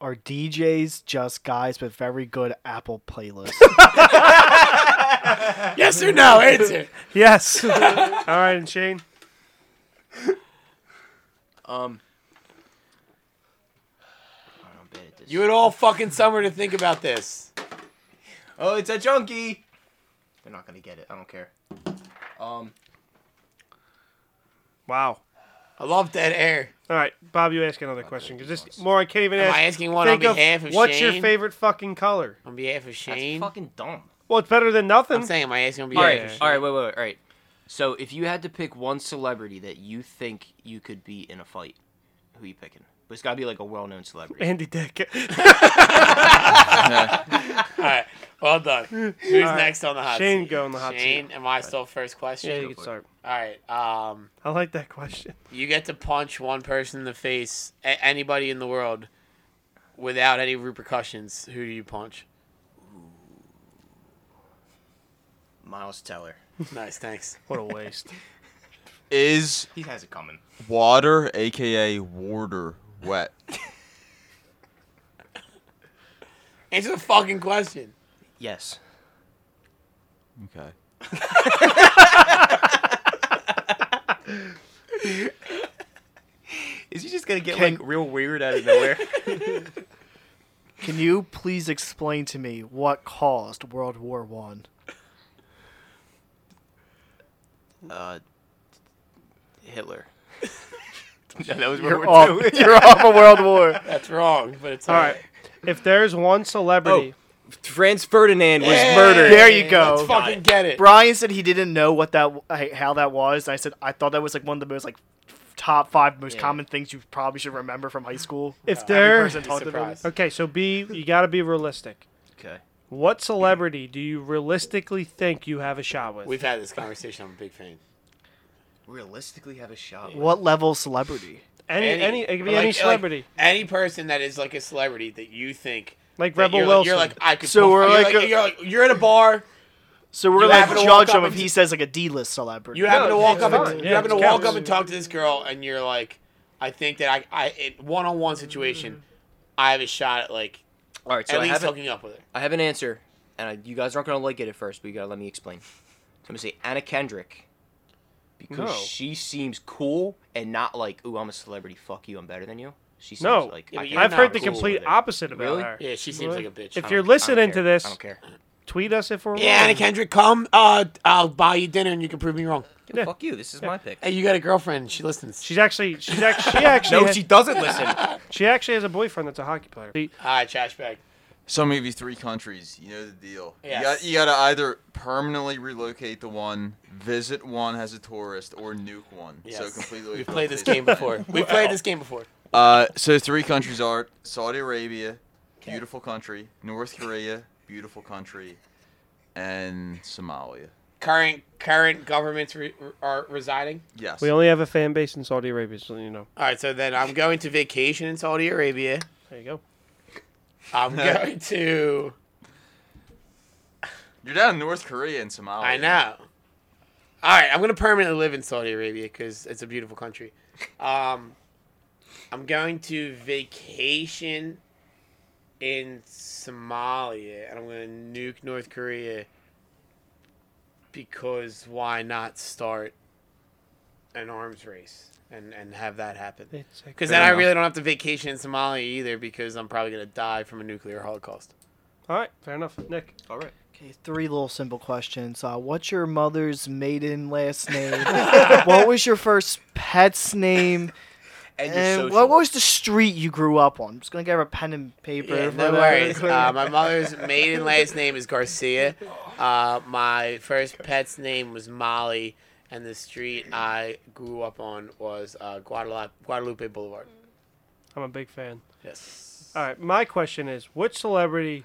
[SPEAKER 4] Are DJs just guys with very good Apple playlists?
[SPEAKER 2] Yes or no? Answer.
[SPEAKER 1] Yes. All right, and Shane.
[SPEAKER 7] Um,
[SPEAKER 3] I'm bad at this.
[SPEAKER 2] You had all fucking summer to think about this.
[SPEAKER 7] oh, it's a junkie. They're not gonna get it. I don't care. Um,
[SPEAKER 1] Wow.
[SPEAKER 2] I love dead air.
[SPEAKER 1] All right, Bob, you ask another question because this more I can't even
[SPEAKER 2] Am
[SPEAKER 1] ask.
[SPEAKER 2] I asking one
[SPEAKER 1] Think
[SPEAKER 2] on behalf of,
[SPEAKER 1] what's
[SPEAKER 2] Shane?
[SPEAKER 1] your favorite fucking color?
[SPEAKER 2] On behalf of
[SPEAKER 3] That's
[SPEAKER 2] Shane?
[SPEAKER 3] fucking dumb.
[SPEAKER 1] Well, it's better than nothing.
[SPEAKER 2] I'm saying, am I asking on
[SPEAKER 3] All
[SPEAKER 2] behalf
[SPEAKER 3] right,
[SPEAKER 2] of Shane?
[SPEAKER 3] all right, wait, wait, wait, all right. So if you had to pick one celebrity that you think you could be in a fight, who you picking? But it's gotta be like a well-known celebrity.
[SPEAKER 1] Andy Dick.
[SPEAKER 2] All right. Well done. Who's next on the hot
[SPEAKER 1] Shane
[SPEAKER 2] seat?
[SPEAKER 1] go on the hot
[SPEAKER 2] Shane, am I still first question?
[SPEAKER 1] yeah, you can start.
[SPEAKER 2] All right. Um,
[SPEAKER 1] I like that question.
[SPEAKER 2] you get to punch one person in the face, a- anybody in the world, without any repercussions. Who do you punch?
[SPEAKER 7] Miles Teller.
[SPEAKER 2] Nice, thanks.
[SPEAKER 1] What a waste.
[SPEAKER 6] Is
[SPEAKER 7] He has it coming.
[SPEAKER 6] water, aka water, wet?
[SPEAKER 2] Answer the fucking question.
[SPEAKER 3] Yes.
[SPEAKER 6] Okay.
[SPEAKER 7] Is he just gonna get
[SPEAKER 4] Can-
[SPEAKER 7] like real weird out of nowhere?
[SPEAKER 4] Can you please explain to me what caused World War One?
[SPEAKER 3] Uh, Hitler.
[SPEAKER 7] no, that was
[SPEAKER 4] You're off. You're off of World War.
[SPEAKER 2] That's wrong, but it's
[SPEAKER 1] All right. If there's one celebrity,
[SPEAKER 2] Oh.
[SPEAKER 7] Franz Ferdinand was
[SPEAKER 2] Hey,
[SPEAKER 7] murdered.
[SPEAKER 4] There you go.
[SPEAKER 2] Let's fucking get it.
[SPEAKER 4] Brian said he didn't know what that how that was. And I said I thought that was like one of the most like top five most common things you probably should remember from high school.
[SPEAKER 1] if
[SPEAKER 4] Every
[SPEAKER 1] there,
[SPEAKER 4] person talked about it.
[SPEAKER 2] surprised.
[SPEAKER 1] okay, so be you got to be realistic.
[SPEAKER 3] Okay.
[SPEAKER 1] What celebrity do you realistically think you have a shot with?
[SPEAKER 2] We've had this conversation. I'm a big fan.
[SPEAKER 3] Realistically, have a shot.
[SPEAKER 4] What level of celebrity?
[SPEAKER 1] any, any, it could be
[SPEAKER 2] like-
[SPEAKER 1] any
[SPEAKER 2] like,
[SPEAKER 1] celebrity,
[SPEAKER 2] any person that is like a celebrity that you think
[SPEAKER 1] like,
[SPEAKER 2] that
[SPEAKER 1] Rebel
[SPEAKER 2] you're,
[SPEAKER 1] Wilson.
[SPEAKER 2] You're like oh, I could.
[SPEAKER 4] So
[SPEAKER 2] pull-
[SPEAKER 4] we're
[SPEAKER 2] you're
[SPEAKER 4] like a-
[SPEAKER 2] you're like you're at a bar.
[SPEAKER 4] So we're
[SPEAKER 2] You
[SPEAKER 4] gonna
[SPEAKER 2] happen to
[SPEAKER 4] like,
[SPEAKER 2] walk
[SPEAKER 4] judge him
[SPEAKER 2] up
[SPEAKER 4] if
[SPEAKER 2] and-
[SPEAKER 4] he says like a D list celebrity.
[SPEAKER 2] You happen to walk up.
[SPEAKER 1] fine.
[SPEAKER 2] And, you
[SPEAKER 1] Yeah,
[SPEAKER 2] happen to
[SPEAKER 1] it
[SPEAKER 2] walk
[SPEAKER 1] counts.
[SPEAKER 2] up and talk to this girl, and you're like, I think that I, I, in one-on-one situation, I have a shot at like
[SPEAKER 3] All right. So
[SPEAKER 2] at
[SPEAKER 3] I
[SPEAKER 2] least
[SPEAKER 3] have, a,
[SPEAKER 2] hooking up with her.
[SPEAKER 3] I have an answer, and I, you guys aren't gonna like it at first, but you gotta let me explain. So I'm gonna say Anna Kendrick because
[SPEAKER 1] No.
[SPEAKER 3] she seems cool and not like, ooh, I'm a celebrity. Fuck you, I'm better than you. She seems
[SPEAKER 1] No.
[SPEAKER 3] like
[SPEAKER 2] Yeah, but
[SPEAKER 3] I
[SPEAKER 2] you're
[SPEAKER 3] can
[SPEAKER 1] I've
[SPEAKER 3] not
[SPEAKER 1] heard the
[SPEAKER 3] cool
[SPEAKER 1] complete
[SPEAKER 3] with her.
[SPEAKER 1] opposite about
[SPEAKER 3] Really?
[SPEAKER 1] her.
[SPEAKER 2] Yeah, she seems like a bitch.
[SPEAKER 1] If you're
[SPEAKER 3] I don't- I don't
[SPEAKER 1] listening to
[SPEAKER 3] care.
[SPEAKER 1] this,
[SPEAKER 3] I don't care.
[SPEAKER 1] tweet us if we're
[SPEAKER 2] yeah, Anna
[SPEAKER 1] wrong.
[SPEAKER 2] Kendrick, come. Uh, I'll buy you dinner, and you can prove me wrong.
[SPEAKER 1] Yeah.
[SPEAKER 3] Fuck you. This is my pick.
[SPEAKER 2] Hey, you got a girlfriend? She listens.
[SPEAKER 1] She's actually, she's actually, she actually,
[SPEAKER 7] No,
[SPEAKER 1] ha-
[SPEAKER 7] she
[SPEAKER 1] she,
[SPEAKER 7] doesn't listen.
[SPEAKER 1] actually has a boyfriend that's a hockey player. She-
[SPEAKER 2] All right, trash bag.
[SPEAKER 6] Some of you three countries, you know the deal.
[SPEAKER 2] Yes.
[SPEAKER 6] You, got, you gotta either permanently relocate the one, visit one as a tourist, or nuke one. So
[SPEAKER 2] Yes.
[SPEAKER 6] completely.
[SPEAKER 2] We've played this game before. We've played this game before.
[SPEAKER 6] Uh, so three countries are Saudi Arabia, beautiful country, North Korea, beautiful country, and Somalia.
[SPEAKER 2] Current current governments re- are residing.
[SPEAKER 6] Yes.
[SPEAKER 1] We only have a fan base in Saudi Arabia, so you know.
[SPEAKER 2] All right, so then I'm going to vacation in Saudi Arabia.
[SPEAKER 1] There you go.
[SPEAKER 2] I'm going to.
[SPEAKER 6] You're down in North Korea and Somalia.
[SPEAKER 2] I know. All right, I'm gonna permanently live in Saudi Arabia because it's a beautiful country. Um, I'm going to vacation in Somalia, and I'm gonna nuke North Korea because why not start an arms race and and have that happen?
[SPEAKER 1] It's a-
[SPEAKER 2] Because then I
[SPEAKER 6] enough.
[SPEAKER 2] really don't have to vacation in Somalia either because I'm probably gonna die from a nuclear holocaust.
[SPEAKER 1] All right, fair enough. Nick.
[SPEAKER 7] All right.
[SPEAKER 4] Okay, three little simple questions. Uh, what's your mother's maiden last name? what was your first pet's name?
[SPEAKER 7] And, your
[SPEAKER 4] And
[SPEAKER 7] social.
[SPEAKER 4] what, what was the street you grew up on? I'm just gonna get her a pen and paper.
[SPEAKER 2] Yeah,
[SPEAKER 4] for
[SPEAKER 2] no
[SPEAKER 4] that.
[SPEAKER 2] worries. Uh, my mother's maiden last name is Garcia. Uh, my first pet's name was Molly, and the street I grew up on was uh, Guadalupe, Guadalupe Boulevard.
[SPEAKER 1] I'm a big fan.
[SPEAKER 2] Yes.
[SPEAKER 1] All right, my question is which celebrity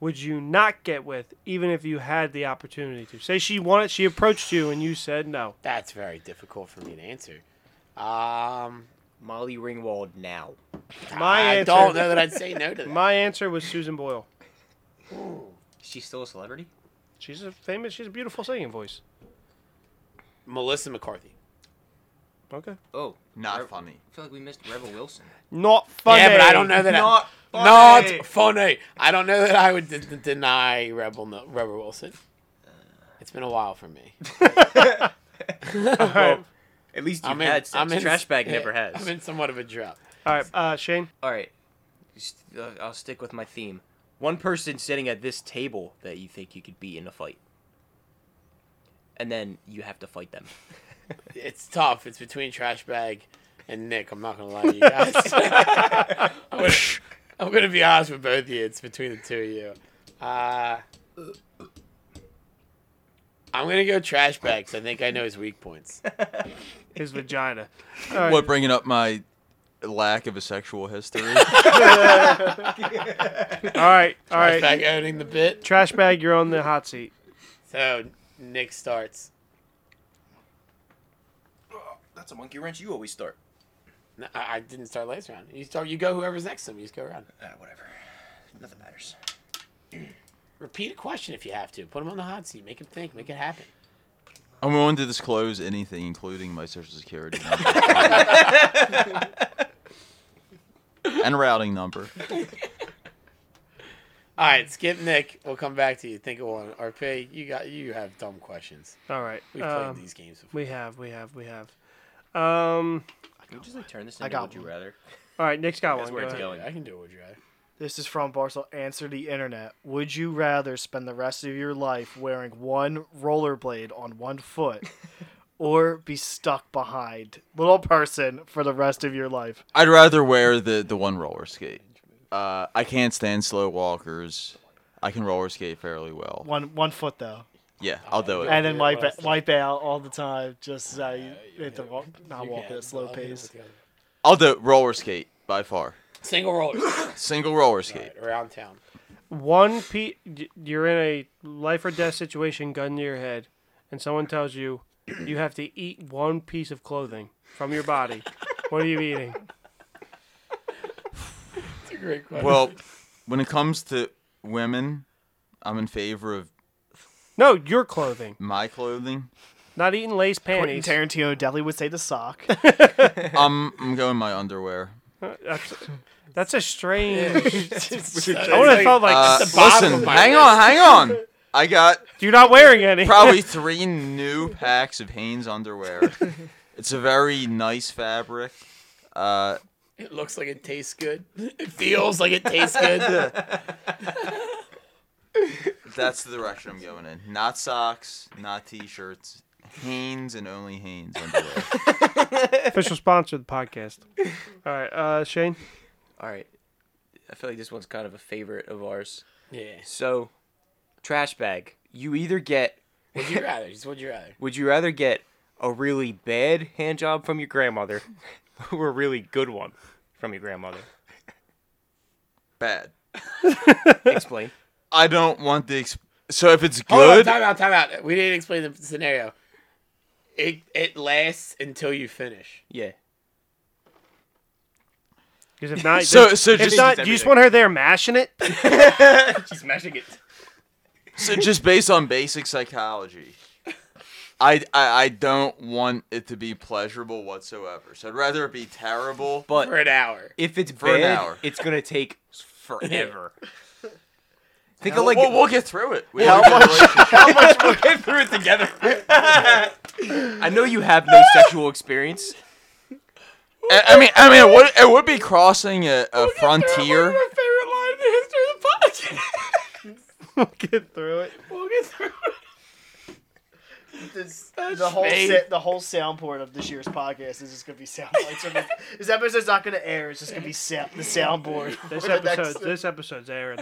[SPEAKER 1] would you not get with even if you had the opportunity to? Say she wanted, she approached you and you said no.
[SPEAKER 2] That's very difficult for me to answer. Um,
[SPEAKER 3] Molly Ringwald now.
[SPEAKER 1] My
[SPEAKER 2] I
[SPEAKER 1] answer.
[SPEAKER 2] don't know that I'd say no to that.
[SPEAKER 1] My answer was Susan Boyle.
[SPEAKER 3] She's still a celebrity.
[SPEAKER 1] She's a famous. She's a beautiful singing voice.
[SPEAKER 2] Melissa McCarthy.
[SPEAKER 1] Okay.
[SPEAKER 3] Oh,
[SPEAKER 6] Not
[SPEAKER 3] Re-
[SPEAKER 6] funny.
[SPEAKER 3] I feel like we missed Rebel Wilson.
[SPEAKER 1] Not funny.
[SPEAKER 2] Yeah, but I don't know that. I,
[SPEAKER 7] Not
[SPEAKER 2] not
[SPEAKER 7] funny.
[SPEAKER 2] funny. I don't know that I would d- d- deny Rebel no- Rebel Wilson. It's been a while for me.
[SPEAKER 7] At least you
[SPEAKER 2] I'm in.
[SPEAKER 7] had sex.
[SPEAKER 2] I'm in
[SPEAKER 3] Trash bag
[SPEAKER 2] yeah,
[SPEAKER 3] never has.
[SPEAKER 2] I'm in somewhat of a drought.
[SPEAKER 1] All right, uh, Shane.
[SPEAKER 3] All right, St- uh, I'll stick with my theme. One
[SPEAKER 7] person sitting at this table that you think you could beat in a fight, and then you have to fight them.
[SPEAKER 2] It's tough. It's between trash bag and Nick. I'm not gonna lie to you guys. I'm, gonna, I'm gonna be honest with both of you. It's between the two of you. Uh, I'm gonna go trash bag 'cause I think I know his weak points.
[SPEAKER 1] His vagina.
[SPEAKER 6] What bringing up my lack of a sexual history?
[SPEAKER 1] All right. All
[SPEAKER 2] Trash
[SPEAKER 1] right.
[SPEAKER 2] bag owning the bit.
[SPEAKER 1] Trash bag. You're on the hot seat.
[SPEAKER 2] So Nick starts.
[SPEAKER 7] That's a monkey wrench. You always start.
[SPEAKER 2] No, I, I didn't start last round. You start. You go. Whoever's next to him. You just go around.
[SPEAKER 7] Ah, whatever. Nothing matters.
[SPEAKER 2] Repeat a question if you have to. Put him on the hot seat. Make him think. Make it happen.
[SPEAKER 6] I'm willing to disclose anything, including my social security number and routing number.
[SPEAKER 2] All right, skip Nick. We'll come back to you. Think of one. RP, you got. You have dumb questions.
[SPEAKER 1] All right.
[SPEAKER 2] We've
[SPEAKER 1] um,
[SPEAKER 2] played these games before.
[SPEAKER 1] we have. We have. We have. Um.
[SPEAKER 3] Can we just like turn this
[SPEAKER 4] I
[SPEAKER 3] into
[SPEAKER 4] got
[SPEAKER 3] Would You
[SPEAKER 4] one.
[SPEAKER 3] Rather?
[SPEAKER 1] All right. Nick's got
[SPEAKER 3] That's
[SPEAKER 1] one.
[SPEAKER 3] where
[SPEAKER 1] Go
[SPEAKER 3] it's
[SPEAKER 1] ahead.
[SPEAKER 3] going.
[SPEAKER 2] I can do it with you. right?
[SPEAKER 4] This is from Barcel. Answer the internet. Would you rather spend the rest of your life wearing one rollerblade on one foot, or be stuck behind little person for the rest of your life?
[SPEAKER 6] I'd rather wear the, the one roller skate. Uh, I can't stand slow walkers. I can roller skate fairly well.
[SPEAKER 4] One one foot though,
[SPEAKER 6] Yeah, I'll do it.
[SPEAKER 4] and then
[SPEAKER 2] Yeah,
[SPEAKER 4] wipe
[SPEAKER 2] what else?
[SPEAKER 4] wipe out all the time. Just so you, you have to walk, not
[SPEAKER 2] You
[SPEAKER 4] walk
[SPEAKER 2] can.
[SPEAKER 4] at a slow
[SPEAKER 2] I'll do it
[SPEAKER 4] pace.
[SPEAKER 2] with the other.
[SPEAKER 6] I'll do roller skate by far.
[SPEAKER 2] Single roller
[SPEAKER 6] Single roller skate.
[SPEAKER 2] Alright, around town.
[SPEAKER 1] One pe- y- You're in a life or death situation, gun to your head, and someone tells you you have to eat one piece of clothing from your body. what are you eating?
[SPEAKER 2] That's a great question.
[SPEAKER 6] Well, when it comes to women, I'm in favor of
[SPEAKER 1] No, your clothing.
[SPEAKER 6] my clothing.
[SPEAKER 1] Not eating lace
[SPEAKER 4] Quentin
[SPEAKER 1] panties.
[SPEAKER 4] Tarantino definitely would say the sock.
[SPEAKER 6] I'm I'm going my underwear.
[SPEAKER 1] That's, that's a strange. I
[SPEAKER 2] I
[SPEAKER 1] would have felt like
[SPEAKER 6] Uh,
[SPEAKER 2] the bottom of
[SPEAKER 6] listen,
[SPEAKER 2] my
[SPEAKER 6] hang on, hang on. I got
[SPEAKER 1] you're not wearing any.
[SPEAKER 6] probably three new packs of Hanes underwear. It's a very nice fabric. Uh,
[SPEAKER 2] it looks like it tastes good. It feels like it tastes good.
[SPEAKER 6] that's the direction I'm going in. Not socks, not t-shirts. Hanes and only Hanes underwear.
[SPEAKER 1] official sponsor of the podcast. All right, uh, Shane.
[SPEAKER 7] All right. I feel like this one's kind of a favorite of ours.
[SPEAKER 2] yeah.
[SPEAKER 7] So, trash bag. You either get.
[SPEAKER 2] Would you rather? Just would you rather?
[SPEAKER 7] Would you rather get a really bad hand job from your grandmother, or a really good one from your grandmother?
[SPEAKER 6] Bad.
[SPEAKER 7] Explain.
[SPEAKER 6] I don't want the. Exp- so if it's
[SPEAKER 2] Hold on,
[SPEAKER 6] good,
[SPEAKER 2] time out, time out. We didn't explain the scenario. It it lasts until you finish.
[SPEAKER 7] yeah.
[SPEAKER 1] Because if not,
[SPEAKER 6] So- so
[SPEAKER 1] if
[SPEAKER 6] just-
[SPEAKER 1] not, do you just want her there mashing it?
[SPEAKER 7] She's mashing it.
[SPEAKER 6] so just based on basic psychology, I, I I don't want it to be pleasurable whatsoever. So I'd rather it be terrible. But
[SPEAKER 2] For an hour.
[SPEAKER 7] If it's
[SPEAKER 6] For an
[SPEAKER 7] bad,
[SPEAKER 6] hour.
[SPEAKER 7] it's gonna take forever. Think
[SPEAKER 6] we'll,
[SPEAKER 7] of like
[SPEAKER 6] we'll, we'll get through it. We
[SPEAKER 7] How
[SPEAKER 6] have a good relationship.
[SPEAKER 7] we'll get through it together. I know you have no sexual experience.
[SPEAKER 6] I, I mean, I mean, it would, it would be crossing a, a frontier.
[SPEAKER 2] My favorite line in the history of the podcast.
[SPEAKER 1] Get through it.
[SPEAKER 2] We'll get through it.
[SPEAKER 4] the whole
[SPEAKER 2] me.
[SPEAKER 4] sa- the whole soundboard of this year's podcast is just gonna be sound bites. from it. this episode's not gonna air. It's just gonna be sound the soundboard.
[SPEAKER 1] This
[SPEAKER 4] for the next-
[SPEAKER 1] episode, this episode's airing.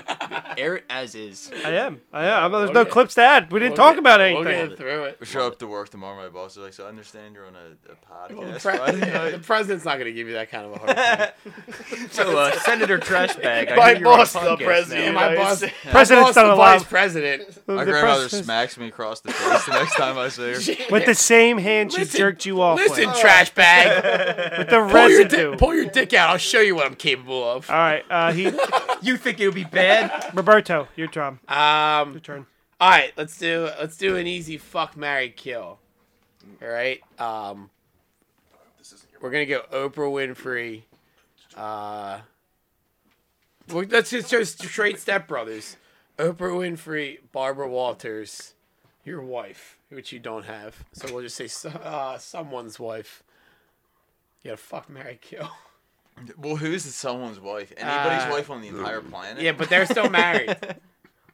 [SPEAKER 3] Air it as is.
[SPEAKER 1] I am. I am. There's no
[SPEAKER 2] Okay.
[SPEAKER 1] clips to add. We didn't
[SPEAKER 2] We'll
[SPEAKER 1] talk
[SPEAKER 2] get-
[SPEAKER 1] about
[SPEAKER 2] We'll
[SPEAKER 1] anything.
[SPEAKER 2] get through it.
[SPEAKER 6] We show up to work tomorrow. My boss is like, "So I understand you're on a, a
[SPEAKER 2] Well, the,
[SPEAKER 6] podcast."
[SPEAKER 2] pre-
[SPEAKER 6] Friday
[SPEAKER 2] yeah,
[SPEAKER 6] night."
[SPEAKER 2] the president's not going to give you that kind of a hard time.
[SPEAKER 7] So uh, Senator Trashbag, I
[SPEAKER 4] My
[SPEAKER 7] hear you're on a
[SPEAKER 4] boss, the
[SPEAKER 7] podcast now.
[SPEAKER 4] president.
[SPEAKER 2] And my
[SPEAKER 4] Nice.
[SPEAKER 2] boss,
[SPEAKER 4] Yeah.
[SPEAKER 2] my boss,
[SPEAKER 1] President's
[SPEAKER 2] the
[SPEAKER 1] not
[SPEAKER 2] vice
[SPEAKER 1] allowed.
[SPEAKER 2] president.
[SPEAKER 6] My
[SPEAKER 1] The
[SPEAKER 6] grandmother
[SPEAKER 1] press-
[SPEAKER 6] smacks me across the face the next time I I see her.
[SPEAKER 1] With the same hand she
[SPEAKER 2] Listen-
[SPEAKER 1] jerked you off
[SPEAKER 2] Listen,
[SPEAKER 1] with.
[SPEAKER 2] trash bag.
[SPEAKER 1] With the
[SPEAKER 2] pull, your
[SPEAKER 1] residue.
[SPEAKER 2] di- pull your dick out. I'll show you what I'm capable of.
[SPEAKER 1] All right, uh, he
[SPEAKER 7] You think it would be bad?
[SPEAKER 1] Roberto, your turn.
[SPEAKER 2] Um,
[SPEAKER 1] Your turn.
[SPEAKER 2] all right, let's do let's do an easy fuck Mary kill. All right. Um, we're gonna go Oprah Winfrey. Uh, well, let's just go straight Step Brothers. Oprah Winfrey, Barbara Walters, your wife, which you don't have. So we'll just say so, uh, someone's wife. You gotta fuck Mary kill.
[SPEAKER 6] Well, who's someone's wife? Anybody's
[SPEAKER 2] Uh,
[SPEAKER 6] wife on the entire planet?
[SPEAKER 2] Yeah, but they're still married.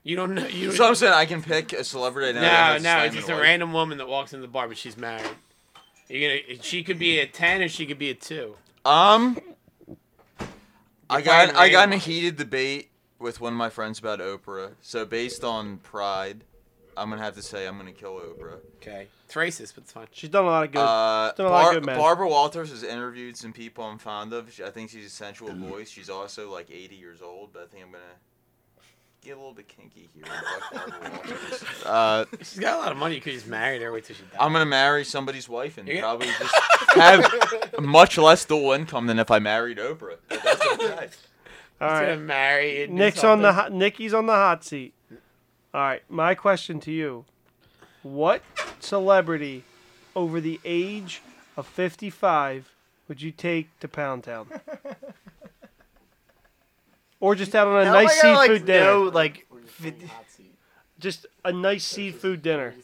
[SPEAKER 2] You don't know. You
[SPEAKER 6] So I'm saying I can pick a celebrity. and I
[SPEAKER 2] No,
[SPEAKER 6] have the
[SPEAKER 2] no,
[SPEAKER 6] same
[SPEAKER 2] it's just a
[SPEAKER 6] wife.
[SPEAKER 2] random woman that walks into the bar, but she's married. You're gonna. She could be a ten, or she could be a two.
[SPEAKER 6] Um, I got
[SPEAKER 2] playing
[SPEAKER 6] I got in a
[SPEAKER 2] randomized.
[SPEAKER 6] heated debate with one of my friends about Oprah. So based on pride, I'm gonna have to say I'm gonna kill Oprah.
[SPEAKER 2] Okay, it's racist, but it's fine.
[SPEAKER 1] She's done a lot of good.
[SPEAKER 6] Uh,
[SPEAKER 1] Still a lot of
[SPEAKER 6] Bar-
[SPEAKER 1] good men.
[SPEAKER 6] Barbara Walters has interviewed some people I'm fond of. She- I think she's a sensual voice. She's also like 80 years old, but I think I'm gonna get a little bit kinky here. and fuck Barbara Walters. Uh,
[SPEAKER 2] She's got a lot of money. You could just marry her. Wait till she dies.
[SPEAKER 6] I'm gonna marry somebody's wife and
[SPEAKER 2] You're gonna-
[SPEAKER 6] probably just have much less dual income than if I married Oprah. But that's okay.
[SPEAKER 1] All
[SPEAKER 2] She's gonna
[SPEAKER 1] right,
[SPEAKER 2] marry. and do
[SPEAKER 1] Nick's on the
[SPEAKER 2] something.
[SPEAKER 1] hot, Nicky's on the hot seat. All right, my question to you: What celebrity over the age of fifty-five would you take to Pound Town? or just out on a
[SPEAKER 4] How am I
[SPEAKER 1] nice
[SPEAKER 4] gonna, Oh like,
[SPEAKER 1] seafood dinner?
[SPEAKER 4] know, like vi-
[SPEAKER 1] Just a nice seafood dinner.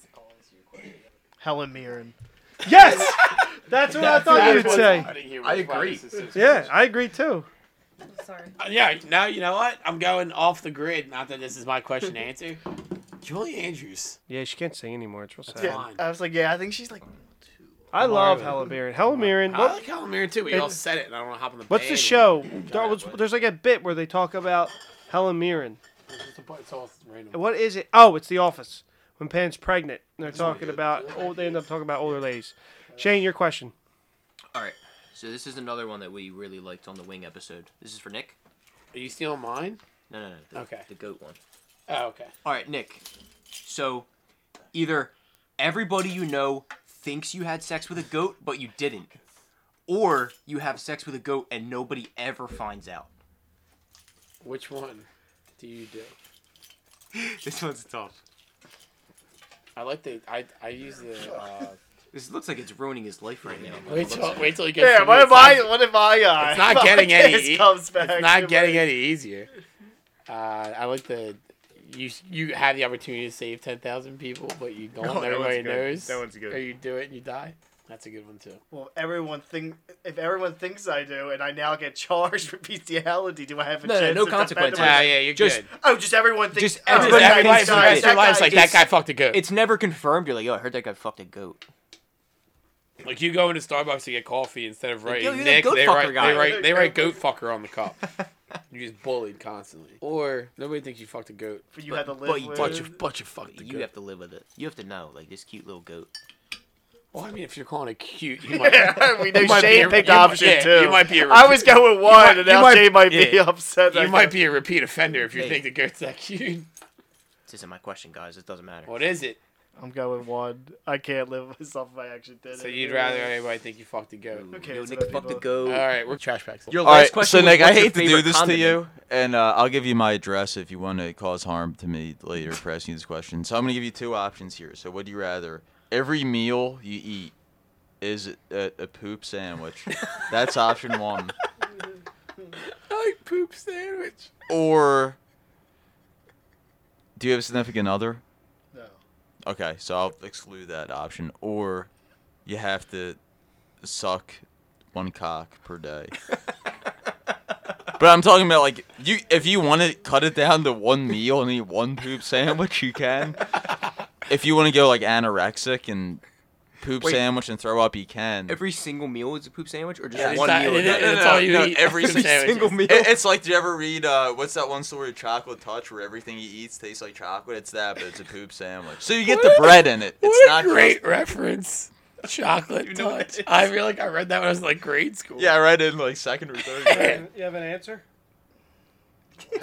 [SPEAKER 4] Helen Mirren.
[SPEAKER 1] Yes, that's what I thought
[SPEAKER 2] That's
[SPEAKER 1] you'd
[SPEAKER 2] what's
[SPEAKER 1] say.
[SPEAKER 2] happening here.
[SPEAKER 7] I
[SPEAKER 2] That's why
[SPEAKER 7] agree.
[SPEAKER 2] this is so-
[SPEAKER 1] Yeah, I agree too.
[SPEAKER 9] Sorry.
[SPEAKER 2] Uh, Yeah. Now you know what? I'm going off the grid. Not that this is my question to answer. Julie Andrews.
[SPEAKER 1] Yeah, she can't sing anymore. It's real sad.
[SPEAKER 2] Yeah. Fine.
[SPEAKER 4] I was like, yeah, I think she's like
[SPEAKER 1] I love Helen Mirren. Helen Mirren.
[SPEAKER 2] I
[SPEAKER 1] what-
[SPEAKER 2] like Helen Mirren too, but you all said it, and I don't want to hop on the.
[SPEAKER 1] What's the
[SPEAKER 2] bandwagon.
[SPEAKER 1] show? There
[SPEAKER 2] out,
[SPEAKER 1] was-
[SPEAKER 2] bud.
[SPEAKER 1] there's like a bit where they talk about Helen Mirren.
[SPEAKER 2] It's just a bu- it's all random.
[SPEAKER 1] What is it? Oh, it's The Office. When Pam's pregnant, and they're talking about old. They end up talking about older ladies. Shane, your question.
[SPEAKER 3] All right. So this is another one that we really liked on the wing episode. This is for Nick.
[SPEAKER 2] Are you stealing mine?
[SPEAKER 3] No, no, no. The,
[SPEAKER 2] Okay.
[SPEAKER 3] The goat one.
[SPEAKER 2] Oh, okay.
[SPEAKER 3] All right, Nick. So either everybody you know thinks you had sex with a goat, but you didn't, or you have sex with a goat and nobody ever finds out.
[SPEAKER 2] Which one do you do?
[SPEAKER 3] This one's tough.
[SPEAKER 2] I like the. I I use the. Uh,
[SPEAKER 3] This looks like it's ruining his life right now.
[SPEAKER 2] wait till wait till he gets.
[SPEAKER 4] Yeah,
[SPEAKER 2] to
[SPEAKER 4] what
[SPEAKER 2] me.
[SPEAKER 4] am I? What am I? Uh,
[SPEAKER 2] It's not getting any
[SPEAKER 4] podcast
[SPEAKER 2] e-
[SPEAKER 4] Comes back
[SPEAKER 2] It's
[SPEAKER 4] to
[SPEAKER 2] not getting
[SPEAKER 4] my-
[SPEAKER 2] any easier. Uh, I like the. You you have the opportunity to save ten thousand people, but you don't.
[SPEAKER 4] Oh, that one's
[SPEAKER 2] Everybody
[SPEAKER 4] good.
[SPEAKER 2] knows.
[SPEAKER 4] That one's good.
[SPEAKER 2] Or you do it and you die. That's a good one too.
[SPEAKER 4] Well, everyone think if everyone thinks I do, and I now get charged for bestiality, do I have a
[SPEAKER 3] No, no,
[SPEAKER 4] chance?
[SPEAKER 3] no
[SPEAKER 4] to defend
[SPEAKER 3] consequences.
[SPEAKER 4] myself?
[SPEAKER 2] Yeah, yeah, you're
[SPEAKER 3] Just-
[SPEAKER 2] good.
[SPEAKER 4] Oh, just everyone thinks.
[SPEAKER 3] Just
[SPEAKER 4] oh,
[SPEAKER 2] Just
[SPEAKER 3] everybody
[SPEAKER 4] that
[SPEAKER 2] everybody
[SPEAKER 4] guy
[SPEAKER 2] for
[SPEAKER 3] thinks
[SPEAKER 2] the
[SPEAKER 4] sucks,
[SPEAKER 3] that
[SPEAKER 2] rest of
[SPEAKER 4] that
[SPEAKER 2] your
[SPEAKER 4] guy
[SPEAKER 2] life's like that
[SPEAKER 4] is-
[SPEAKER 2] guy fucked a goat.
[SPEAKER 3] It's never confirmed. You're like, oh, I heard that guy fucked a goat.
[SPEAKER 2] like you go into Starbucks to get coffee instead of
[SPEAKER 3] yo,
[SPEAKER 2] writing
[SPEAKER 3] you're the
[SPEAKER 2] Nick.
[SPEAKER 3] goat
[SPEAKER 2] They
[SPEAKER 3] fucker
[SPEAKER 2] write,
[SPEAKER 3] guy.
[SPEAKER 2] they write they write goat fucker on the cup. you just bullied constantly, or nobody thinks you fucked a goat.
[SPEAKER 4] You had to live
[SPEAKER 3] but you-
[SPEAKER 4] with.
[SPEAKER 3] but
[SPEAKER 2] But you but you fucked the
[SPEAKER 3] You
[SPEAKER 2] goat.
[SPEAKER 3] have to live with it. You have to know, like this cute little goat.
[SPEAKER 2] Well, I mean, if you're calling it cute, you might.
[SPEAKER 4] we know
[SPEAKER 2] You might be
[SPEAKER 4] Shane
[SPEAKER 2] a-
[SPEAKER 4] picked
[SPEAKER 2] you might-
[SPEAKER 4] option
[SPEAKER 2] yeah,
[SPEAKER 4] two.
[SPEAKER 2] you might be a
[SPEAKER 4] I was going with one,
[SPEAKER 2] might-
[SPEAKER 4] and
[SPEAKER 2] you
[SPEAKER 4] now
[SPEAKER 2] might-
[SPEAKER 4] Shane might be
[SPEAKER 2] yeah.
[SPEAKER 4] upset.
[SPEAKER 2] you
[SPEAKER 4] that
[SPEAKER 2] might
[SPEAKER 4] guy-
[SPEAKER 2] be a repeat offender if you
[SPEAKER 3] Hey.
[SPEAKER 2] think the goat's that cute.
[SPEAKER 3] This isn't my question, guys. It doesn't matter.
[SPEAKER 2] What is it?
[SPEAKER 4] I'm going one. I can't live with myself if I actually did it.
[SPEAKER 2] So you'd rather anybody think you fucked a goat.
[SPEAKER 4] Okay,
[SPEAKER 3] Yo,
[SPEAKER 4] so
[SPEAKER 3] Nick
[SPEAKER 4] that'd be
[SPEAKER 3] fucked a
[SPEAKER 4] both.
[SPEAKER 3] goat.
[SPEAKER 2] All right, we're trash bags.
[SPEAKER 3] Your
[SPEAKER 6] All
[SPEAKER 3] last
[SPEAKER 6] right,
[SPEAKER 3] question
[SPEAKER 6] so
[SPEAKER 3] was,
[SPEAKER 6] Nick, I
[SPEAKER 3] what's your
[SPEAKER 6] hate to do
[SPEAKER 3] favorite
[SPEAKER 6] this
[SPEAKER 3] condiment?
[SPEAKER 6] to you, and uh, I'll give you my address if you want to cause harm to me later for asking this question. So I'm gonna give you two options here. So would you rather every meal you eat is a, a poop sandwich? That's option one.
[SPEAKER 2] I like poop sandwich.
[SPEAKER 6] Or do you have a significant other?
[SPEAKER 4] No.
[SPEAKER 6] Okay, so I'll exclude that option. Or you have to suck one cock per day. but I'm talking about like you if you want to cut it down to one meal and eat one poop sandwich, you can. If you want to go like anorexic and poop
[SPEAKER 3] Wait.
[SPEAKER 6] sandwich and throw up, you can.
[SPEAKER 3] Every single meal is a poop sandwich, or just
[SPEAKER 2] Yeah,
[SPEAKER 3] one
[SPEAKER 2] it's-
[SPEAKER 3] meal?
[SPEAKER 2] it-
[SPEAKER 3] is
[SPEAKER 2] it-
[SPEAKER 3] a-
[SPEAKER 2] it's all you eat.
[SPEAKER 6] Every
[SPEAKER 2] Poop sandwiches.
[SPEAKER 6] single
[SPEAKER 3] single
[SPEAKER 6] meal.
[SPEAKER 3] meal.
[SPEAKER 6] it's like, did you ever read uh, what's that one story of Chocolate Touch where everything he eats tastes like chocolate? It's that, but it's a poop sandwich. So you get the
[SPEAKER 2] What?
[SPEAKER 6] bread in it. It's
[SPEAKER 2] What
[SPEAKER 6] not
[SPEAKER 2] a
[SPEAKER 6] just-
[SPEAKER 2] great reference. Chocolate touch. I feel like I read that when I was in, like grade school.
[SPEAKER 6] Yeah, right in like second or third grade.
[SPEAKER 1] You have an answer?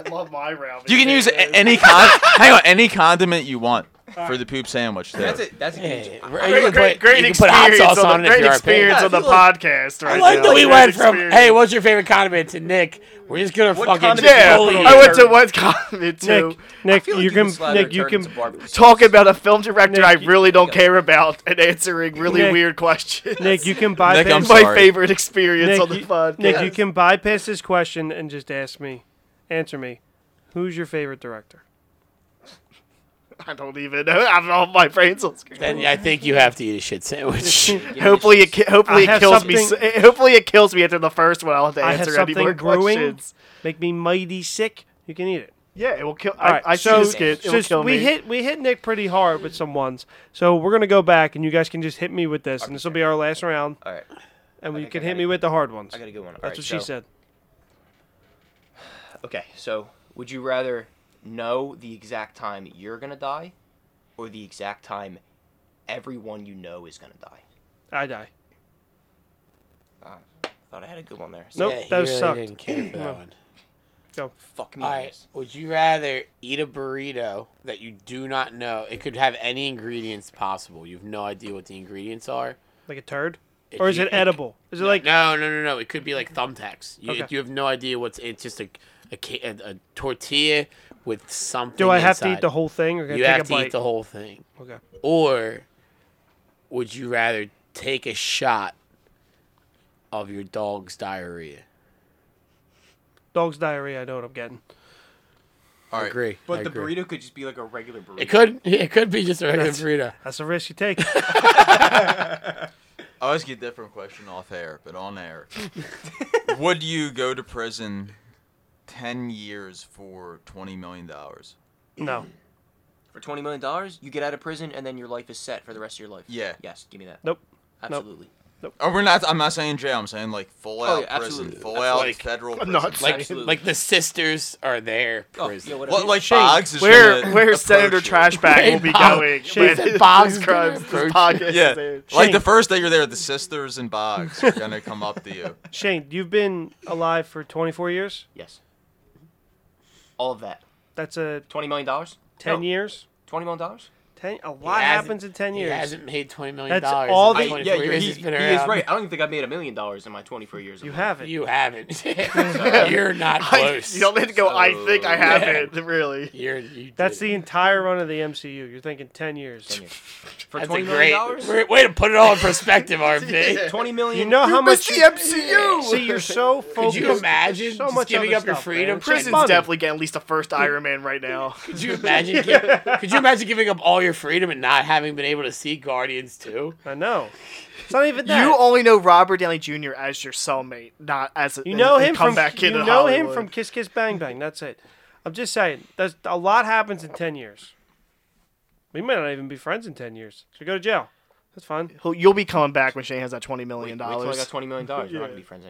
[SPEAKER 4] I love my round.
[SPEAKER 6] you can use
[SPEAKER 4] potatoes.
[SPEAKER 6] a- any con- hang on any condiment you want. for the poop sandwich. Too.
[SPEAKER 10] That's it. That's a huge.
[SPEAKER 2] Hey,
[SPEAKER 11] Great,
[SPEAKER 2] you can
[SPEAKER 11] great,
[SPEAKER 2] put,
[SPEAKER 11] great
[SPEAKER 2] you can put hot
[SPEAKER 11] experience
[SPEAKER 2] sauce
[SPEAKER 11] on
[SPEAKER 2] on,
[SPEAKER 11] the,
[SPEAKER 2] it if
[SPEAKER 11] great
[SPEAKER 2] you're
[SPEAKER 11] experience
[SPEAKER 2] a
[SPEAKER 11] on the podcast right
[SPEAKER 2] I like
[SPEAKER 11] now.
[SPEAKER 2] that we
[SPEAKER 11] Great
[SPEAKER 2] went from,
[SPEAKER 11] experience.
[SPEAKER 2] hey, what's your favorite condiment to Nick? We're just going to
[SPEAKER 10] What
[SPEAKER 2] fucking
[SPEAKER 10] condiment
[SPEAKER 4] Yeah,
[SPEAKER 2] bully
[SPEAKER 4] I
[SPEAKER 2] you.
[SPEAKER 4] went to one comment too.
[SPEAKER 1] Nick, Nick,
[SPEAKER 10] feel like
[SPEAKER 1] you
[SPEAKER 10] can
[SPEAKER 1] can,
[SPEAKER 10] slather
[SPEAKER 1] Nick, you
[SPEAKER 10] turd
[SPEAKER 1] can.
[SPEAKER 10] into barbecue sauce.
[SPEAKER 4] Talking about a film director
[SPEAKER 1] Nick,
[SPEAKER 4] I
[SPEAKER 1] you-
[SPEAKER 4] really don't care about and answering really
[SPEAKER 1] Nick.
[SPEAKER 4] weird questions.
[SPEAKER 1] Nick, you can
[SPEAKER 6] Nick, I'm
[SPEAKER 1] bypass.
[SPEAKER 4] my
[SPEAKER 6] sorry.
[SPEAKER 4] favorite experience on the
[SPEAKER 1] you-
[SPEAKER 4] podcast.
[SPEAKER 1] Nick, you can bypass this question and just ask me, answer me. Who's your favorite director?
[SPEAKER 4] I don't even know. I'm all my brains on screen.
[SPEAKER 2] Then I think you have to eat a shit sandwich.
[SPEAKER 4] Hopefully, it ki- hopefully
[SPEAKER 1] I
[SPEAKER 4] it
[SPEAKER 1] have
[SPEAKER 4] kills me. s-
[SPEAKER 1] something-
[SPEAKER 4] eh, Hopefully it kills me after the first one. I'll have to
[SPEAKER 1] I have
[SPEAKER 4] answer any more
[SPEAKER 1] something brewing.
[SPEAKER 4] questions.
[SPEAKER 1] Make me mighty sick. You can eat it.
[SPEAKER 4] Yeah, it will kill.
[SPEAKER 1] All right,
[SPEAKER 4] I, I
[SPEAKER 1] so,
[SPEAKER 4] see this kid. It will
[SPEAKER 1] since
[SPEAKER 4] kill
[SPEAKER 1] we
[SPEAKER 4] me.
[SPEAKER 1] hit we hit Nick pretty hard with some ones, so we're gonna go back and you guys can just hit me with this, and this will be our last round,
[SPEAKER 10] All right.
[SPEAKER 1] and you
[SPEAKER 10] think
[SPEAKER 1] can
[SPEAKER 10] I
[SPEAKER 1] hit
[SPEAKER 10] got
[SPEAKER 1] me
[SPEAKER 10] it.
[SPEAKER 1] with the hard ones.
[SPEAKER 10] I got a good one.
[SPEAKER 1] That's what she said.
[SPEAKER 3] Okay, so would you rather know the exact time you're gonna die, or the exact time everyone you know is gonna die?
[SPEAKER 1] I die.
[SPEAKER 3] Thought I had a good one there. So
[SPEAKER 1] Nope,
[SPEAKER 2] Yeah, he
[SPEAKER 1] that
[SPEAKER 2] really
[SPEAKER 1] sucked.
[SPEAKER 2] didn't care for that one.
[SPEAKER 3] fuck me.
[SPEAKER 2] All right. Would you rather eat a burrito that you do not know? It could have any ingredients possible. You have no idea what the ingredients are.
[SPEAKER 1] Like a turd,
[SPEAKER 2] If
[SPEAKER 1] or is
[SPEAKER 2] you-
[SPEAKER 1] it edible? Is it like
[SPEAKER 2] no, no, no, no. It could be like thumbtacks. You,
[SPEAKER 1] Okay.
[SPEAKER 2] you have no idea what's. It's just a a, ca- a, a tortilla with something.
[SPEAKER 1] do I have to eat
[SPEAKER 2] inside.
[SPEAKER 1] the whole thing or can
[SPEAKER 2] You
[SPEAKER 1] I take
[SPEAKER 2] have
[SPEAKER 1] a
[SPEAKER 2] to
[SPEAKER 1] bite?
[SPEAKER 2] eat the whole thing.
[SPEAKER 1] okay.
[SPEAKER 2] Or would you rather take a shot of your dog's diarrhea?
[SPEAKER 1] Dog's diarrhea. I know what I'm getting.
[SPEAKER 6] All
[SPEAKER 2] I
[SPEAKER 6] right.
[SPEAKER 2] agree. I
[SPEAKER 3] But the
[SPEAKER 2] agree.
[SPEAKER 3] burrito could just be like a regular burrito.
[SPEAKER 2] It could. It could be just a regular
[SPEAKER 1] That's-
[SPEAKER 2] burrito.
[SPEAKER 1] That's a risk you take.
[SPEAKER 6] I'll ask you a different question off air, but on air. Would you go to prison ten years for twenty million dollars?
[SPEAKER 1] no.
[SPEAKER 3] For twenty million dollars, you get out of prison, and then your life is set for the rest of your life.
[SPEAKER 6] Yeah.
[SPEAKER 3] Yes, give me that.
[SPEAKER 1] Nope.
[SPEAKER 3] Absolutely.
[SPEAKER 6] Oh, we're not. I'm not saying jail. I'm saying like full
[SPEAKER 3] Oh,
[SPEAKER 6] out
[SPEAKER 3] yeah,
[SPEAKER 6] prison,
[SPEAKER 3] absolutely.
[SPEAKER 6] full
[SPEAKER 2] That's
[SPEAKER 6] out
[SPEAKER 2] like-
[SPEAKER 6] federal
[SPEAKER 4] I'm
[SPEAKER 6] prison.
[SPEAKER 4] not
[SPEAKER 2] Like,
[SPEAKER 3] Absolutely.
[SPEAKER 2] like the sisters are there.
[SPEAKER 3] Oh,
[SPEAKER 2] prison.
[SPEAKER 3] yeah, whatever.
[SPEAKER 6] What, like
[SPEAKER 1] Shane,
[SPEAKER 6] Boggs is
[SPEAKER 4] Where
[SPEAKER 6] gonna
[SPEAKER 4] where
[SPEAKER 6] approach
[SPEAKER 4] Senator
[SPEAKER 6] you.
[SPEAKER 4] Trashbag will be
[SPEAKER 2] Bob-
[SPEAKER 4] going
[SPEAKER 1] Shane
[SPEAKER 4] when
[SPEAKER 2] said
[SPEAKER 4] these
[SPEAKER 2] Bob's gonna
[SPEAKER 4] crimes this
[SPEAKER 2] approach-
[SPEAKER 4] podcast
[SPEAKER 6] Yeah,
[SPEAKER 4] is aired.
[SPEAKER 6] like the
[SPEAKER 1] Shane.
[SPEAKER 6] first day you're there, the sisters and Boggs are gonna come up to you.
[SPEAKER 1] Shane, you've been alive for 24 years.
[SPEAKER 3] Yes. All of that.
[SPEAKER 1] That's a
[SPEAKER 3] Twenty million dollars.
[SPEAKER 1] 10
[SPEAKER 3] No,
[SPEAKER 1] years.
[SPEAKER 3] Twenty million dollars.
[SPEAKER 1] Ten. A lot
[SPEAKER 2] hasn't-
[SPEAKER 1] happens in 10
[SPEAKER 2] He
[SPEAKER 1] years.
[SPEAKER 2] hasn't made twenty million
[SPEAKER 1] That's
[SPEAKER 2] dollars.
[SPEAKER 1] all
[SPEAKER 2] in
[SPEAKER 1] that-
[SPEAKER 2] 24
[SPEAKER 3] Yeah, you're,
[SPEAKER 2] years
[SPEAKER 3] he,
[SPEAKER 2] he's been
[SPEAKER 3] he
[SPEAKER 2] around.
[SPEAKER 3] is right. I don't even think I made a million dollars in my 24 years.
[SPEAKER 1] You
[SPEAKER 3] of
[SPEAKER 1] haven't.
[SPEAKER 2] You haven't. You're not
[SPEAKER 4] I,
[SPEAKER 2] close.
[SPEAKER 4] you don't need to go. I think I have
[SPEAKER 2] Yeah.
[SPEAKER 4] it. Really.
[SPEAKER 2] You're, you
[SPEAKER 1] That's the entire run of the MCU. You're thinking 10 years.
[SPEAKER 3] for
[SPEAKER 2] That's a
[SPEAKER 3] twenty
[SPEAKER 2] great
[SPEAKER 3] million dollars.
[SPEAKER 2] great way to put it all in perspective, RP.
[SPEAKER 3] Twenty million.
[SPEAKER 1] You know how much
[SPEAKER 4] the
[SPEAKER 1] you-
[SPEAKER 4] MCU?
[SPEAKER 1] See, you're so
[SPEAKER 2] Could
[SPEAKER 1] focused.
[SPEAKER 2] you imagine
[SPEAKER 1] so
[SPEAKER 2] just
[SPEAKER 1] much
[SPEAKER 2] giving
[SPEAKER 1] other
[SPEAKER 2] up your
[SPEAKER 1] stuff,
[SPEAKER 2] freedom?
[SPEAKER 1] man.
[SPEAKER 4] Prison's
[SPEAKER 1] money.
[SPEAKER 4] definitely getting at least the first Iron Man right now.
[SPEAKER 2] Could you imagine? gi- could you imagine giving up all your freedom and not having been able to see Guardians too?
[SPEAKER 1] I know. It's not even that.
[SPEAKER 4] You only know Robert Downey Jr. as your cellmate, not as a
[SPEAKER 1] You know
[SPEAKER 4] a
[SPEAKER 1] him from
[SPEAKER 4] comeback kid
[SPEAKER 1] you
[SPEAKER 4] in
[SPEAKER 1] know him
[SPEAKER 4] Hollywood.
[SPEAKER 1] from Kiss Kiss Bang Bang. That's it. I'm just saying. That's a lot happens in ten years. We might not even be friends in ten years. So go to jail. That's fine.
[SPEAKER 4] Who- You'll be coming back when Shane has that twenty
[SPEAKER 3] Wait
[SPEAKER 4] million
[SPEAKER 3] till I got
[SPEAKER 4] dollars.
[SPEAKER 3] twenty million dollars. We're not gonna be friends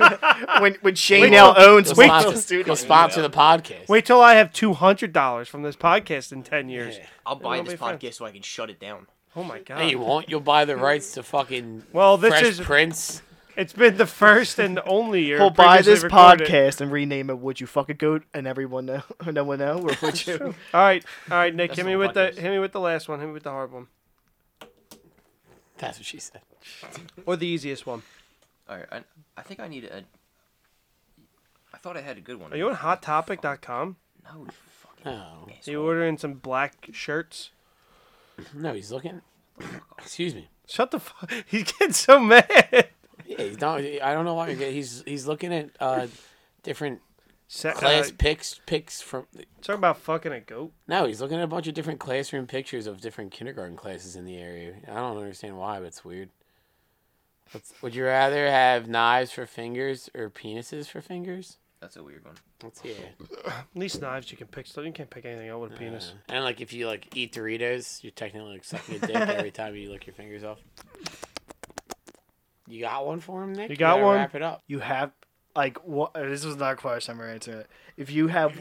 [SPEAKER 3] anymore.
[SPEAKER 4] When when Shane now owns
[SPEAKER 2] We'll sponsor,
[SPEAKER 4] Wait,
[SPEAKER 2] we'll sponsor the podcast.
[SPEAKER 1] Wait till I have two hundred dollars from this podcast in ten years.
[SPEAKER 3] I'll buy
[SPEAKER 1] We'll
[SPEAKER 3] this
[SPEAKER 1] be friends.
[SPEAKER 3] podcast so I can shut it down.
[SPEAKER 1] Oh my
[SPEAKER 2] No, you
[SPEAKER 1] god!
[SPEAKER 2] won't. You'll buy the rights to fucking
[SPEAKER 1] Well, this
[SPEAKER 2] Fresh
[SPEAKER 1] is-
[SPEAKER 2] Prince.
[SPEAKER 1] It's been the first and only year.
[SPEAKER 4] We'll buy
[SPEAKER 1] previously
[SPEAKER 4] this
[SPEAKER 1] recorded.
[SPEAKER 4] podcast and rename it "Would You Fuck a Goat?" and everyone know, no one know, or would you?
[SPEAKER 1] All right, all right, Nick.
[SPEAKER 3] That's
[SPEAKER 1] hit
[SPEAKER 3] the
[SPEAKER 1] me
[SPEAKER 3] whole
[SPEAKER 1] with the
[SPEAKER 3] podcast.
[SPEAKER 1] hit me with the last one. Hit me with the hard one
[SPEAKER 2] That's what she said.
[SPEAKER 1] or the easiest one.
[SPEAKER 3] All right, I, I think I need a. I thought I had a good one.
[SPEAKER 1] Are you on HotTopic.com?
[SPEAKER 3] No, you fucking
[SPEAKER 2] No,
[SPEAKER 1] Are you ordering some black shirts?
[SPEAKER 2] no, he's looking. Excuse me.
[SPEAKER 1] Shut the fuck. He's getting so mad.
[SPEAKER 2] Yeah, he's not, I don't know why you're getting, he's he's looking at uh, different
[SPEAKER 1] Se-
[SPEAKER 2] class
[SPEAKER 1] uh,
[SPEAKER 2] pics picks from.
[SPEAKER 1] Talk about fucking a goat.
[SPEAKER 2] No, he's looking at a bunch of different classroom pictures of different kindergarten classes in the area. I don't understand why, but it's weird. Let's, would you rather have knives for fingers or penises for fingers?
[SPEAKER 3] That's a weird one.
[SPEAKER 2] Let's see. it.
[SPEAKER 1] At least knives you can pick stuff. You can't pick anything out with a penis.
[SPEAKER 2] And like if you like eat Doritos, you're technically like sucking a dick every time you lick your fingers off. You got one for him, Nick?
[SPEAKER 1] You got
[SPEAKER 2] gotta
[SPEAKER 1] one?
[SPEAKER 2] Wrap it up.
[SPEAKER 4] you have like what? This was not a question. I'm answering it. If you have,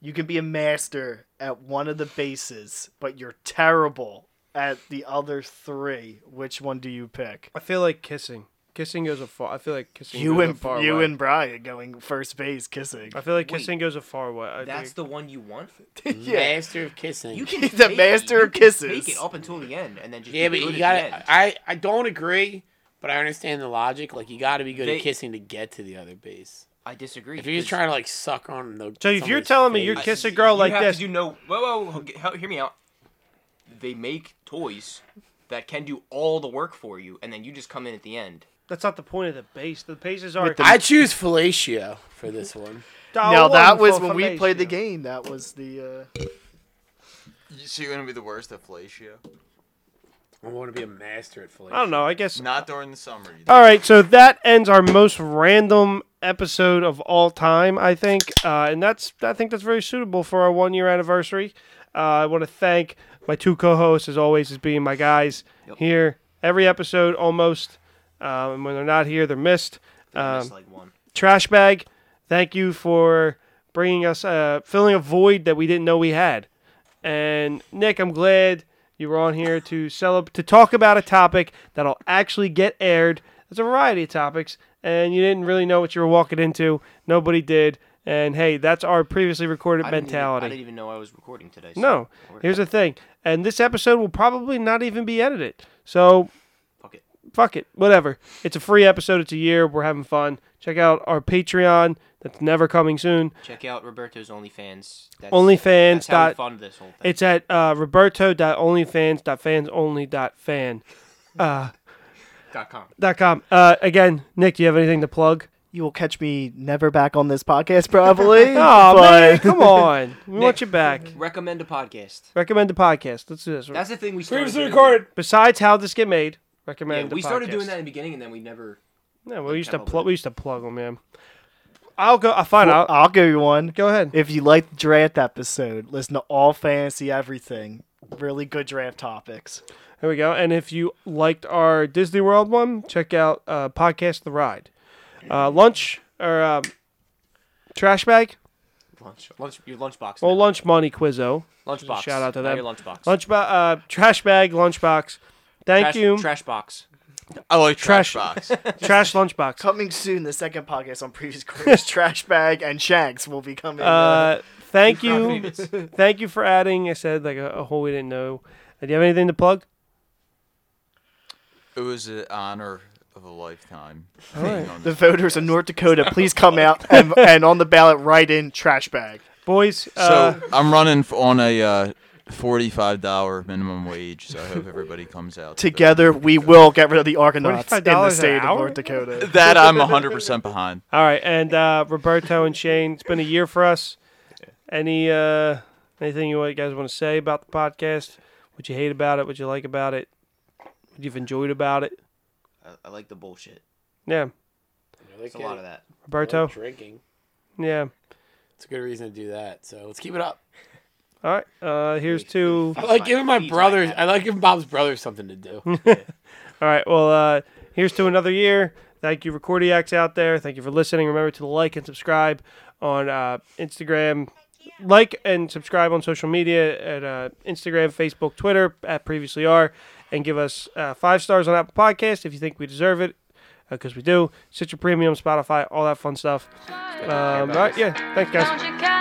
[SPEAKER 4] you can be a master at one of the bases, but you're terrible at the other three. Which one do you pick?
[SPEAKER 1] I feel like kissing. Kissing goes a far. I feel like kissing.
[SPEAKER 4] You
[SPEAKER 1] goes
[SPEAKER 4] and
[SPEAKER 1] a far
[SPEAKER 4] you
[SPEAKER 1] way.
[SPEAKER 4] and Brian going first base kissing.
[SPEAKER 1] I feel like
[SPEAKER 3] Wait.
[SPEAKER 1] kissing goes a far way. I
[SPEAKER 3] That's
[SPEAKER 1] think.
[SPEAKER 3] the one you want.
[SPEAKER 4] yeah,
[SPEAKER 2] Master of kissing.
[SPEAKER 3] You can
[SPEAKER 4] The
[SPEAKER 3] take it-
[SPEAKER 4] master
[SPEAKER 3] you
[SPEAKER 4] of
[SPEAKER 3] can
[SPEAKER 4] kisses.
[SPEAKER 3] Take it up until the end, and then just
[SPEAKER 2] yeah,
[SPEAKER 3] be
[SPEAKER 2] but
[SPEAKER 3] good at
[SPEAKER 2] you
[SPEAKER 3] the
[SPEAKER 2] got.
[SPEAKER 3] end.
[SPEAKER 2] to I I don't agree, but I understand the logic. Like you got to be good
[SPEAKER 3] They-
[SPEAKER 2] at kissing to get to the other base.
[SPEAKER 3] I disagree.
[SPEAKER 2] If you're just
[SPEAKER 3] 'cause
[SPEAKER 2] trying to like suck on the.
[SPEAKER 1] So if you're
[SPEAKER 2] somebody's
[SPEAKER 1] telling me
[SPEAKER 2] face-
[SPEAKER 1] you're
[SPEAKER 3] I-
[SPEAKER 1] kiss a girl
[SPEAKER 3] you
[SPEAKER 1] like
[SPEAKER 3] have
[SPEAKER 1] this-
[SPEAKER 3] To do no. Whoa, whoa, whoa, he- he- hear me out. They make toys that can do all the work for you, and then you just come in at the end.
[SPEAKER 1] That's not the point of the base. The bases are.
[SPEAKER 2] I choose fellatio for this one.
[SPEAKER 1] Dial
[SPEAKER 4] now
[SPEAKER 1] one
[SPEAKER 4] that was
[SPEAKER 1] for
[SPEAKER 4] when we
[SPEAKER 1] fellatio.
[SPEAKER 4] played the game. That was the. Uh,
[SPEAKER 6] You- So you're gonna be the worst at fellatio.
[SPEAKER 2] I want to be a master at fellatio.
[SPEAKER 1] I don't know. I guess.
[SPEAKER 6] Not during the summer. You
[SPEAKER 1] All right, so that ends our most random episode of all time, I think, uh, and that's I think that's very suitable for our one year anniversary. Uh, I want to thank my two co-hosts as always as being my guys here every episode almost. Um, and when they're not here, they're missed.
[SPEAKER 3] I
[SPEAKER 1] Um,
[SPEAKER 3] missed, like one.
[SPEAKER 1] Trash bag, thank you for bringing us uh, filling a void that we didn't know we had. And Nick, I'm glad you were on here to celeb- to talk about a topic that'll actually get aired. There's a variety of topics, and you didn't really know what you were walking into. Nobody did. And hey, that's our previously recorded
[SPEAKER 3] I didn't even-
[SPEAKER 1] mentality.
[SPEAKER 3] I didn't even know I was recording today. So
[SPEAKER 1] no, here's the thing. And this episode will probably not even be edited. So
[SPEAKER 3] Fuck it.
[SPEAKER 1] fuck it, whatever. It's a free episode. It's a year. We're having fun. Check out our Patreon. That's never coming soon.
[SPEAKER 3] Check out Roberto's OnlyFans. That's,
[SPEAKER 1] OnlyFans
[SPEAKER 3] That's how we
[SPEAKER 1] dot-
[SPEAKER 3] funded this whole thing.
[SPEAKER 1] It's at uh, roberto.onlyfans.fansonly.fan
[SPEAKER 3] Dot com.
[SPEAKER 1] dot com. Uh, again, Nick, do you have anything to plug?
[SPEAKER 4] you will catch me never back on this podcast, probably.
[SPEAKER 1] Oh,
[SPEAKER 4] but-
[SPEAKER 1] man, come on. We want you back.
[SPEAKER 3] Recommend a podcast.
[SPEAKER 1] Recommend the podcast. Let's do this.
[SPEAKER 3] That's the thing we started. doing.
[SPEAKER 1] Besides how this get made,
[SPEAKER 3] Yeah,
[SPEAKER 1] recommend. the
[SPEAKER 3] we started
[SPEAKER 1] podcast.
[SPEAKER 3] doing that in the beginning, and then we never.
[SPEAKER 1] Yeah, we used to
[SPEAKER 3] Come up
[SPEAKER 1] plug.
[SPEAKER 3] with
[SPEAKER 1] We used to plug them, man. I'll go. I find
[SPEAKER 4] Well,
[SPEAKER 1] out.
[SPEAKER 3] uh,
[SPEAKER 4] I'll give you one.
[SPEAKER 1] go ahead.
[SPEAKER 4] If you liked the draft episode, listen to all fantasy everything. Really good draft topics.
[SPEAKER 1] There we go. And if you liked our Disney World one, check out uh, podcast The Ride. Uh, lunch or um, trash bag?
[SPEAKER 3] Lunch, lunch, your lunchbox.
[SPEAKER 1] Well,
[SPEAKER 3] Well,
[SPEAKER 1] lunch money quizzo.
[SPEAKER 3] lunchbox.
[SPEAKER 1] shout out to
[SPEAKER 3] Now
[SPEAKER 1] them.
[SPEAKER 3] Your lunchbox.
[SPEAKER 1] Lunch ba- uh, trash bag, lunchbox. Thank
[SPEAKER 3] trash,
[SPEAKER 1] you.
[SPEAKER 3] Trash box.
[SPEAKER 6] I like
[SPEAKER 1] Trash.
[SPEAKER 6] Oh, trash, box.
[SPEAKER 1] Trash lunchbox.
[SPEAKER 4] Coming soon, the second podcast on previous careers, Trash Bag and Shanks will be coming.
[SPEAKER 1] Uh, thank you.
[SPEAKER 3] Favorites.
[SPEAKER 1] Thank you for adding. I said like a, a whole we didn't know. Uh, do you have anything to plug?
[SPEAKER 6] it was an honor of a lifetime. being on
[SPEAKER 4] the
[SPEAKER 6] this
[SPEAKER 4] voters of North Dakota, please come out and, and on the ballot, write in Trash Bag.
[SPEAKER 1] Boys, uh,
[SPEAKER 6] So I'm running f- on a uh, forty-five dollar minimum wage. So I hope everybody comes out to vote.
[SPEAKER 4] Together, we will get rid of the Argonauts in
[SPEAKER 1] $45
[SPEAKER 4] the
[SPEAKER 1] an
[SPEAKER 4] state of
[SPEAKER 1] hour?
[SPEAKER 4] North Dakota.
[SPEAKER 6] That I'm hundred percent behind.
[SPEAKER 1] all right, and uh, Roberto and Shane, it's been a year for us. Any uh, anything you guys want to say about the podcast? What you hate about it? What you like about it? What you've enjoyed about it?
[SPEAKER 3] I, I like the bullshit.
[SPEAKER 1] Yeah,
[SPEAKER 3] There's a lot of that.
[SPEAKER 1] Roberto.
[SPEAKER 2] Drinking.
[SPEAKER 1] Yeah.
[SPEAKER 2] It's a good reason to do that. So let's keep it up.
[SPEAKER 1] All right. Uh, here's to.
[SPEAKER 2] I like giving my
[SPEAKER 3] He's like
[SPEAKER 2] brothers.
[SPEAKER 3] that.
[SPEAKER 2] I like giving Bob's brother something to do.
[SPEAKER 1] All right. Well, uh, here's to another year. Thank you, Recordiacs out there. Thank you for listening. Remember to like and subscribe on uh, Instagram. Like and subscribe on social media at uh, Instagram, Facebook, Twitter at Previously Are, and give us uh, five stars on Apple Podcast if you think we deserve it, uh, because we do. Stitcher Premium, Spotify, all that fun stuff. Um, all right. Yeah. Thanks, guys.
[SPEAKER 9] Don't you care?